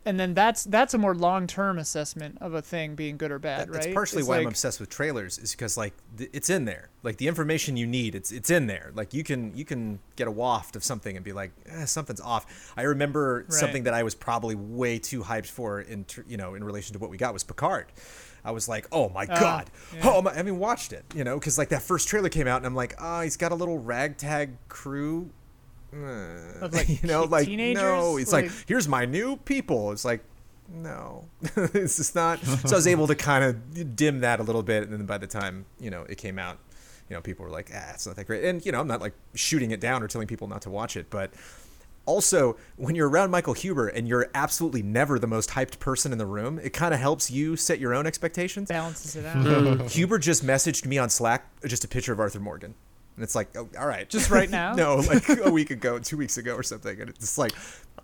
Speaker 2: and then that's that's a more long term assessment of a thing being good or
Speaker 1: That-
Speaker 2: bad, right?
Speaker 1: That's partially
Speaker 2: It's
Speaker 1: why I'm
Speaker 2: like-
Speaker 1: obsessed with trailers, is because like th- it's in there, like the information you need, it's it's in there. Like you can you can get a waft of something and be like, eh, something's off. I remember something that I was probably way too hyped for in tr- you know in relation to what we got was Picard. I was like, oh my
Speaker 2: Ah,
Speaker 1: god, oh my. I mean, watched it, you know, because like that first trailer came out, and I'm like, ah, he's got a little ragtag crew
Speaker 2: of, like,
Speaker 1: Eh, you know,
Speaker 2: te-
Speaker 1: like
Speaker 2: teenagers?
Speaker 1: no, it's like, here's my new people. It's like no, it's just not. So I was able to kind of dim that a little bit, and then by the time you know it came out, you know people were like, ah, it's not that great. And you know I'm not like shooting it down or telling people not to watch it, but Also, when you're around Michael Huber and you're absolutely never the most hyped person in the room, it kind of helps you set your own expectations.
Speaker 2: balances it out
Speaker 1: Huber just messaged me on Slack uh, just a picture of Arthur Morgan. And it's like, oh, all right. Just
Speaker 2: right now.
Speaker 1: no, like a week ago, two weeks ago or something. And it's like,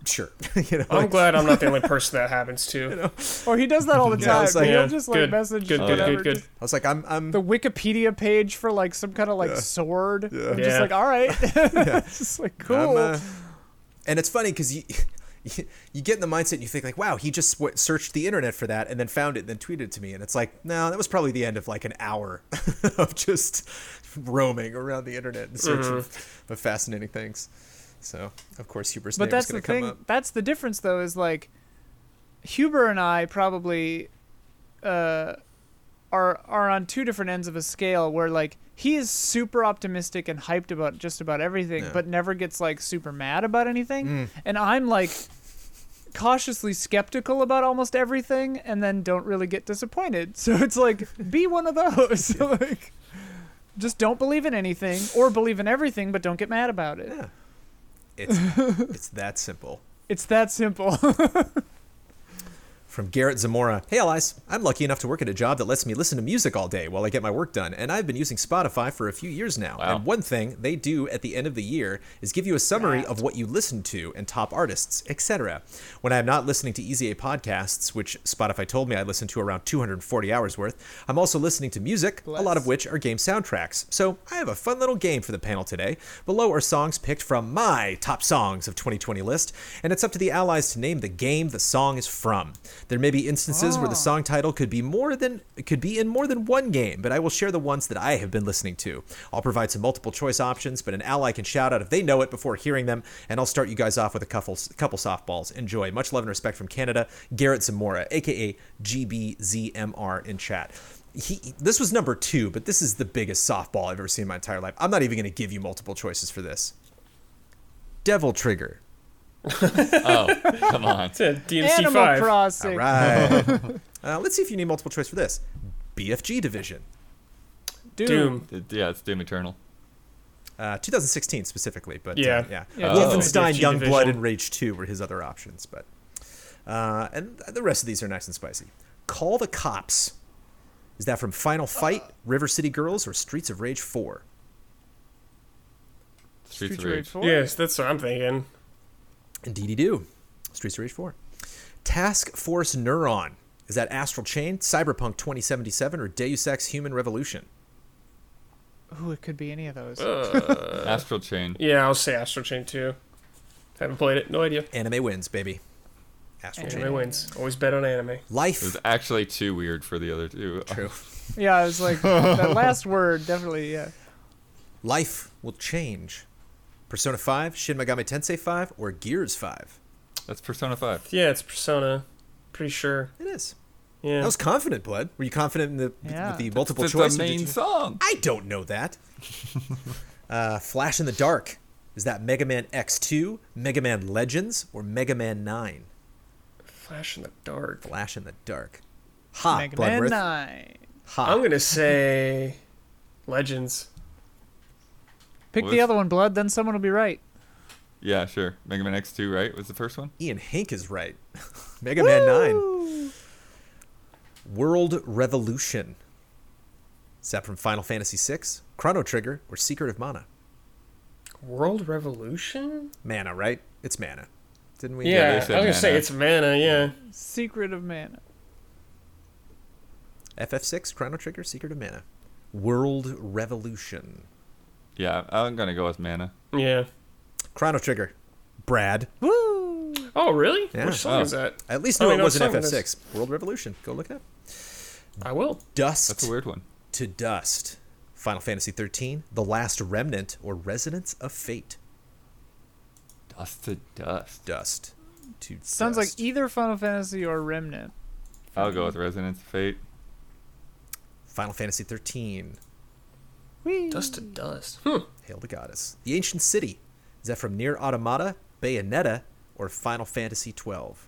Speaker 1: sure. you know,
Speaker 3: I'm
Speaker 1: like,
Speaker 3: glad I'm not the only person that happens to.
Speaker 2: Or he does that all the
Speaker 1: Yeah,
Speaker 2: time.
Speaker 1: it's like-
Speaker 3: Yeah,
Speaker 2: He'll just like
Speaker 3: good,
Speaker 2: message
Speaker 3: good, good,
Speaker 2: whatever,
Speaker 3: good, good.
Speaker 2: just
Speaker 1: I was like, I'm, I'm,
Speaker 2: the Wikipedia page for like some kind of like sword.
Speaker 1: Yeah.
Speaker 2: I'm just
Speaker 3: Yeah.
Speaker 2: like, all right, it's just like cool.
Speaker 1: I'm, uh, and it's funny because you, you you get in the mindset and you think like, wow, he just sw- searched the internet for that and then found it and then tweeted it to me. And it's like, no, that was probably the end of like an hour of just roaming around the internet in search of, of fascinating things. So of course Huber's
Speaker 2: Mm-hmm. but
Speaker 1: name is
Speaker 2: that's
Speaker 1: going
Speaker 2: the
Speaker 1: to come
Speaker 2: thing.
Speaker 1: up.
Speaker 2: That's the difference, though, is like Huber and I probably uh, are are on two different ends of a scale where like he is super optimistic and hyped about just about everything,
Speaker 1: Yeah. Mm.
Speaker 2: but never gets like super mad about anything, and I'm like cautiously skeptical about almost everything and then don't really get disappointed. So it's like be one of those. like just don't believe in anything or believe in everything but don't get mad about it.
Speaker 1: Yeah. It's it's that simple.
Speaker 2: It's that simple.
Speaker 1: From Garrett Zamora. Hey, allies. I'm lucky enough to work at a job that lets me listen to music all day while I get my work done, and I've been using Spotify for a few years now.
Speaker 4: Wow.
Speaker 1: And one thing they do at the end of the year is give you a summary of what you listened to and top artists, etc. When I'm not listening to Easy A podcasts, which Spotify told me I listened to around 240 hours worth, I'm also listening to music, a lot of which are game soundtracks. So I have a fun little game for the panel today. Below are songs picked from my top songs of 2020 list, and it's up to the allies to name the game the song is from. There may be instances where the song title could be more than could be in more than one game, but I will share the ones that I have been listening to. I'll provide some multiple choice options, but an ally can shout out if they know it before hearing them, and I'll start you guys off with a couple couple softballs. Enjoy. Much love and respect from Canada, Garrett Zamora, aka GBZMR in chat. He, this was number two, but this is the biggest softball I've ever seen in my entire life. I'm not even going to give you multiple choices for this. Devil Trigger.
Speaker 4: Oh, come on.
Speaker 3: It's a DMC
Speaker 2: Animal
Speaker 3: five.
Speaker 1: All
Speaker 2: Crossing.
Speaker 1: right. uh, let's see if you need multiple choice for this. BFG Division,
Speaker 2: Doom.
Speaker 3: Doom.
Speaker 4: Yeah, it's Doom Eternal.
Speaker 1: uh, 2016 specifically, but uh,
Speaker 3: Yeah.
Speaker 1: yeah.
Speaker 2: Yeah,
Speaker 4: Oh.
Speaker 1: Wolfenstein,
Speaker 3: BFG
Speaker 1: Youngblood,
Speaker 3: Division.
Speaker 1: and Rage 2 were his other options, but uh, and the rest of these are nice and spicy. Call the cops. Is that from Final Fight,
Speaker 3: Uh.
Speaker 1: River City Girls, or Streets of Rage 4?
Speaker 4: Streets,
Speaker 2: Streets
Speaker 4: of Rage.
Speaker 2: Four.
Speaker 3: Yes, that's what I'm thinking.
Speaker 1: Indeed, you do. Streets of Rage 4. Task Force Neuron. Is that Astral Chain, Cyberpunk 2077, or Deus Ex Human Revolution?
Speaker 2: Ooh, it could be any of those.
Speaker 4: Astral Chain.
Speaker 3: Yeah, I'll say Astro Chain too. Haven't played it. No idea.
Speaker 1: Anime wins, baby. Astral
Speaker 3: Anime
Speaker 1: Chain.
Speaker 3: wins. Always bet on anime.
Speaker 1: Life.
Speaker 4: It was actually too weird for the other two.
Speaker 1: True.
Speaker 2: Yeah, I was like that last word definitely. Yeah.
Speaker 1: Life will change. Persona 5, Shin Megami Tensei 5, or Gears 5?
Speaker 4: That's Persona 5.
Speaker 3: Yeah, it's Persona. Pretty sure.
Speaker 1: It is.
Speaker 3: Yeah.
Speaker 1: I was confident, Blood. Were you confident in the,
Speaker 2: Yeah.
Speaker 1: with the multiple
Speaker 4: That's
Speaker 1: choice?
Speaker 4: the
Speaker 1: or did
Speaker 4: main
Speaker 1: you-
Speaker 4: song.
Speaker 1: I don't know that. uh, Flash in the Dark. Is that Mega Man X2, Mega Man Legends, or Mega Man 9?
Speaker 3: Flash in the dark.
Speaker 1: Flash in the Dark. Ha,
Speaker 2: Mega Man
Speaker 1: Bloodworth.
Speaker 2: Nine.
Speaker 4: Ah.
Speaker 1: Ha.
Speaker 3: I'm gonna say Legends.
Speaker 2: Pick
Speaker 4: What?
Speaker 2: the other one, Blood. Then someone will be right.
Speaker 4: Yeah, sure. Mega Man X2, right? Was the first one?
Speaker 1: Ian Hank is right. Mega Man 9. World Revolution. Is that from Final Fantasy VI, Chrono Trigger, or Secret of Mana?
Speaker 3: World Revolution?
Speaker 1: Mana, right? It's mana. Didn't we?
Speaker 3: Yeah, I
Speaker 4: they
Speaker 3: was
Speaker 4: said
Speaker 3: gonna say
Speaker 4: mana.
Speaker 3: it's mana. Yeah.
Speaker 2: Secret of Mana.
Speaker 1: FF6, Chrono Trigger, Secret of Mana. World Revolution.
Speaker 4: Yeah, I'm going to go with Mana.
Speaker 3: Yeah.
Speaker 1: Chrono Trigger. Brad.
Speaker 2: Woo!
Speaker 3: Oh really?
Speaker 1: Yeah.
Speaker 3: Which song
Speaker 4: Oh.
Speaker 3: is that?
Speaker 1: I at least
Speaker 3: Oh,
Speaker 1: knew
Speaker 3: I
Speaker 1: it
Speaker 3: know
Speaker 1: wasn't
Speaker 3: some of
Speaker 1: FF6. World Revolution. Go look it up.
Speaker 3: I will.
Speaker 1: Dust
Speaker 4: That's a weird one.
Speaker 1: to Dust. Final Fantasy 13, The Last Remnant, or Resonance of Fate.
Speaker 4: Dust to Dust.
Speaker 1: Dust to
Speaker 2: Sounds
Speaker 1: Dust.
Speaker 2: like e- either Final Fantasy or Remnant.
Speaker 4: I'll go with Resonance of Fate.
Speaker 1: Final Fantasy 13,
Speaker 2: Whee!
Speaker 3: Dust to dust. Hmm.
Speaker 1: Hail the Goddess. The Ancient City. Is that from Near Automata, Bayonetta, or Final Fantasy 12?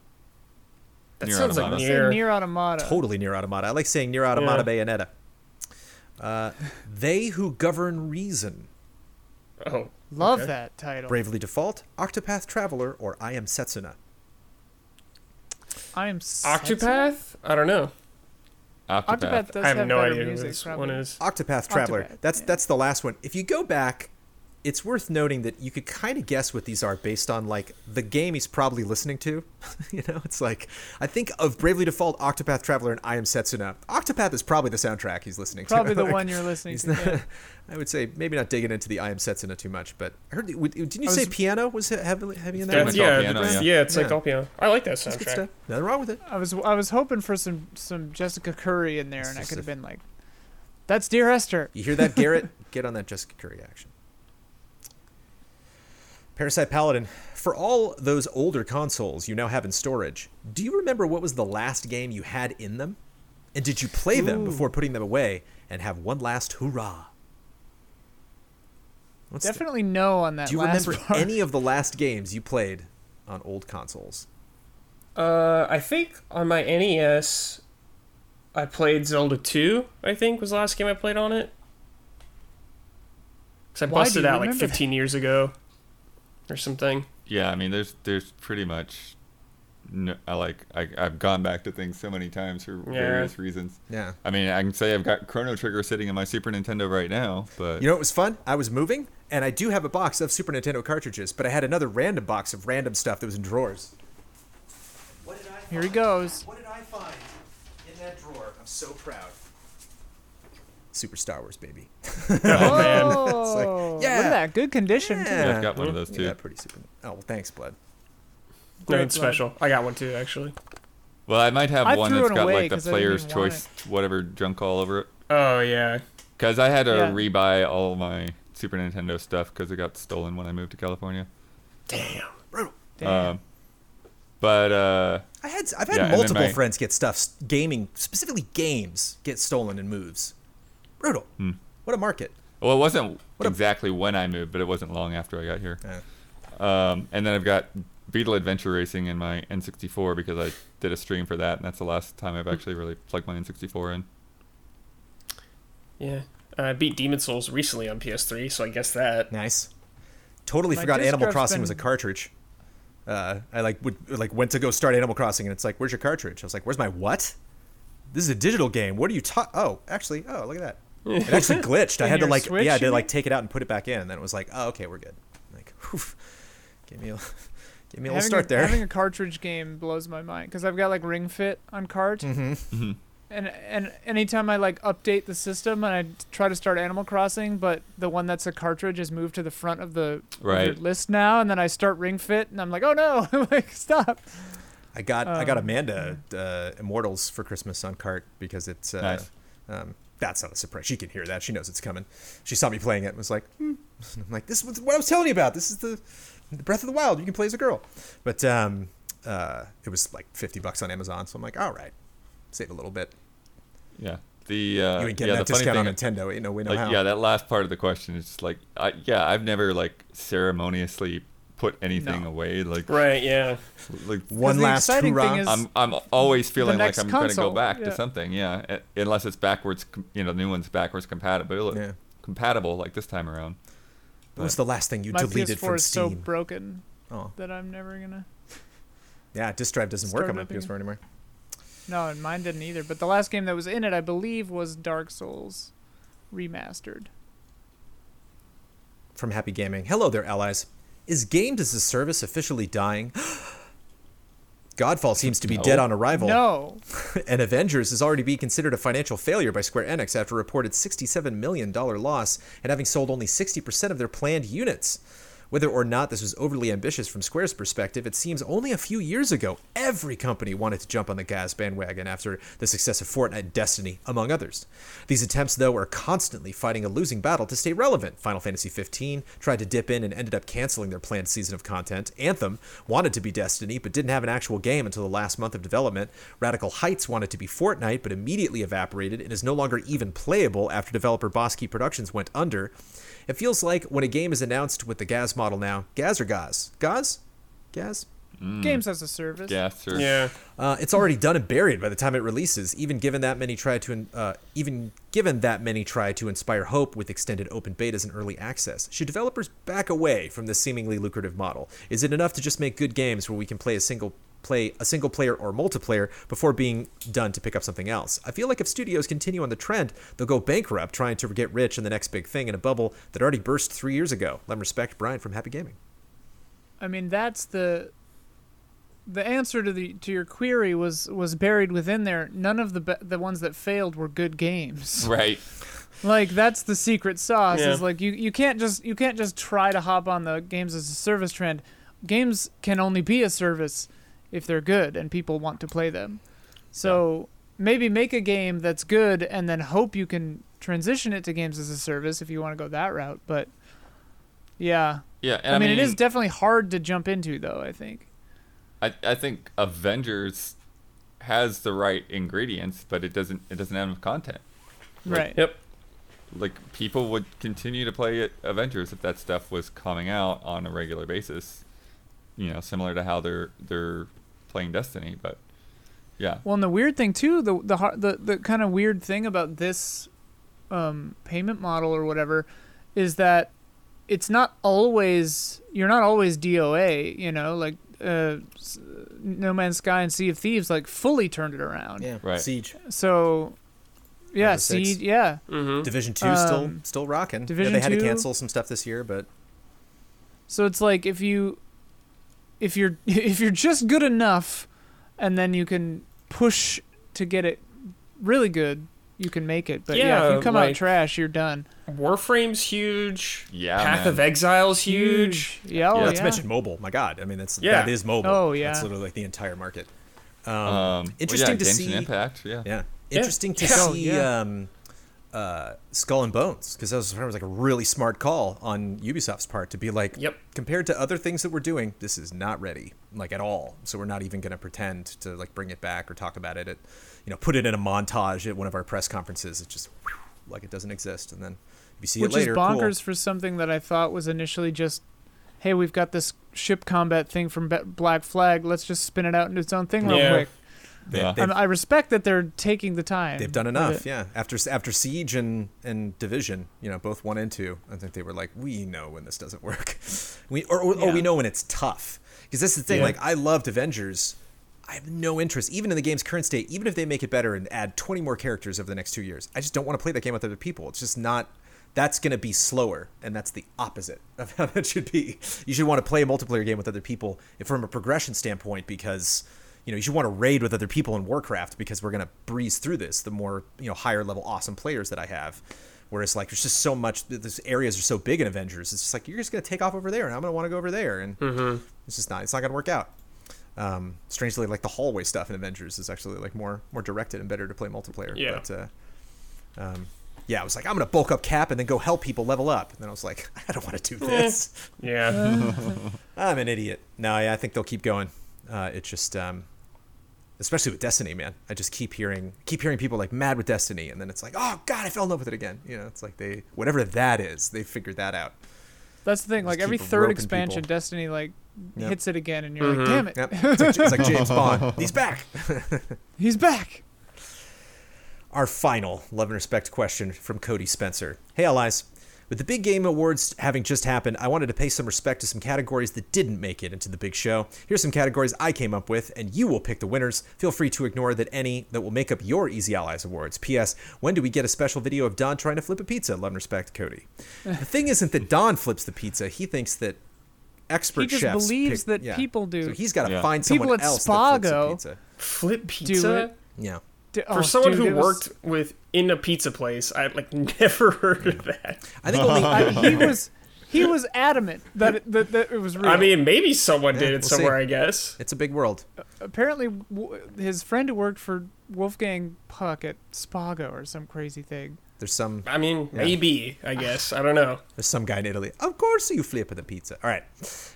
Speaker 3: That
Speaker 4: Nier
Speaker 3: sounds
Speaker 4: Automata.
Speaker 2: Say
Speaker 3: like near.
Speaker 2: Nier Automata.
Speaker 1: Totally Near Automata. I like saying Near Automata, Bayonetta. Uh, they who govern reason.
Speaker 3: Oh
Speaker 2: Love
Speaker 3: Okay.
Speaker 2: that title.
Speaker 1: Bravely Default, Octopath Traveler, or I Am Setsuna.
Speaker 2: I am
Speaker 3: Octopath? I don't know.
Speaker 4: Octopath.
Speaker 2: Octopath does
Speaker 3: I have no
Speaker 2: better
Speaker 3: idea
Speaker 2: music,
Speaker 3: what this
Speaker 2: probably.
Speaker 3: one is.
Speaker 1: Octopath Traveler.
Speaker 2: Octopath,
Speaker 1: that's
Speaker 2: yeah.
Speaker 1: that's the last one. If you go back, it's worth noting that you could kind of guess what these are based on like the game he's probably listening to. you know, it's like I think of Bravely Default, Octopath Traveler, and I Am Setsuna. Octopath is probably the soundtrack he's listening to.
Speaker 2: Probably the
Speaker 1: Like,
Speaker 2: one you're listening
Speaker 1: he's
Speaker 2: to.
Speaker 1: not-
Speaker 2: yeah.
Speaker 1: I would say maybe not digging into the I Am Setsuna too much, but I heard. w- Didn't you
Speaker 2: I
Speaker 1: say
Speaker 2: was-
Speaker 1: piano was he- heavily heavy in
Speaker 4: Very
Speaker 1: there?
Speaker 3: That's,
Speaker 4: much
Speaker 3: yeah,
Speaker 4: all piano,
Speaker 3: it's-
Speaker 4: yeah.
Speaker 3: yeah, it's like
Speaker 1: Yeah.
Speaker 3: all piano. I like that
Speaker 1: That's good
Speaker 3: soundtrack.
Speaker 1: stuff. Nothing wrong with it.
Speaker 2: I was I was hoping for some some Jessica Curry in there,
Speaker 1: It's
Speaker 2: and I
Speaker 1: just
Speaker 2: could have
Speaker 1: a-
Speaker 2: been like, "That's dear Esther."
Speaker 1: You hear that, Garrett? Get on that Jessica Curry action. Parasite Paladin. For all those older consoles you now have in storage, do you remember what was the last game you had in them? And did you play them before putting them away and have one last hoorah? What's the-
Speaker 2: Definitely no on that.
Speaker 1: do you
Speaker 2: last
Speaker 1: remember
Speaker 2: part.
Speaker 1: any of the last games you played on old consoles?
Speaker 3: Uh, I think on my NES, I played Zelda 2, I think was the last game I played on it. Because I
Speaker 2: Why do
Speaker 3: busted
Speaker 2: you
Speaker 3: out like
Speaker 2: remember that?
Speaker 3: 15 years ago or something.
Speaker 4: Yeah, I mean, there's there's pretty much. No, I like I I've gone back to things so many times for
Speaker 3: Yeah.
Speaker 4: various reasons.
Speaker 1: Yeah.
Speaker 4: I mean, I can say I've got Chrono Trigger sitting in my Super Nintendo right now, but
Speaker 1: You know what was fun? I was moving, and I do have a box of Super Nintendo cartridges, but I had another random box of random stuff that was in drawers. What did I
Speaker 2: Here he goes.
Speaker 1: What did I find in that drawer? I'm so proud. Super Star Wars, baby.
Speaker 3: Oh, man.
Speaker 2: Oh,
Speaker 1: yeah.
Speaker 2: Look at that. Good condition. too.
Speaker 1: Yeah.
Speaker 4: I've got one of those
Speaker 1: Yeah,
Speaker 4: too.
Speaker 1: pretty super. Oh, well, thanks, Blood.
Speaker 3: Nothing
Speaker 2: Great one.
Speaker 3: special. I got one too, actually.
Speaker 4: Well, I might have
Speaker 2: I
Speaker 4: one
Speaker 2: threw
Speaker 4: that's
Speaker 2: it
Speaker 4: got
Speaker 2: away
Speaker 4: like the
Speaker 2: 'cause I didn't
Speaker 4: player's
Speaker 2: even want
Speaker 4: choice, whatever junk all over it.
Speaker 3: Oh, yeah.
Speaker 4: Because I had to
Speaker 2: Yeah.
Speaker 4: rebuy all my Super Nintendo stuff because it got stolen when I moved to California.
Speaker 3: Damn.
Speaker 2: Damn.
Speaker 4: Um, but uh,
Speaker 1: I had I've had
Speaker 4: Yeah, and then
Speaker 1: multiple
Speaker 4: my-
Speaker 1: friends get stuff s- gaming specifically games get stolen in moves. Brutal. What a market.
Speaker 4: well, it wasn't
Speaker 1: What a-
Speaker 4: exactly when I moved, but it wasn't long after I got here.
Speaker 1: Yeah.
Speaker 4: Um, and then I've got Beetle Adventure Racing in my N64 because I did a stream for that, and that's the last time
Speaker 1: Hmm.
Speaker 4: I've actually really plugged my N64 in.
Speaker 3: Yeah. Uh, I beat Demon Souls recently on PS3, so I guess that.
Speaker 1: Nice. Totally
Speaker 2: My
Speaker 1: forgot
Speaker 2: disc
Speaker 1: Animal
Speaker 2: drive's
Speaker 1: Crossing was a
Speaker 2: been-
Speaker 1: cartridge. Uh, I like would like went to go start Animal Crossing and it's like, where's your cartridge? I was like, where's my what? This is a digital game. What are you talking? Oh, actually, oh look at that. It actually glitched. I
Speaker 2: In
Speaker 1: had to
Speaker 2: your
Speaker 1: like
Speaker 2: Switch,
Speaker 1: yeah, I had
Speaker 2: you
Speaker 1: to
Speaker 2: mean?
Speaker 1: like take it out and put it back in. And then it was like, oh okay, we're good. Like, whew, give me a give me a little
Speaker 2: Having
Speaker 1: start
Speaker 2: a,
Speaker 1: there.
Speaker 2: Having a cartridge game blows my mind because I've got like Ring Fit on cart,
Speaker 1: Mm-hmm.
Speaker 2: and and anytime I like update the system and I try to start Animal Crossing, but the one that's a cartridge is moved to the front of the of your
Speaker 4: Right.
Speaker 2: list now, and then I start Ring Fit and I'm like, oh no, I'm like stop.
Speaker 1: I got I
Speaker 2: Oh,
Speaker 1: got Amanda uh, Immortals for Christmas on cart because it's uh,
Speaker 4: Nice.
Speaker 1: um, that's not a surprise. She can hear that. She knows it's coming. She saw me playing it and was like, hmm. I'm like, this was what I was telling you about. This is the, the Breath of the Wild. You can play as a girl, but um, uh, it was like fifty bucks on Amazon. So I'm like, all right, save a little bit.
Speaker 4: Yeah. The uh,
Speaker 1: You ain't getting
Speaker 4: yeah, the
Speaker 1: that
Speaker 4: funny
Speaker 1: discount on
Speaker 4: thing-
Speaker 1: Nintendo. You know we know
Speaker 4: like
Speaker 1: how.
Speaker 4: yeah that last part of the question is just like I, yeah i've never like ceremoniously put anything
Speaker 2: No.
Speaker 4: away like
Speaker 3: Right, yeah.
Speaker 4: like
Speaker 1: One
Speaker 2: the
Speaker 1: last
Speaker 2: exciting
Speaker 1: hurrah.
Speaker 2: thing is-
Speaker 4: i'm i'm always feeling like
Speaker 2: next
Speaker 4: i'm gonna
Speaker 2: console,
Speaker 4: go back
Speaker 2: yeah.
Speaker 4: to something yeah uh, unless it's backwards com- you know the new one's backwards compatible
Speaker 1: Yeah.
Speaker 4: compatible like this time around
Speaker 1: what was the last thing you
Speaker 2: my
Speaker 1: deleted
Speaker 2: PS4
Speaker 1: from
Speaker 2: is so
Speaker 1: Steam?
Speaker 2: broken
Speaker 1: oh,
Speaker 2: that I'm never gonna.
Speaker 1: yeah, disk drive doesn't work
Speaker 2: Start
Speaker 1: on my
Speaker 2: up
Speaker 1: PS4 anymore.
Speaker 2: No, and mine didn't either. But the last game that was in it, I believe, was Dark Souls remastered.
Speaker 1: from Happy Gaming. Hello there, allies. Is games as a service officially dying? Godfall seems to be
Speaker 4: No.
Speaker 1: dead on arrival,
Speaker 2: No,
Speaker 1: and Avengers is already being considered a financial failure by Square Enix after a reported $67 million loss and having sold only 60% of their planned units. Whether or not this was overly ambitious from Square's perspective, it seems only a few years ago every company wanted to jump on the gas bandwagon after the success of Fortnite and Destiny, among others. These attempts, though, are constantly fighting a losing battle to stay relevant. Final Fantasy XV tried to dip in and ended up canceling their planned season of content. Anthem wanted to be Destiny, but didn't have an actual game until the last month of development. Radical Heights wanted to be Fortnite, but immediately evaporated and is no longer even playable after developer Bosky Productions went under. It feels like when a game is announced with the Gaz model now, Gaz or Gaz? Gaz? Gaz?
Speaker 2: Games as a service.
Speaker 4: Gas or
Speaker 3: Yeah.
Speaker 1: Uh, it's already done and buried by the time it releases. Even given that many try to, uh, even given that many try to inspire hope with extended open betas and early access, should developers back away from this seemingly lucrative model? Is it enough to just make good games where we can play a single play a single player or multiplayer before being done to pick up something else? I feel like if studios continue on the trend, they'll go bankrupt trying to get rich in the next big thing in a bubble that already burst three years ago. Let me respect Brian from Happy Gaming.
Speaker 2: I mean, that's the the answer to the to your query was was buried within there. None of the be- the ones that failed were good games.
Speaker 4: right.
Speaker 2: Like that's the secret sauce. Is
Speaker 3: Yeah.
Speaker 2: like you you can't just you can't just try to hop on the games as a service trend. Games can only be a service if they're good and people want to play them. So maybe make a game that's good and then hope you can transition it to games as a service if you want to go that route. But yeah,
Speaker 4: Yeah, and
Speaker 2: I, mean, it is definitely hard to jump into, though. I think.
Speaker 4: I, I think Avengers has the right ingredients, but it doesn't it doesn't have enough content.
Speaker 2: Right.
Speaker 3: Yep.
Speaker 4: Like people would continue to play it, Avengers if that stuff was coming out on a regular basis. You know, similar to how they're they're playing Destiny, but yeah.
Speaker 2: Well, and the weird thing too, the the har- the, the kind of weird thing about this um, payment model or whatever is that it's not always you're not always DOA. You know, like uh, s- No Man's Sky and Sea of Thieves like fully turned it around.
Speaker 4: Right.
Speaker 1: Siege.
Speaker 2: So. Yeah,
Speaker 1: Number six.
Speaker 2: see, yeah,
Speaker 3: Mm-hmm.
Speaker 1: Division two still
Speaker 2: Um,
Speaker 1: still rocking.
Speaker 2: Division
Speaker 1: yeah, they had to
Speaker 2: 2?
Speaker 1: cancel some stuff this year, but
Speaker 2: So it's like if you if you're if you're just good enough and then you can push to get it really good, you can make it. But yeah, if
Speaker 3: Yeah,
Speaker 2: you come out
Speaker 3: like-
Speaker 2: trash, you're done.
Speaker 3: Warframe's huge.
Speaker 4: Yeah,
Speaker 3: Path
Speaker 4: man.
Speaker 3: of Exile's huge.
Speaker 2: Yeah, oh,
Speaker 1: not to
Speaker 2: yeah.
Speaker 1: mention mobile. My God, I mean that's
Speaker 3: Yeah.
Speaker 1: that is mobile.
Speaker 2: Oh, yeah.
Speaker 1: that's literally like the entire market.
Speaker 4: Um, well, yeah,
Speaker 1: interesting to
Speaker 4: Genshin
Speaker 1: see-
Speaker 4: Impact, yeah.
Speaker 1: Yeah, interesting to
Speaker 3: Yeah.
Speaker 2: Oh,
Speaker 1: see
Speaker 2: yeah.
Speaker 1: Um, uh, Skull and Bones because that was, that was like a really smart call on Ubisoft's part to be like,
Speaker 3: Yep.
Speaker 1: compared to other things that we're doing, this is not ready like at all. So we're not even going to pretend to like bring it back or talk about it. At, you know, put it in a montage at one of our press conferences. It's just whew, like it doesn't exist, and then if you see
Speaker 2: Which
Speaker 1: it later,
Speaker 2: is
Speaker 1: cool.
Speaker 2: bonkers for something that I thought was initially just hey, we've got this ship combat thing from Be- Black Flag, let's just spin it out into its own thing real
Speaker 3: Yeah.
Speaker 2: quick.
Speaker 1: They-
Speaker 4: Yeah.
Speaker 1: they've-
Speaker 2: And I respect that they're taking the time.
Speaker 1: They've done
Speaker 2: with
Speaker 1: enough,
Speaker 2: it.
Speaker 1: yeah. After after siege and and division, you know, both one and two, I think they were like, we know when this doesn't work, we or, or, or we
Speaker 2: Yeah.
Speaker 1: know when it's tough. Because that's the thing.
Speaker 3: Yeah.
Speaker 1: Like I loved Avengers, I have no interest, even in the game's current state, even if they make it better and add twenty more characters over the next two years. I just don't want to play that game with other people. It's just not. That's going to be slower, and that's the opposite of how that should be. You should want to play a multiplayer game with other people from a progression standpoint because you know you should want to raid with other people in warcraft because we're going to breeze through this the more you know higher level awesome players that i have whereas like there's just so much th- these areas are so big in avengers it's just like you're just going to take off over there and i'm going to want to go over there and it's just not it's not going to work out um, strangely like the hallway stuff in avengers is actually like more more directed and better to play multiplayer
Speaker 3: Yeah.
Speaker 1: but uh, um, yeah i was like i'm going to bulk up cap and then go help people level up and then i was like i don't want to do this
Speaker 2: Uh,
Speaker 3: Yeah.
Speaker 1: I'm an idiot. No, yeah, I think they'll keep going. Uh, it's just, um, especially with Destiny, man. I just keep hearing, keep hearing people like mad with Destiny, and then it's like, oh god, I fell in love with it again. You know, it's like they, whatever that is, they figured that out.
Speaker 2: That's the thing. Like
Speaker 1: keep
Speaker 2: every
Speaker 1: roping
Speaker 2: third expansion,
Speaker 1: people.
Speaker 2: Destiny like
Speaker 1: Yep.
Speaker 2: hits it again, and you're
Speaker 3: Mm-hmm.
Speaker 2: like, damn it,
Speaker 1: Yep. It's like, it's like James Bond. He's back.
Speaker 2: he's back.
Speaker 1: Our final love and respect question from Cody Spencer. Hey, allies. With the Big Game Awards having just happened, I wanted to pay some respect to some categories that didn't make it into the big show. Here's some categories I came up with, and you will pick the winners. Feel free to ignore that any that will make up your Easy Allies Awards. P.S. When do we get a special video of Don trying to flip a pizza? Love and respect, Cody. The thing isn't that Don flips the pizza. He thinks that expert
Speaker 2: He just
Speaker 1: chefs
Speaker 2: believes that people do.
Speaker 1: So he's got to
Speaker 4: Yeah.
Speaker 1: find
Speaker 2: People
Speaker 1: someone
Speaker 2: at
Speaker 1: else that flips a
Speaker 2: Spago-
Speaker 1: pizza.
Speaker 3: Flip pizza.
Speaker 2: it.
Speaker 1: Yeah.
Speaker 2: D-
Speaker 3: For
Speaker 2: oh,
Speaker 3: someone
Speaker 2: dude,
Speaker 3: who
Speaker 2: it was-
Speaker 3: worked with in a pizza place, I like never heard of that.
Speaker 1: I think only
Speaker 2: I- he was he was adamant that it, that, that it was real.
Speaker 3: I mean, maybe someone did
Speaker 1: we'll
Speaker 3: it
Speaker 1: see.
Speaker 3: somewhere. I guess.
Speaker 1: it's a big world.
Speaker 2: apparently w- his friend who worked for Wolfgang Puck at Spago or some crazy thing.
Speaker 1: There's some
Speaker 3: I mean, maybe. I guess. I don't know.
Speaker 1: There's some guy in Italy. Of course, you flip the pizza. All right,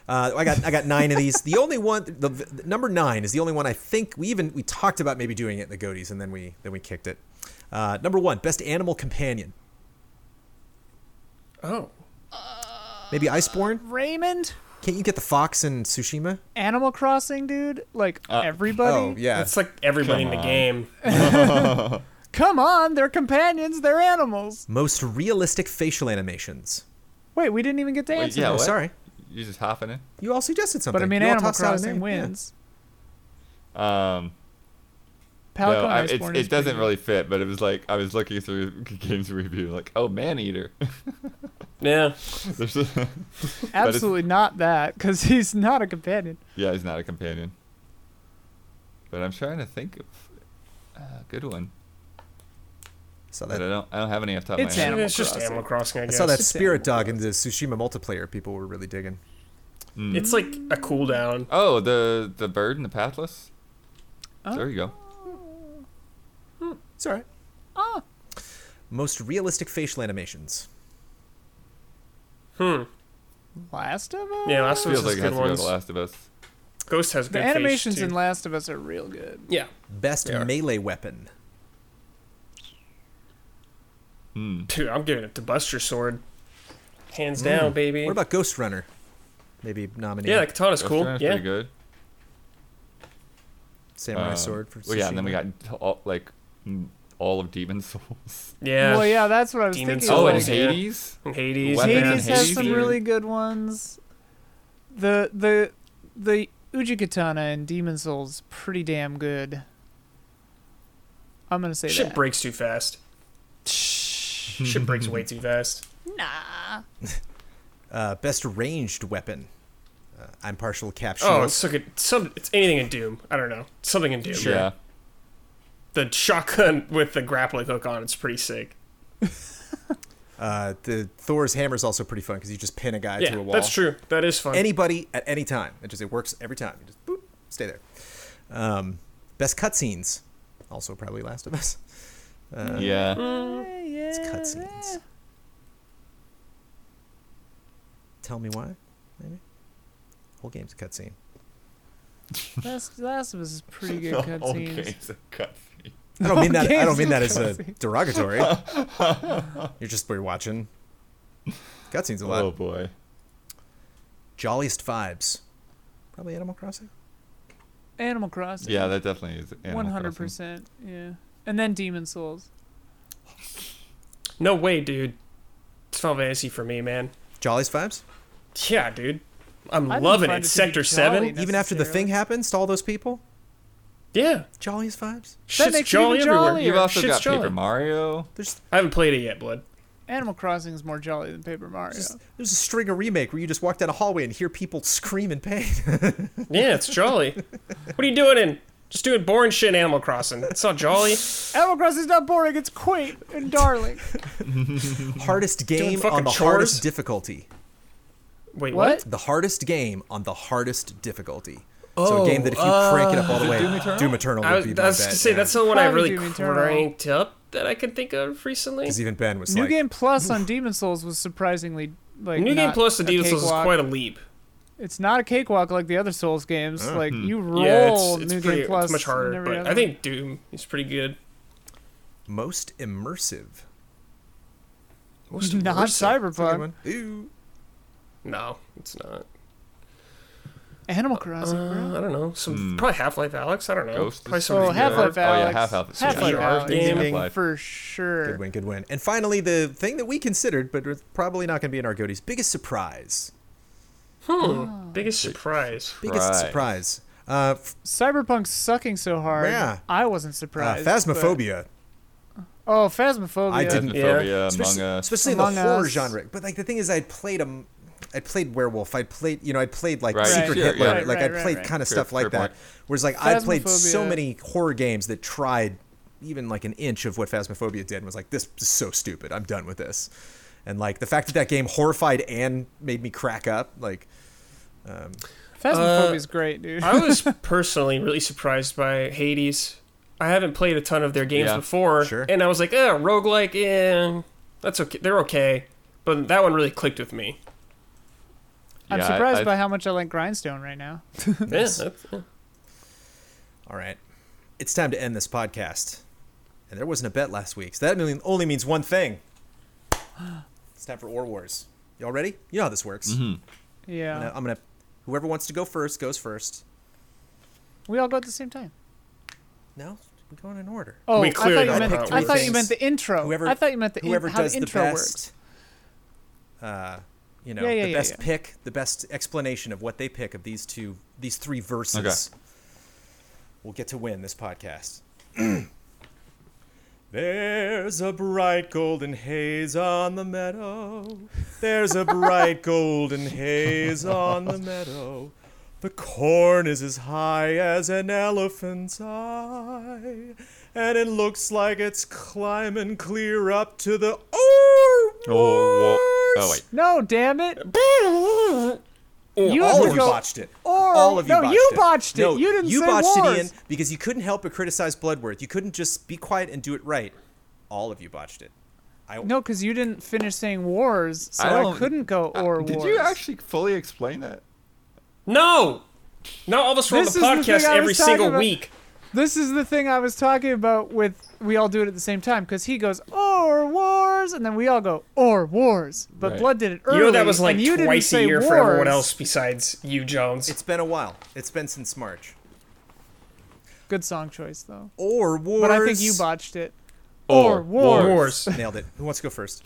Speaker 1: uh, I got I got nine of these. The only one, the, the number nine is the only one I think we even we talked about maybe doing it in the Goaties, and then we then we kicked it. Uh, number one, best animal companion.
Speaker 3: Oh.
Speaker 2: Oh.
Speaker 1: Maybe Iceborne.
Speaker 4: Uh,
Speaker 2: Raymond,
Speaker 1: Can't you get the fox in Tsushima?
Speaker 2: Animal Crossing, dude. Like
Speaker 4: Uh,
Speaker 2: everybody.
Speaker 1: Oh yeah.
Speaker 3: That's like everybody
Speaker 4: Come
Speaker 3: in the
Speaker 4: on.
Speaker 3: game.
Speaker 2: Come on, they're companions. They're animals.
Speaker 1: Most realistic facial animations.
Speaker 2: Wait, we didn't even get to
Speaker 4: Wait,
Speaker 2: answer.
Speaker 4: yeah,
Speaker 1: oh,
Speaker 4: what?
Speaker 1: sorry.
Speaker 4: You're just hopping in.
Speaker 1: You all suggested something.
Speaker 2: But I mean,
Speaker 1: You all
Speaker 2: Animal
Speaker 1: tossed out a name.
Speaker 2: Crossing
Speaker 1: Yeah.
Speaker 2: wins.
Speaker 4: Um,
Speaker 2: Palico
Speaker 4: no,
Speaker 2: and
Speaker 4: I,
Speaker 2: Iceborne
Speaker 4: it's,
Speaker 2: is
Speaker 4: it doesn't
Speaker 2: pretty-
Speaker 4: really fit, but it was like I was looking through Games Review, like, oh, Man Eater.
Speaker 3: Yeah.
Speaker 4: There's a- it's-
Speaker 2: Absolutely not that, because he's not a companion.
Speaker 4: yeah, he's not a companion. But I'm trying to think of uh, a good one.
Speaker 1: Saw
Speaker 4: But uh, I
Speaker 1: that.
Speaker 4: don't, I don't have any off the top
Speaker 2: It's
Speaker 4: of my head.
Speaker 2: Animal
Speaker 3: it's just
Speaker 2: Crossing.
Speaker 3: Animal Crossing, I
Speaker 1: I
Speaker 3: guess.
Speaker 1: saw that
Speaker 2: It's
Speaker 1: spirit
Speaker 2: Animal
Speaker 1: dog in the Tsushima multiplayer. People were really digging.
Speaker 4: Mm.
Speaker 3: It's like a cooldown.
Speaker 4: Oh, the the bird and the pathless.
Speaker 2: Oh.
Speaker 4: There you go.
Speaker 1: It's all right.
Speaker 2: Ah.
Speaker 1: Most realistic facial animations.
Speaker 3: Hmm.
Speaker 2: Last of Us.
Speaker 3: Yeah, Last of Us
Speaker 4: Feels
Speaker 3: has
Speaker 4: like it has
Speaker 3: good
Speaker 4: to go to
Speaker 3: ones.
Speaker 4: The Last of Us.
Speaker 3: Ghost has
Speaker 2: the
Speaker 3: good
Speaker 2: animations
Speaker 3: face,
Speaker 2: in
Speaker 3: too.
Speaker 2: Last of Us are real good.
Speaker 3: Yeah.
Speaker 1: Best
Speaker 3: They are.
Speaker 1: melee weapon.
Speaker 4: Mm.
Speaker 3: Dude, I'm giving it to Buster Sword. Hands down, baby.
Speaker 1: What about Ghost Runner? Maybe nominate
Speaker 3: yeah, the katana's
Speaker 4: Ghost
Speaker 3: cool.
Speaker 4: Runner's
Speaker 3: Yeah.
Speaker 4: pretty good.
Speaker 1: Samurai
Speaker 3: uh,
Speaker 4: Um,
Speaker 1: Sword for
Speaker 4: well, yeah, and then we
Speaker 1: Tsushima.
Speaker 4: got all, like mm, all of Demon Souls.
Speaker 3: Yeah.
Speaker 2: Well, yeah, that's what I was
Speaker 3: Demon
Speaker 2: thinking.
Speaker 4: Oh,
Speaker 3: Souls,
Speaker 2: like,
Speaker 4: and
Speaker 3: yeah.
Speaker 4: Hades.
Speaker 3: Hades.
Speaker 4: Weapon
Speaker 3: man.
Speaker 4: and
Speaker 2: Hades has some
Speaker 4: Hades.
Speaker 2: really good ones. The the the Ujikatana in Demon Souls pretty damn good. I'm gonna say
Speaker 3: Shit
Speaker 2: that.
Speaker 3: breaks too fast. Shit breaks way too fast.
Speaker 2: nah.
Speaker 1: uh, best ranged weapon. Uh, I'm partial cap shield.
Speaker 3: Oh, it's so good. Some it's anything in Doom. I don't know. Something in Doom.
Speaker 4: Yeah.
Speaker 3: The shotgun with the grappling hook on it's pretty sick.
Speaker 1: uh, the Thor's hammer is also pretty fun because you just pin a guy
Speaker 3: Yeah,
Speaker 1: to a wall.
Speaker 3: that's true. That is fun.
Speaker 1: Anybody at any time. It just it works every time. You just boop, stay there. Um, best cutscenes. Also probably Last of Us. Uh,
Speaker 4: yeah.
Speaker 1: It's cutscenes. Tell me why, maybe. Whole game's a cutscene.
Speaker 2: Last, Last of Us is pretty good
Speaker 4: Oh, Okay,
Speaker 2: cutscenes.
Speaker 4: it's a cutscene.
Speaker 1: I don't mean that. I don't
Speaker 2: game's
Speaker 1: mean that
Speaker 2: a
Speaker 1: as a
Speaker 2: cutscene.
Speaker 1: derogatory. You're just we're watching. Cutscenes a lot.
Speaker 4: Oh boy.
Speaker 1: Jolliest vibes. Probably Animal Crossing.
Speaker 2: Animal Crossing.
Speaker 4: Yeah, that definitely is. Animal
Speaker 2: One hundred
Speaker 4: Crossing.
Speaker 2: percent. Yeah. And then Demon Souls.
Speaker 3: No way, dude. It's Final Fantasy for me, man.
Speaker 1: Jolliest vibes.
Speaker 3: Yeah, dude. I'm
Speaker 2: I didn't
Speaker 3: loving
Speaker 2: find
Speaker 3: it.
Speaker 2: it to be
Speaker 3: Sector
Speaker 2: jolly.
Speaker 3: Seven.
Speaker 1: Even after the thing
Speaker 2: necessarily.
Speaker 1: happens to all those people.
Speaker 3: Yeah,
Speaker 1: Jolliest vibes.
Speaker 3: shit's
Speaker 2: makes it
Speaker 3: jolly
Speaker 2: even
Speaker 3: everywhere.
Speaker 2: jollier.
Speaker 4: You've also
Speaker 3: Shit's
Speaker 4: got
Speaker 3: jolly.
Speaker 4: Paper Mario.
Speaker 1: There's
Speaker 3: I haven't played it yet, Blood.
Speaker 2: Animal Crossing is more jolly than Paper Mario.
Speaker 1: just, there's a string of remake where you just walk down a hallway and hear people scream in pain.
Speaker 3: Yeah, it's jolly. what are you doing in? Just doing boring shit in Animal Crossing. It's not jolly.
Speaker 2: Animal Crossing's not boring. It's quaint and darling.
Speaker 1: hardest game on
Speaker 3: fucking
Speaker 1: the
Speaker 3: chores?
Speaker 1: hardest difficulty.
Speaker 3: Wait,
Speaker 2: what?
Speaker 3: what?
Speaker 1: The hardest game on the hardest difficulty. so a game that if you
Speaker 3: Oh,
Speaker 1: crank it up all the way, Doom Eternal,
Speaker 3: I was,
Speaker 1: would be
Speaker 3: I
Speaker 1: my
Speaker 3: was gonna
Speaker 1: bet.
Speaker 3: say that's the one I
Speaker 2: Probably
Speaker 3: really
Speaker 2: Doom Eternal.
Speaker 3: cranked up that I can think of recently.
Speaker 1: Because even Ben was
Speaker 2: New
Speaker 1: like,
Speaker 2: Game Plus on Demon Souls was surprisingly like
Speaker 3: New Game
Speaker 2: not
Speaker 3: Plus the
Speaker 2: a
Speaker 3: Demon Souls is
Speaker 2: cakewalk.
Speaker 3: quite a leap.
Speaker 2: It's not a cakewalk like the other Souls games.
Speaker 4: Uh-huh.
Speaker 2: Like you roll
Speaker 3: yeah, it's, it's
Speaker 2: New
Speaker 3: pretty
Speaker 2: Game Plus.
Speaker 3: it's much
Speaker 2: and
Speaker 3: harder.
Speaker 2: every
Speaker 3: But
Speaker 2: other
Speaker 3: I think Doom is pretty good.
Speaker 1: most immersive.
Speaker 3: Most
Speaker 2: one. not
Speaker 3: immersive.
Speaker 2: Cyberpunk.
Speaker 1: Ooh.
Speaker 3: No, it's not.
Speaker 2: Animal Crossing.
Speaker 3: Uh,
Speaker 2: bro.
Speaker 3: I don't know. Some probably Half Life Alex. I don't know.
Speaker 4: Ghost
Speaker 3: probably
Speaker 4: is
Speaker 3: some
Speaker 2: Oh,
Speaker 4: pretty good.
Speaker 2: Half Life
Speaker 4: Oh, yeah,
Speaker 2: Alex.
Speaker 4: Half-Life is
Speaker 2: Half
Speaker 3: pretty
Speaker 2: Life
Speaker 3: good.
Speaker 2: Alex.
Speaker 3: Ding, ding,
Speaker 1: ding.
Speaker 4: Half-Life.
Speaker 2: for
Speaker 1: Good
Speaker 2: sure.
Speaker 1: win, good win. And finally, the thing that we considered, but it's probably not going to be in our goodies, biggest surprise.
Speaker 3: Hmm. Biggest surprise.
Speaker 1: Biggest
Speaker 4: Right.
Speaker 1: surprise. Uh, f-
Speaker 2: Cyberpunk's sucking so hard.
Speaker 1: Yeah.
Speaker 2: I wasn't
Speaker 1: uh,
Speaker 2: surprised. but-
Speaker 1: Phasmophobia.
Speaker 2: Oh, Phasmophobia.
Speaker 1: I didn't-
Speaker 4: Phasmophobia,
Speaker 3: Yeah.
Speaker 4: Among
Speaker 1: especially,
Speaker 4: Us.
Speaker 1: especially in
Speaker 2: Among
Speaker 1: the horror
Speaker 2: Us.
Speaker 1: genre. But like the thing is, I played um, I played werewolf. I played, you know, I played like
Speaker 4: Right.
Speaker 1: Secret
Speaker 2: Right.
Speaker 4: Sure,
Speaker 1: Hitler.
Speaker 4: yeah.
Speaker 2: Right,
Speaker 1: like
Speaker 2: right,
Speaker 1: I
Speaker 2: right,
Speaker 1: played
Speaker 2: right.
Speaker 1: kind of
Speaker 4: Fair-
Speaker 1: stuff like
Speaker 4: fair
Speaker 1: that.
Speaker 4: point.
Speaker 1: Whereas like I played so
Speaker 2: Phasmophobia.
Speaker 1: many horror games that tried even like an inch of what Phasmophobia did and was like, this is so stupid. I'm done with this. And like the fact that that game horrified and made me crack up, like
Speaker 2: Phasmophobia's
Speaker 1: Uh,
Speaker 2: great, dude.
Speaker 3: I was personally really surprised by Hades. I haven't played a ton of their games
Speaker 4: Yeah,
Speaker 3: before,
Speaker 1: sure.
Speaker 3: and I was like, eh, roguelike, eh, that's okay. They're okay, but that one really clicked with me.
Speaker 2: I'm
Speaker 4: Yeah, I-
Speaker 2: surprised
Speaker 4: I-
Speaker 2: by how much I like Grindstone right now.
Speaker 3: yeah, that's- yeah.
Speaker 1: All right. It's time to end this podcast. And there wasn't a bet last week, so that mean- only means one thing. It's time for Or Wars. Y'all ready? You know how this works.
Speaker 2: Yeah.
Speaker 1: I'm gonna- I'm going to Whoever wants to go first goes first.
Speaker 2: We all go at the same time.
Speaker 1: No, we're going in order.
Speaker 2: Oh,
Speaker 3: We
Speaker 2: I thought
Speaker 3: cleared
Speaker 2: you
Speaker 3: up
Speaker 2: meant
Speaker 1: how it
Speaker 2: I thought
Speaker 1: works.
Speaker 2: you meant the intro.
Speaker 1: Whoever
Speaker 2: Oh, I thought you meant the in-
Speaker 1: whoever
Speaker 2: how
Speaker 1: does
Speaker 2: the
Speaker 1: the
Speaker 2: intro works.
Speaker 1: best, uh, you know,
Speaker 2: Yeah, yeah,
Speaker 1: the
Speaker 2: yeah,
Speaker 1: best
Speaker 2: yeah.
Speaker 1: pick, the best explanation of what they pick of these two, these three verses, will get to win this podcast. There's a bright golden haze on the meadow. There's a bright golden haze on the meadow. The corn is as high as an elephant's eye, and it looks like it's climbing clear up to the
Speaker 4: Oh, whoa.
Speaker 1: oh
Speaker 4: oh wait.
Speaker 2: No, damn it! You
Speaker 1: All
Speaker 2: have
Speaker 1: of
Speaker 2: to
Speaker 1: you
Speaker 2: go-
Speaker 1: botched it.
Speaker 2: or-
Speaker 1: All of you
Speaker 2: no,
Speaker 1: botched
Speaker 2: you
Speaker 1: it.
Speaker 2: botched it.
Speaker 1: No,
Speaker 2: You didn't
Speaker 1: You
Speaker 2: say
Speaker 1: botched
Speaker 2: wars.
Speaker 1: it, Ian, because you couldn't help but criticize Bloodworth. You couldn't just be quiet and do it right. All of you botched it. I,
Speaker 2: No, because you didn't finish saying wars, so
Speaker 4: I
Speaker 2: I,
Speaker 4: don't-
Speaker 2: couldn't go
Speaker 4: Uh,
Speaker 2: or
Speaker 4: Did
Speaker 2: wars.
Speaker 4: you actually fully explain that?
Speaker 3: No, no. All of us were on the
Speaker 2: This is the thing
Speaker 3: podcast
Speaker 2: I
Speaker 3: every
Speaker 2: was talking
Speaker 3: single
Speaker 2: about.
Speaker 3: week.
Speaker 2: This is the thing I was talking about with we all do it at the same time because he goes or wars and then we all go or wars, but
Speaker 4: Right.
Speaker 2: Blood did it early.
Speaker 3: You know that was like
Speaker 2: and you didn't
Speaker 3: twice a
Speaker 2: say
Speaker 3: year for everyone
Speaker 2: wars.
Speaker 3: else besides you, Jones.
Speaker 1: It's been a while. It's been since March.
Speaker 2: Good song choice though,
Speaker 1: Or wars.
Speaker 2: but I think you botched it. Or wars.
Speaker 3: wars.
Speaker 1: Nailed it. Who wants to go first?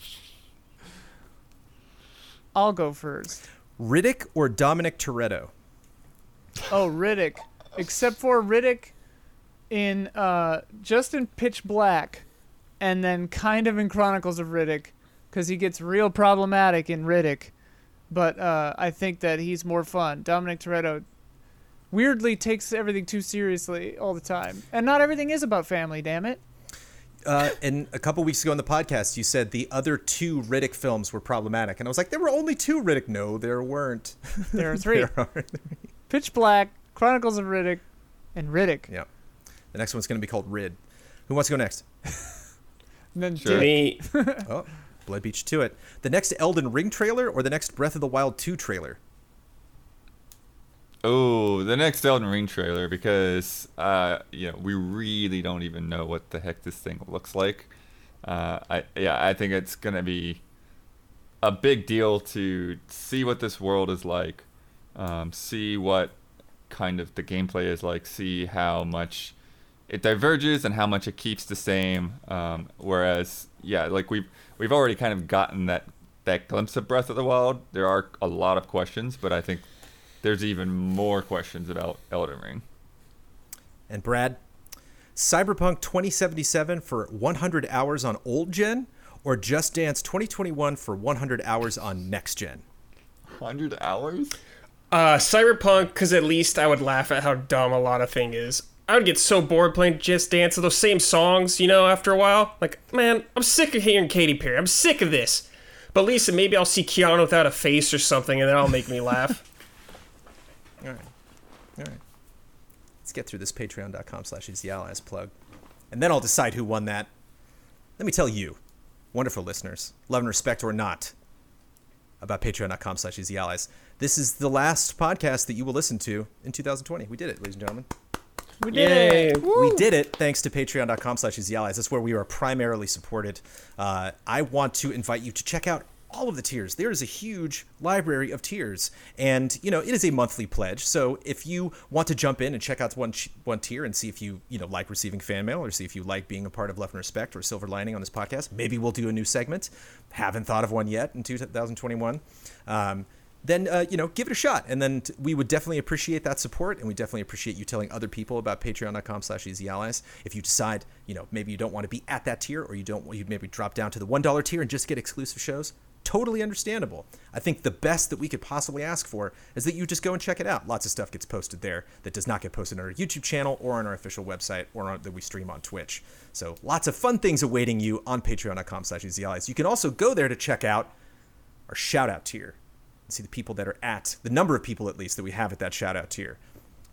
Speaker 2: I'll go first.
Speaker 1: Riddick or Dominic Toretto?
Speaker 2: Oh, Riddick. Except for Riddick in uh, just in Pitch Black, and then kind of in Chronicles of Riddick, because he gets real problematic in Riddick. But uh, I think that he's more fun. Dominic Toretto weirdly takes everything too seriously all the time, and not everything is about family. Damn it.
Speaker 1: Uh, and a couple weeks ago on the podcast, you said the other two Riddick films were problematic, and I was like, there were only two Riddick. No, there weren't.
Speaker 2: There are three:
Speaker 1: There are.
Speaker 2: Pitch Black, Chronicles of Riddick, and Riddick.
Speaker 1: Yeah. The next one's going to be called Rid. Who wants to go next?
Speaker 2: And then
Speaker 4: Sure.
Speaker 2: Dick.
Speaker 3: Me.
Speaker 1: Oh, Blood Beach to it. The next Elden Ring trailer or the next Breath of the Wild 2 trailer?
Speaker 4: Oh, the next Elden Ring trailer because uh, you know we really don't even know what the heck this thing looks like. Uh, I yeah, I think it's gonna be a big deal to see what this world is like, um, see what kind of the gameplay is like, see how much it diverges and how much it keeps the same. Um, whereas, yeah, like we've we've already kind of gotten that that glimpse of Breath of the Wild. There are a lot of questions, but I think there's even more questions about Elden Ring.
Speaker 1: And Brad, Cyberpunk 2077 for 100 hours on old gen or Just Dance 2021 for 100 hours on next gen?
Speaker 4: Hundred hours?
Speaker 3: Uh, Cyberpunk, because at least I would laugh at how dumb a lot of thing is. I would get so bored playing Just Dance with those same songs, you know, after a while. Like, man, I'm sick of hearing Katy Perry. I'm sick of this. But Lisa, maybe I'll see Keanu without a face or something, and that'll make me laugh.
Speaker 1: All right. All right. Let's get through this patreon.com slash is the allies plug. And then I'll decide who won that. Let me tell you, wonderful listeners, love and respect or not, about patreon.com slash is the allies. This is the last podcast that you will listen to in 2020. We did it, ladies and gentlemen.
Speaker 2: We did
Speaker 3: Yay!
Speaker 2: it.
Speaker 1: We did it thanks to patreon.com slash easy allies. That's where we are primarily supported. Uh, I want to invite you to check out all of the tiers. There is a huge library of tiers. And, you know, it is a monthly pledge. So if you want to jump in and check out one ch- one tier and see if you, you know, like receiving fan mail or see if you like being a part of Love and Respect or Silver Lining on this podcast, maybe we'll do a new segment. Haven't thought of one yet in 2021. Um, then uh, you know give it a shot and then t- we would definitely appreciate that support and we definitely appreciate you telling other people about patreon.com slash easy allies if you decide you know maybe you don't want to be at that tier or you don't you maybe drop down to the $1 tier and just get exclusive shows totally understandable i think the best that we could possibly ask for is that you just go and check it out lots of stuff gets posted there that does not get posted on our youtube channel or on our official website or on, that we stream on twitch so lots of fun things awaiting you on patreon.com slash easy allies you can also go there to check out our shout out tier and see the people that are at the number of people at least that we have at that shout out tier.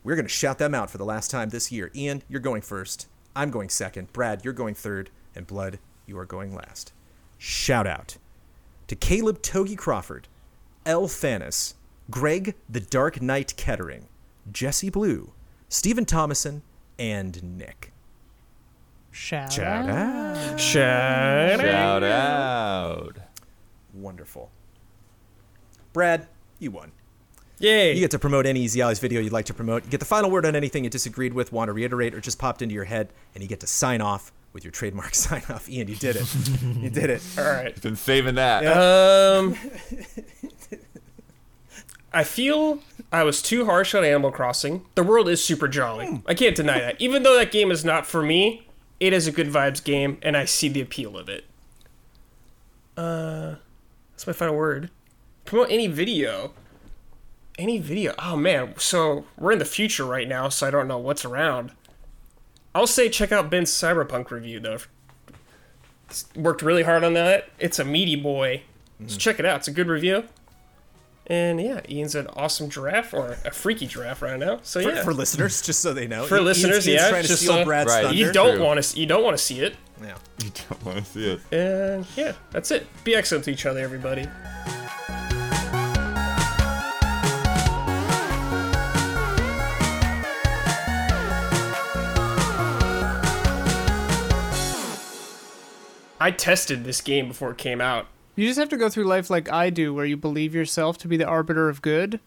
Speaker 1: We're going to shout them out for the last time this year. Ian, you're going first. I'm going second. Brad, you're going third. And Blood, you are going last. Shout out to Caleb Togi Crawford, L. Thanis, Greg the Dark Knight Kettering, Jesse Blue, Stephen Thomason, and Nick.
Speaker 2: Shout,
Speaker 1: Shout
Speaker 2: out.
Speaker 1: out.
Speaker 3: Shut up.
Speaker 4: Shout out.
Speaker 1: Wonderful. Brad, you won.
Speaker 3: Yay!
Speaker 1: You get to promote any Easy Allies video you'd like to promote. You get the final word on anything you disagreed with, want to reiterate, or just popped into your head, and you get to sign off with your trademark sign off. Ian, you did it. you did it.
Speaker 3: All right.
Speaker 4: Been saving that.
Speaker 3: Um, I feel I was too harsh on Animal Crossing. The world is super jolly. I can't deny that. Even though that game is not for me, it is a good vibes game, and I see the appeal of it. Uh, that's my final word. Promote any video. Any video. Oh man, so we're in the future right now, so I don't know what's around. I'll say check out Ben's Cyberpunk review though worked really hard on that. It's a meaty boy.
Speaker 1: Mm.
Speaker 3: So check it out. It's a good review. And yeah, Ian's an awesome giraffe or a freaky giraffe right now. So
Speaker 1: For,
Speaker 3: yeah,
Speaker 1: for listeners, just so they know.
Speaker 3: For
Speaker 1: Ian-
Speaker 3: listeners,
Speaker 1: Ian's
Speaker 3: yeah,
Speaker 1: trying to
Speaker 3: just
Speaker 1: steal
Speaker 3: so-
Speaker 1: Brad's
Speaker 4: Right.
Speaker 1: thunder.
Speaker 4: You
Speaker 3: you don't
Speaker 4: True.
Speaker 3: want to you don't want to see it.
Speaker 1: Yeah.
Speaker 4: You don't want to see it.
Speaker 3: And yeah, that's it. Be excellent to each other, everybody. I tested this game before it came out.
Speaker 2: You just have to go through life like I do, where you believe yourself to be the arbiter of good,